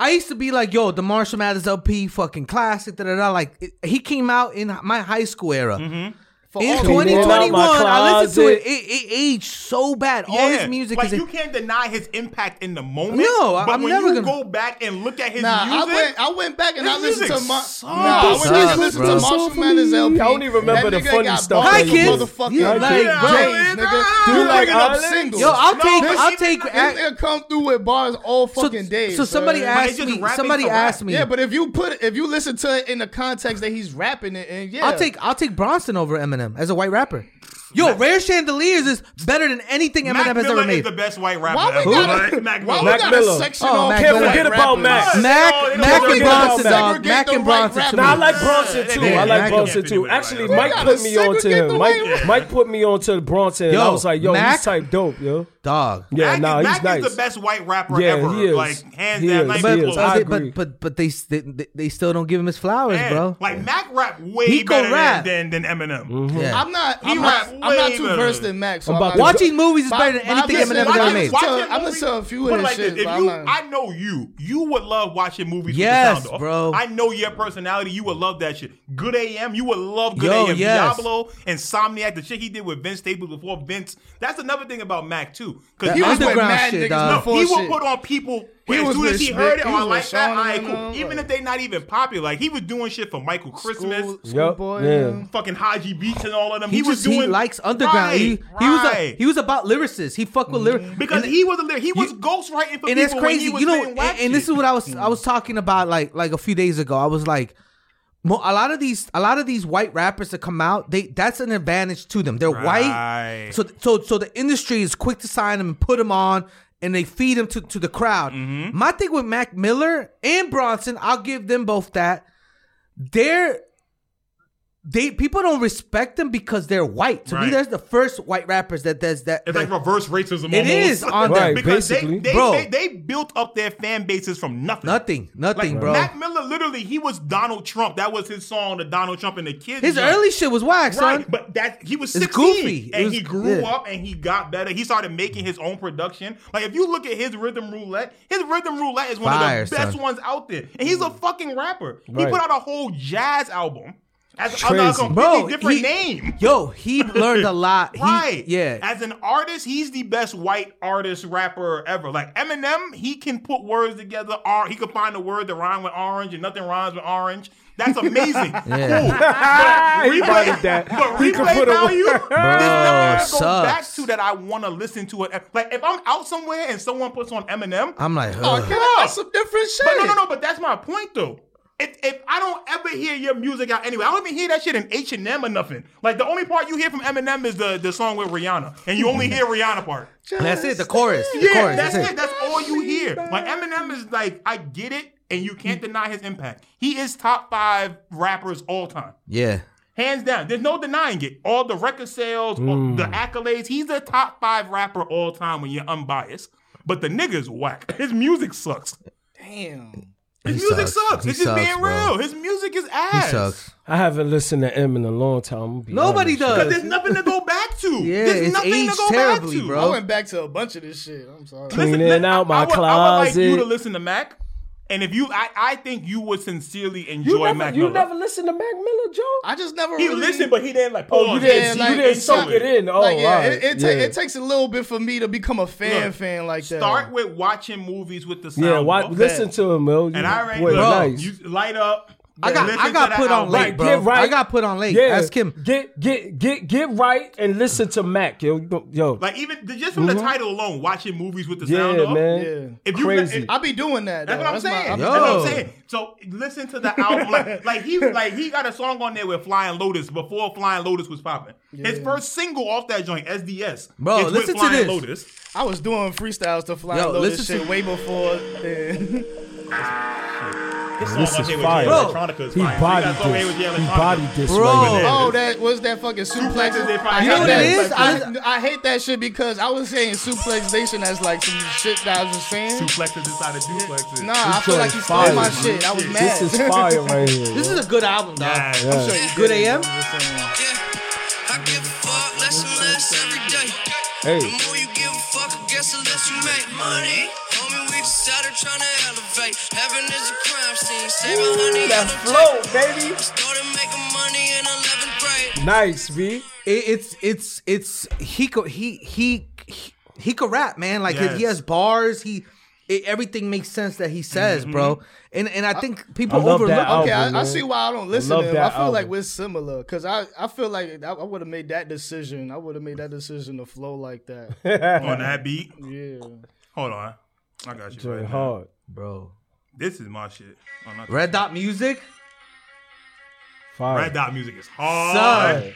D: I used to be like, yo, the Marshall Mathers LP, fucking classic. Da da da. Like it, he came out in my high school era.
C: For
A: Mm-hmm.
D: In
C: all the
B: Came in out my
D: 2021, I listened to it.
B: closet.
D: It, it aged so bad. All his music
A: like
D: is
A: you can't deny his impact in the moment.
D: No, I-
A: but
D: I'm
A: when
D: never
A: you
D: gonna-
A: go back and look at his
C: Nah,
A: music,
C: I went. I went back and
A: His
C: I listened
A: music
C: to my.
A: sucks,
C: Nah, I went back and
D: sucks,
C: listened to
D: bro.
C: Marshall
B: Sucks,
C: Mathers
B: man.
C: LP.
B: I don't even remember
C: That
B: the
C: nigga
B: funny
C: got
B: stuff
C: bars
D: that
C: like
D: you did.
C: Motherfucking
D: Yeah, like,
C: James,
D: bro.
C: nigga.
A: You
C: Dude,
A: like
C: bringing up
B: Alex?
C: singles.
D: Yo, I'll
A: No,
D: take.
A: this-
D: I'll take.
C: This nigga come through with bars all fucking
D: so,
C: day.
D: so somebody
C: son.
A: Like, it's
D: asked
A: just
D: me.
A: rapping
D: Somebody
A: for
D: asked
A: rap.
D: me.
C: Yeah, but if you put if you listen to it in the context that he's rapping it, and yeah,
D: I'll take. I'll take Bronson over Eminem as a white rapper. Yo, Rare Chandeliers is better than anything Eminem
A: Mac
D: has
A: Miller
D: ever
A: is
D: made.
A: the best white rapper.
C: Why we
A: ever.
C: got a,
A: Mac
C: why we
A: Miller.
B: Mac
C: got
B: Miller.
C: a section
D: Oh,
C: on
D: Mac
B: Can't
D: Miller.
B: forget about Mac.
A: Yo,
D: Mac,
A: they
D: Mac
A: don't
D: and
A: forget about
D: Bronson,
A: that.
D: dog.
C: Segregate
D: Mac
C: the
D: and
C: white
D: Bronson to
C: rappers.
D: me.
B: Nah, I like
A: Yeah,
B: Bronson too.
A: yeah,
B: I
D: yeah.
B: like Bronson too.
A: Yeah.
B: Actually,
A: Yeah.
B: Mike
C: Yeah.
B: put me on
C: Segregate
B: to
C: the
B: him. Mike,
C: white-
B: Mike put me on to Bronson. and I
D: Yo,
B: was like, yo,
D: Mac-
B: he's type dope, yo.
D: Dog.
B: Yeah,
A: Mac,
B: nah,
A: is,
B: he's
A: Mac
B: nice.
A: is the best white rapper
B: Yeah,
A: ever.
B: he is.
A: Like hands
B: He
A: down,
B: is.
A: not
B: He
D: But,
A: even
B: is.
A: close.
B: I
D: but,
B: agree.
D: but but but they, they they still don't give him his flowers,
A: Yeah.
D: bro.
A: Like Mac rap way
D: He go
A: better
D: rap.
A: Than, than than Eminem.
B: Mm-hmm.
D: Yeah.
C: I'm not. I'm
A: He
C: not.
A: rap
C: I'm
A: way
C: not too
A: better.
C: versed in Mac. So
B: I'm
C: I'm
B: about
C: not
B: to
C: gonna-
D: Watching movies is
C: But-
D: better than
C: but I'm
D: anything
C: just
D: Eminem
C: saying,
D: has
A: Watch
D: ever
C: I
A: him-
D: made.
A: watch
C: Tell-
A: him
C: I'ma
A: movies.
C: tell a few of
A: Put it
C: his
A: like this.
C: shit,
A: If
C: but
A: you,
C: I'm not-
A: I know you. You would love watching movies.
D: Yes,
A: with the sound off.
D: bro.
A: I know your personality. You would love that shit. Good AM. You would love Good
D: Yo,
A: AM.
D: yes.
A: Diablo, Insomniac. The shit he did with Vince Staples before Vince. That's another thing about Mac too. Because
D: That
A: he was
C: with
A: with
D: underground
C: mad
D: Uh, shit,
C: niggas
D: dog. No,
C: before
A: he would
C: shit.
A: put on people
C: He
A: as
C: was
A: soon
C: with
A: as he
C: Snick,
A: heard it. Oh,
C: he
A: I
C: was
A: like
C: with
A: that.
C: Sean
A: I
C: and
A: cool.
C: them,
A: Even
C: like-
A: if they not even popular, like he was doing shit for Michael Christmas.
C: School-
B: Yep,
C: Schoolboy,
B: yeah.
C: man.
A: Fucking Haji Beats and all of them.
D: He,
A: He,
D: just
A: was doing
D: he likes underground.
A: Right,
D: he, he was a,
A: right.
D: he was about lyricists. He fucked with lyrics
A: because he was a lyric. He was ghostwriting for
D: and
A: people
D: it's
A: when
D: crazy.
A: he was
D: You know,
A: saying
D: and,
A: whack
D: and this
A: shit.
D: is what I was I was talking about like like a few days ago. I was like, mo- a lot of these a lot of these white rappers that come out, they that's an advantage to them. They're white,
A: Right.
D: so so so the industry is quick to sign them and put them on. And they feed them to, to the crowd.
A: Mm-hmm.
D: My thing with Mac Miller and Bronson, I'll give them both that. They're they people don't respect them because they're white. To me,
A: Right.
D: that's the first white rappers that does that.
A: It's like
D: that-
A: reverse racism.
D: It
A: almost.
D: is on them.
B: Right,
A: because they,
B: basically.
A: they,
D: Bro.
A: they they built up their fan bases from nothing.
D: nothing, nothing,
A: Like
D: bro.
A: Mac Miller, literally, he was Donald Trump. That was his song, the Donald Trump and the kids.
D: His
A: Jump.
D: early shit was whack, son.
A: Right, but that he was
D: It's
A: 16
D: goofy. It
A: and
D: was-
A: he grew
D: yeah.
A: up and he got better. He started making his own production. Like if you look at his rhythm roulette, his rhythm roulette is one
D: Fire,
A: of the best
D: son. Mm.
A: ones out there. And he's a fucking rapper. He
B: Right.
A: put out a whole jazz album as
B: Crazy.
A: under a completely
D: Bro,
A: different
D: he-
A: name.
D: Yo, he learned a lot. He-
A: Right.
D: yeah.
A: As an artist, he's the best white artist rapper ever. Like Eminem, he can put words together. Or he could find a word that rhyme with orange, and nothing rhymes with orange. That's amazing. Cool. But
B: He
A: replay-
B: like that.
A: But
B: He could
A: replay
B: put a-
A: value. There's nothing I
D: Bro,
A: go back
D: sucks.
A: to that I want to listen to it. Like if I'm out somewhere and someone puts on Eminem,
D: I'm like,
C: Oh,
D: ugh.
C: can I have some different shit?
A: but no, no, no. But that's my point, though. If, if I don't ever hear your music out anyway, I don't even hear that shit in H and M or nothing. Like the only part you hear from Eminem is the the song with Rihanna, and you only hear Rihanna part.
D: that's it. The chorus. The
A: Yeah,
D: chorus.
A: that's,
D: That's,
A: it. That's all you hear. Like Eminem is like, I get it, and you can't deny his impact. He is top five rappers all time.
D: Yeah.
A: Hands down, there's no denying it. All the record sales, all
B: Hmm.
A: the accolades, he's a top five rapper all time when you're unbiased. But the nigga's whack. His music sucks.
C: Damn.
A: His
D: He
A: music
D: sucks.
A: sucks.
D: He
A: It's just
D: sucks,
A: being
D: bro.
A: real. His music is
D: He
A: ass.
D: sucks.
B: I haven't listened to M in a long time. I'm gonna be
D: Nobody
B: honest.
A: Because
D: does.
A: there's nothing to go back to.
D: Yeah,
A: there's
D: it's
A: nothing
D: aged
A: to go
D: terribly,
A: back to.
D: bro.
C: I went back to a bunch of this shit. I'm sorry.
B: Clean it
A: listen,
B: out my
A: I would, I would like you
B: closet.
A: to listen to Mac, and if you, I, I think you would sincerely enjoy
B: You
A: Mac.
B: never, you
A: Miller.
B: never listened to Mac Miller, Joe?
C: I just never
A: he
C: really
A: listened, but he didn't like.
B: Oh,
A: pause
B: you
A: it.
B: didn't,
C: Yeah,
B: you
C: like,
B: didn't soak
C: suck
B: it in. Oh,
C: like, yeah,
B: alright,
C: it, it, ta-
B: yeah.
C: it takes a little bit for me to become a fan
A: Look,
C: fan like that.
A: Start with watching movies with the sound.
B: Yeah, why,
A: off.
B: listen to him, Mel. You-
A: And I already
B: boy,
A: look,
B: nice.
A: you light up.
D: I got
A: listen
D: I
A: to
D: got
A: that
D: put on
A: album.
D: late,
B: Right,
D: bro.
B: get right.
D: I got put on late.
B: yeah,
D: Ask him.
B: Get get get get right and listen to Mac, yo, you don't- yo.
A: Like even just from the title alone, watching movies with the sound
B: yeah,
A: off.
B: man.
A: If you
B: Crazy.
A: if-
C: I be doing that.
A: That's
C: though.
A: what I'm
C: my-
A: saying.
D: Yo.
A: That's what I'm saying. So listen to the album. Like, like he like he got a song on there with Flying Lotus before Flying Lotus was popping. His first single off that joint, SDS.
D: Bro,
A: is with
D: listen to
A: Flying
D: this.
A: Lotus.
C: I was doing freestyles to fly
D: Yo,
C: loaded
D: listen
C: shit
D: to-
C: way before then.
A: This
B: This
A: song
B: is
A: on here with
B: fire.
A: Jay
D: Bro,
A: Electronica is
B: he
A: fire.
B: body
A: got a song here with Jay
B: this. He
A: Electronica.
B: body this
D: Bro.
B: right there.
C: Oh, that was that fucking suplexes.
A: they find-
C: I
A: You
D: know
C: hate
D: what
C: that.
D: it is?
C: I, I hate that shit because I was saying suplexation as like some shit that I was saying.
A: Two flexes inside of duplexes.
C: Nah, I feel
B: joint
C: like you
B: is
C: stole
B: fire,
C: my shit. I was mad.
B: This is fire right here.
D: This
B: yo.
D: is a good album,
A: Nah,
D: dog.
C: I'm sure you
D: Good
C: did.
D: AM?
C: I'm just saying.
E: Yeah, I give a fuck less and less every day.
B: Hey.
E: The more you give a fuck, I guess the less you make money. Homie, we just out here trying to elevate. Heaven is a crime scene. Save a honey,
B: that
E: out of
B: flow, baby.
E: Started making money in 11th right.
B: Nice, V.
D: It, it's it's it's he co- he he he, he could rap, man. Like he-
A: Yes.
D: he has bars. He it, everything makes sense that he says,
A: Mm-hmm.
D: bro. And and I think people
B: I love
D: overlook.
B: that
D: Okay,
C: Okay,
B: album,
C: I, I
B: man.
C: see why I don't listen
B: love
C: to him.
B: that
C: I feel like
B: album.
C: we're similar because I, I feel like I, I would have made that decision. I would have made that decision to flow like that.
A: on that beat.
C: Yeah.
A: Hold on. I got you.
B: Joint
A: Right now.
B: hard.
D: bro.
A: This is my shit. Oh, not-
D: Red Dot Music.
B: Fire.
A: Red Dot music is hard.
D: Son.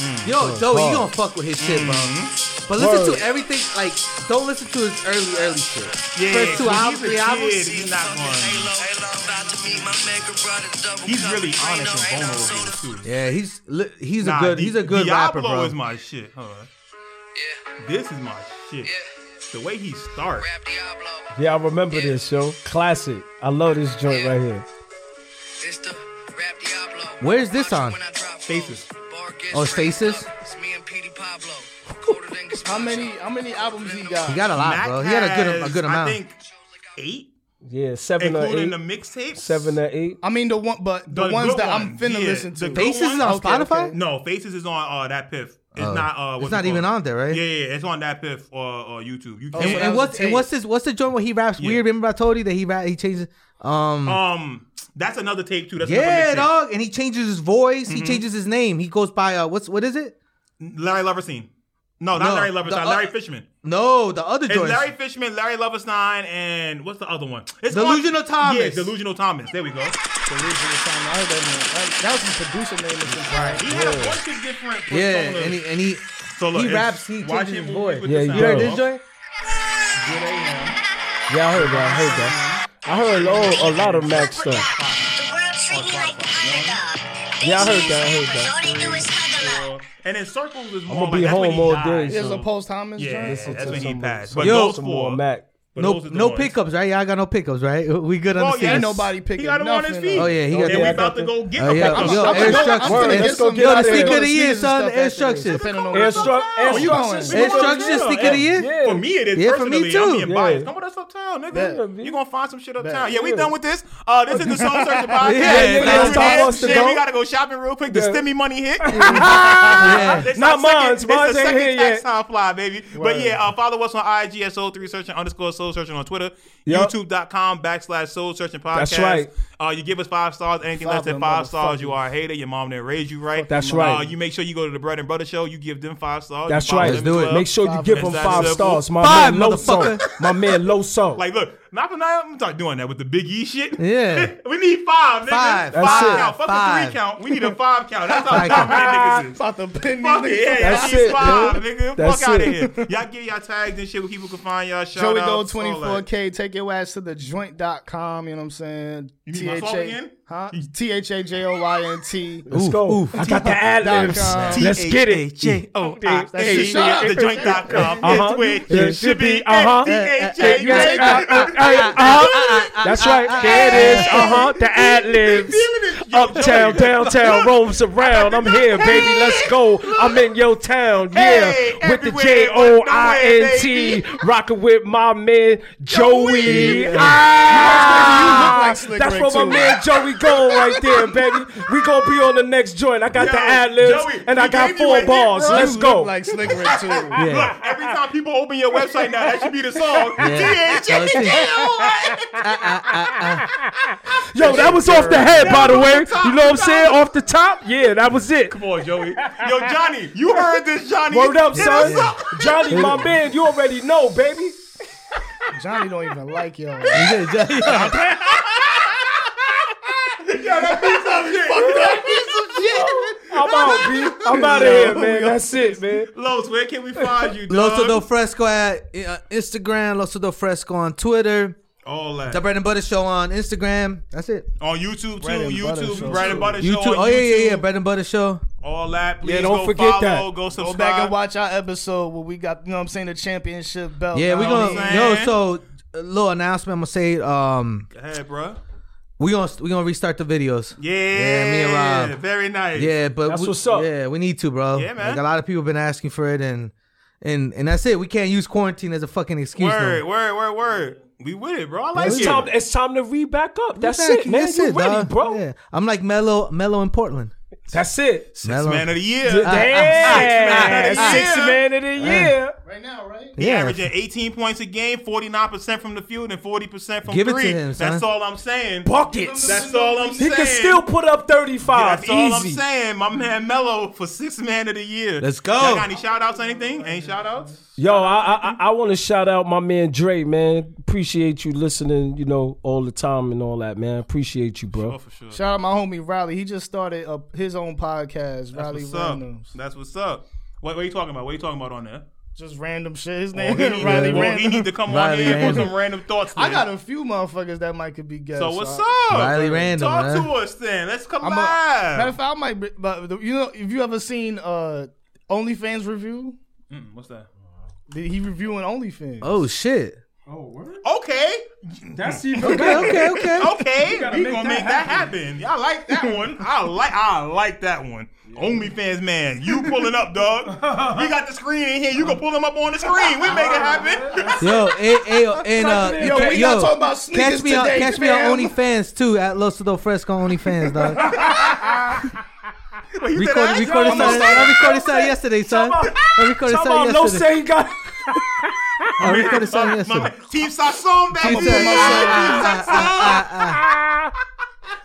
A: Mm.
D: Yo, Joey, you gonna fuck with his shit, bro.
A: Mm-hmm.
D: But listen
B: Word.
D: to everything. Like, don't listen to his early, early shit.
A: Yeah,
D: First two
A: when
D: albums,
A: he's a
D: three
A: kid,
D: albums.
A: he's not going. He's really honest and vulnerable with it, too.
D: Yeah, he's li- he's
A: Nah,
D: a good
A: Di-
D: he's a good
A: Diablo
D: rapper, bro.
A: is my shit. Hold on. This is my shit. The way he starts.
B: Yeah, I remember this, yo. Classic. I love this joint right here.
D: Where's this on?
A: Faces.
D: Oh, it's Faces?
C: How many how many albums he got?
D: He got a lot,
A: Mac
D: bro. He had a good a
A: has,
D: good amount.
A: I think eight,
B: Yeah, seven or
A: including
B: eight.
A: the mixtapes.
B: seven or eight.
C: I mean the one, but the,
A: The
C: ones
A: good
C: that I'm
A: one,
C: finna
A: yeah.
C: listen to.
A: The good
D: Faces is on
C: Okay,
D: Spotify.
C: okay.
A: No, Faces is on uh, that Piff. It's
D: Oh.
A: not. Uh,
D: It's
A: what's it
D: not even
A: called?
D: on there, right?
A: Yeah, yeah, it's on that Piff or uh, uh, YouTube. You
C: Oh,
A: can't.
C: so That
D: And
C: was
D: what's
C: a
D: and
C: tape.
D: what's this? What's the joint where he raps
A: Yeah.
D: weird? Remember I told you that he rap he changes. Um,
A: um, that's another tape too. That's
D: yeah,
A: another
D: dog. And he changes his voice.
A: Mm-hmm.
D: He changes his name. He goes by uh, what's what is it?
A: mixtape. Larry Leverstein. No, not
D: No,
A: Larry Leverstein.
D: the
A: Larry
D: oth-
A: Fishman.
D: No, the other
A: It's
D: joint.
A: Larry Fishman, Larry Leverstein, and what's the other one? It's
D: Delusional
A: called,
D: Thomas.
A: Yeah, Delusional Thomas. There we go.
C: That was his producer name. or something.
A: He had a bunch of different.
D: Yeah,
A: personas.
D: and he, and he
A: so look,
D: he
A: it's-
D: raps, he
A: watch
D: changes
A: him
D: his
A: move
D: voice.
A: with
B: Yeah,
A: the
B: you
A: sound.
D: you heard
B: Yeah.
D: this joint?
B: Yeah, I heard that. I heard that. I heard oh, a lot of Mac stuff. Yeah, I heard that, I heard that.
A: And then circles is more.
B: gonna be
A: like, that's when
B: home
A: he
B: all
A: died,
B: day,
C: It's
A: so-
C: a post Thomas
A: Yeah,
C: joint.
A: that's when he
B: some-
A: passed.
B: some-
A: But
D: Yo.
A: those
B: Some
A: four,
B: more Mac.
A: but
D: no,
A: those are the
D: no
A: ones.
D: pickups, right? Y'all got no pickups, right? We good on
A: Oh
D: the
A: yeah,
D: singles.
C: nobody picking
A: He got him on his
C: nothing
A: feet.
C: up.
D: Oh, yeah, he
A: and
D: got
A: we
D: that.
A: about to go get
D: Oh,
A: a
D: yeah.
A: pickup.
D: Yo,
C: I'm
D: Air
C: finna go-
D: Structure.
C: I'm finna
B: Word,
C: get
B: let's go
C: some
B: get
C: goddamn
B: it. Stick of the
C: sneakers
D: year,
C: and stuff
D: son. Air
C: after this,
D: Structure.
C: depending on
A: Air
C: what-
A: Structure.
C: Where you going?
D: Air Structure, Stick of the Year?
B: Yeah.
A: For me, it is.
D: Yeah, for me
A: personally. I'm
D: too.
A: being
B: Yeah.
A: biased. Come with us uptown, nigga.
B: Bet.
A: you going to find some shit uptown.
B: Bet.
A: Yeah, we
B: Yeah.
A: done with this. Uh, this is the Soul Searcher podcast.
D: Yeah,
A: Thanks
D: yeah,
A: for
D: yeah. It's
A: tuning
D: time
A: in.
D: for us
B: to
A: Shit,
B: go.
A: we got to go shopping real quick. The
B: Yeah.
A: stimmy money hit.
D: Yeah.
A: It's
B: Not
A: our second-
B: mine.
A: it's
B: Mine
A: our
B: ain't
A: second
B: hit
A: tax
B: yet.
A: time fly, baby. But yeah, uh, follow us on IG at Soul Three Searching underscore Soul Searching on Twitter,
B: Yup.
A: YouTube.com backslash Soul Searching podcast.
B: That's right.
A: Uh, you give us five stars. Anything
C: Five
A: less than
C: them
A: five stars, you are a hater. Your mom didn't raise you right.
B: That's
A: Uh,
B: right.
A: You make sure you go to the Bread and Butter Show. You give them five stars. You
B: That's
A: follow
B: right.
A: them
D: do
A: as
D: it.
A: well.
B: Make sure you
C: Five
B: give him
A: minutes.
B: five
A: That's
B: stars. My
D: Five,
B: man Low Song.
D: motherfucker.
B: My man Low Song.
A: Like, look, not for now. I'm not doing that with the Big E shit.
D: Yeah.
A: we need five, nigga.
D: Five.
A: Five
B: That's it.
A: count. Fuck a
D: Five.
A: three count. We need a five count. That's how
D: Five count.
A: dominant niggas is.
C: About to pin
A: Fuck
C: these
A: it, yeah,
C: niggas.
A: y'all
B: That's
A: need
B: it,
A: five,
B: dude.
A: nigga.
B: That's
A: Fuck out of
B: it.
A: here. Y'all get y'all tags and shit where people can find y'all. Shout
C: Joey Go
A: out.
C: 24K, take your ass to the joint.com, you know what I'm saying?
A: You need my song again?
C: Huh? T H A J O Y N T.
B: Let's go. I got the ad
C: Dot
B: libs.
C: com.
B: Let's get it.
D: J O I.
C: That's your
A: Hey, nigga,
C: shop.
A: the joint.com.
B: Uh-huh.
A: It's where
B: Yeah,
A: it should be.
B: Uh-huh.
A: F-D-H-A-J.
B: Yeah, uh, uh, uh, uh-huh. That's right. There it is. Uh huh. The ad libs. Uptown, downtown, roams around. I'm here, baby. Let's go. I'm in your town. Yeah.
A: Hey,
B: With the
A: everywhere,
B: J O I N T.
A: baby.
B: Rocking with my man, Joey.
A: Joey.
B: Ah.
C: You look like Slick
B: That's
C: Rick,
B: where my
C: too.
B: man Joey going right there, baby. We going to be on the next joint. I got
A: Yo,
B: the ad libs
A: Joey,
B: and I
A: we
B: got
A: gave you a
B: four
A: hit,
B: bars.
A: bro.
B: Let's
C: You
B: go.
C: Look like Slick Rick, too.
D: Yeah.
A: Look, every time people open your website now, that should be the song.
D: Yeah.
A: T-H-A-J.
B: Yo, that was off the head, by the way.
A: top,
B: You know what I'm
A: top.
B: saying? Off the top? Yeah, that was it.
A: Come on, Joey. Yo, Johnny, you heard this, Johnny.
B: Word up,
A: Hit us
B: son.
A: up.
B: Johnny, my man, you already know, baby.
C: Johnny don't even like y'all.
B: I'm out, B. I'm out of here, man. That's it, man.
A: Los, where can we find you, dog?
D: Loso del Fresco at uh, Instagram. Loso del Fresco on Twitter.
A: All that.
D: The Bread and Butter Show on Instagram. That's it.
A: On YouTube, too.
C: Bread and butter
A: YouTube,
C: show,
A: Bread and
C: too.
A: Butter Show.
D: YouTube.
A: on
D: Oh yeah, yeah, yeah.
A: YouTube.
D: Bread and Butter Show.
A: All that. Please
B: Yeah, don't
A: go
B: forget
A: follow,
B: that.
A: Go
C: Go
A: subscribe.
C: back and watch our episode where we got, you know what I'm saying, the championship belt.
D: Yeah, we
C: You know what I'm
D: gonna
A: I'm
D: yo.
A: saying?
D: So a little announcement. I'm gonna say um
A: Hey, bro.
D: we gonna we gonna restart the videos.
A: Yeah.
D: me and Rob.
A: Very nice.
D: Yeah, but
B: That's
D: we,
B: what's up.
D: Yeah, we need to, bro.
A: Yeah, man.
D: Like a lot of people been asking for it, and And and that's it. We can't use quarantine as a fucking excuse. no
A: Word,
D: more.
A: word, word, word. We with it, bro. I like
B: It's
A: it.
B: time. It's time to re back up. That's
D: Thank
B: it,
D: you.
B: man.
D: That's
B: you
D: it,
B: ready,
D: dog.
B: bro?
D: Yeah. I'm like mellow, mellow in Portland.
B: That's it.
A: Six
D: Mellow.
A: man of the year.
B: Damn,
A: man of the
B: six
A: year.
B: man of the year.
C: Right now, right?
A: He
D: Yeah.
A: averaging 18 points a game, 49% from the field, and 40% from
D: Give it to
A: three.
D: him, son.
A: That's all I'm saying.
B: Buckets.
A: That's all I'm
B: he
A: saying.
B: can still put up thirty five.
A: Oh, That's all I'm
B: Easy.
A: saying. My man Mello for six man of the year.
D: Let's go.
A: Y'all got any shout outs, anything? Any shout outs?
B: Yo, I I, I want to shout out my man Dre, man. Appreciate you listening, you know, all the time and all that, man. Appreciate you, bro.
C: Shout out my homie Riley. He just started uh, his own podcast, Riley
A: What's up?
C: Randoms.
A: That's what's up. What, what are you talking about? What are you talking about on there?
C: Just random shit. His
A: Well,
C: name
A: Oh, he,
C: is
A: need,
C: Riley
A: well, he
C: Random.
A: need to come on
D: Riley
A: here and put
D: Random.
A: some random thoughts.
C: I
A: man.
C: got a few motherfuckers that might could be guests. Uh,
A: So what's
C: I-
A: up?
D: Riley Random,
A: Talk
D: man.
A: to us then. Let's
C: I'm a, matter
A: collab.
C: of fact, I might. Be, but the- you know, if you ever seen uh OnlyFans review,
A: Mm, what's that?
C: did he reviewing OnlyFans?
D: Oh shit.
A: Okay,
B: That's
D: Okay, okay, okay.
A: okay. we gonna make that happen. I like that one. I like. I like that one. OnlyFans man, you pulling up, dog. We got the screen in here. You can pull them up on the screen. We make it happen.
D: Yo, eh, eh, yo, and uh,
C: Yo,
D: you ca-
C: we not talking about sneakers
D: catch me on
C: today,
D: catch
C: fam.
D: me on OnlyFans too at Los Soto Fresco OnlyFans, dog.
A: Wait, you said
D: recorded,
A: that?
D: recorded
A: Yo,
D: Saturday. I recorded Saturday yesterday, son. I recorded
B: Come
D: Saturday
B: on, no
D: yesterday.
B: say got.
D: I recorded Saturday
A: my man.
D: yesterday.
A: Team Sasson, baby.
D: Team Sassoon.
A: Team Sassoon.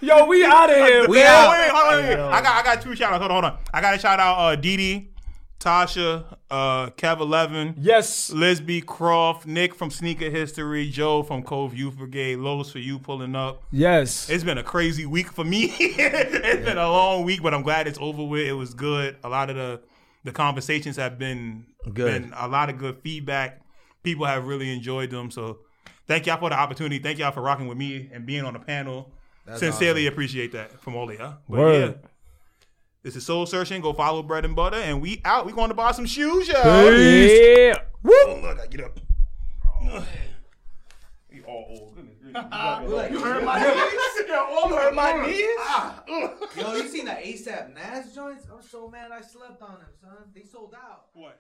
B: Yo, we out of here.
D: We
B: man.
A: Oh,
D: out.
A: wait, wait, hold on, wait, wait. I got I got two shout outs. Hold on, hold on. I got a shout out uh Didi, Tasha, uh Kev Eleven,
B: Yes.
A: Lisby Croft, Nick from Sneaker History, Joe from Cove Youth Brigade, Lowe's for you pulling up.
B: Yes.
A: It's been a crazy week for me. it's been a long week, but I'm glad it's over with. It was good. A lot of the the conversations have been
D: Good.
A: been a lot of good feedback. People have really enjoyed them. So thank y'all for the opportunity. Thank y'all for rocking with me and being on the panel. Sincerely appreciate that from all of y'all. But
B: Word.
A: yeah. This is Soul Searching. Go follow Bread and Butter, and we out. We going to buy some shoes, y'all.
B: Yeah.
A: Oh, look, I get up. We all old. Goodness gracious.
D: Yo, you seen the ASAP Nas joints? I'm so mad I slept on them, son. They sold out.
A: What?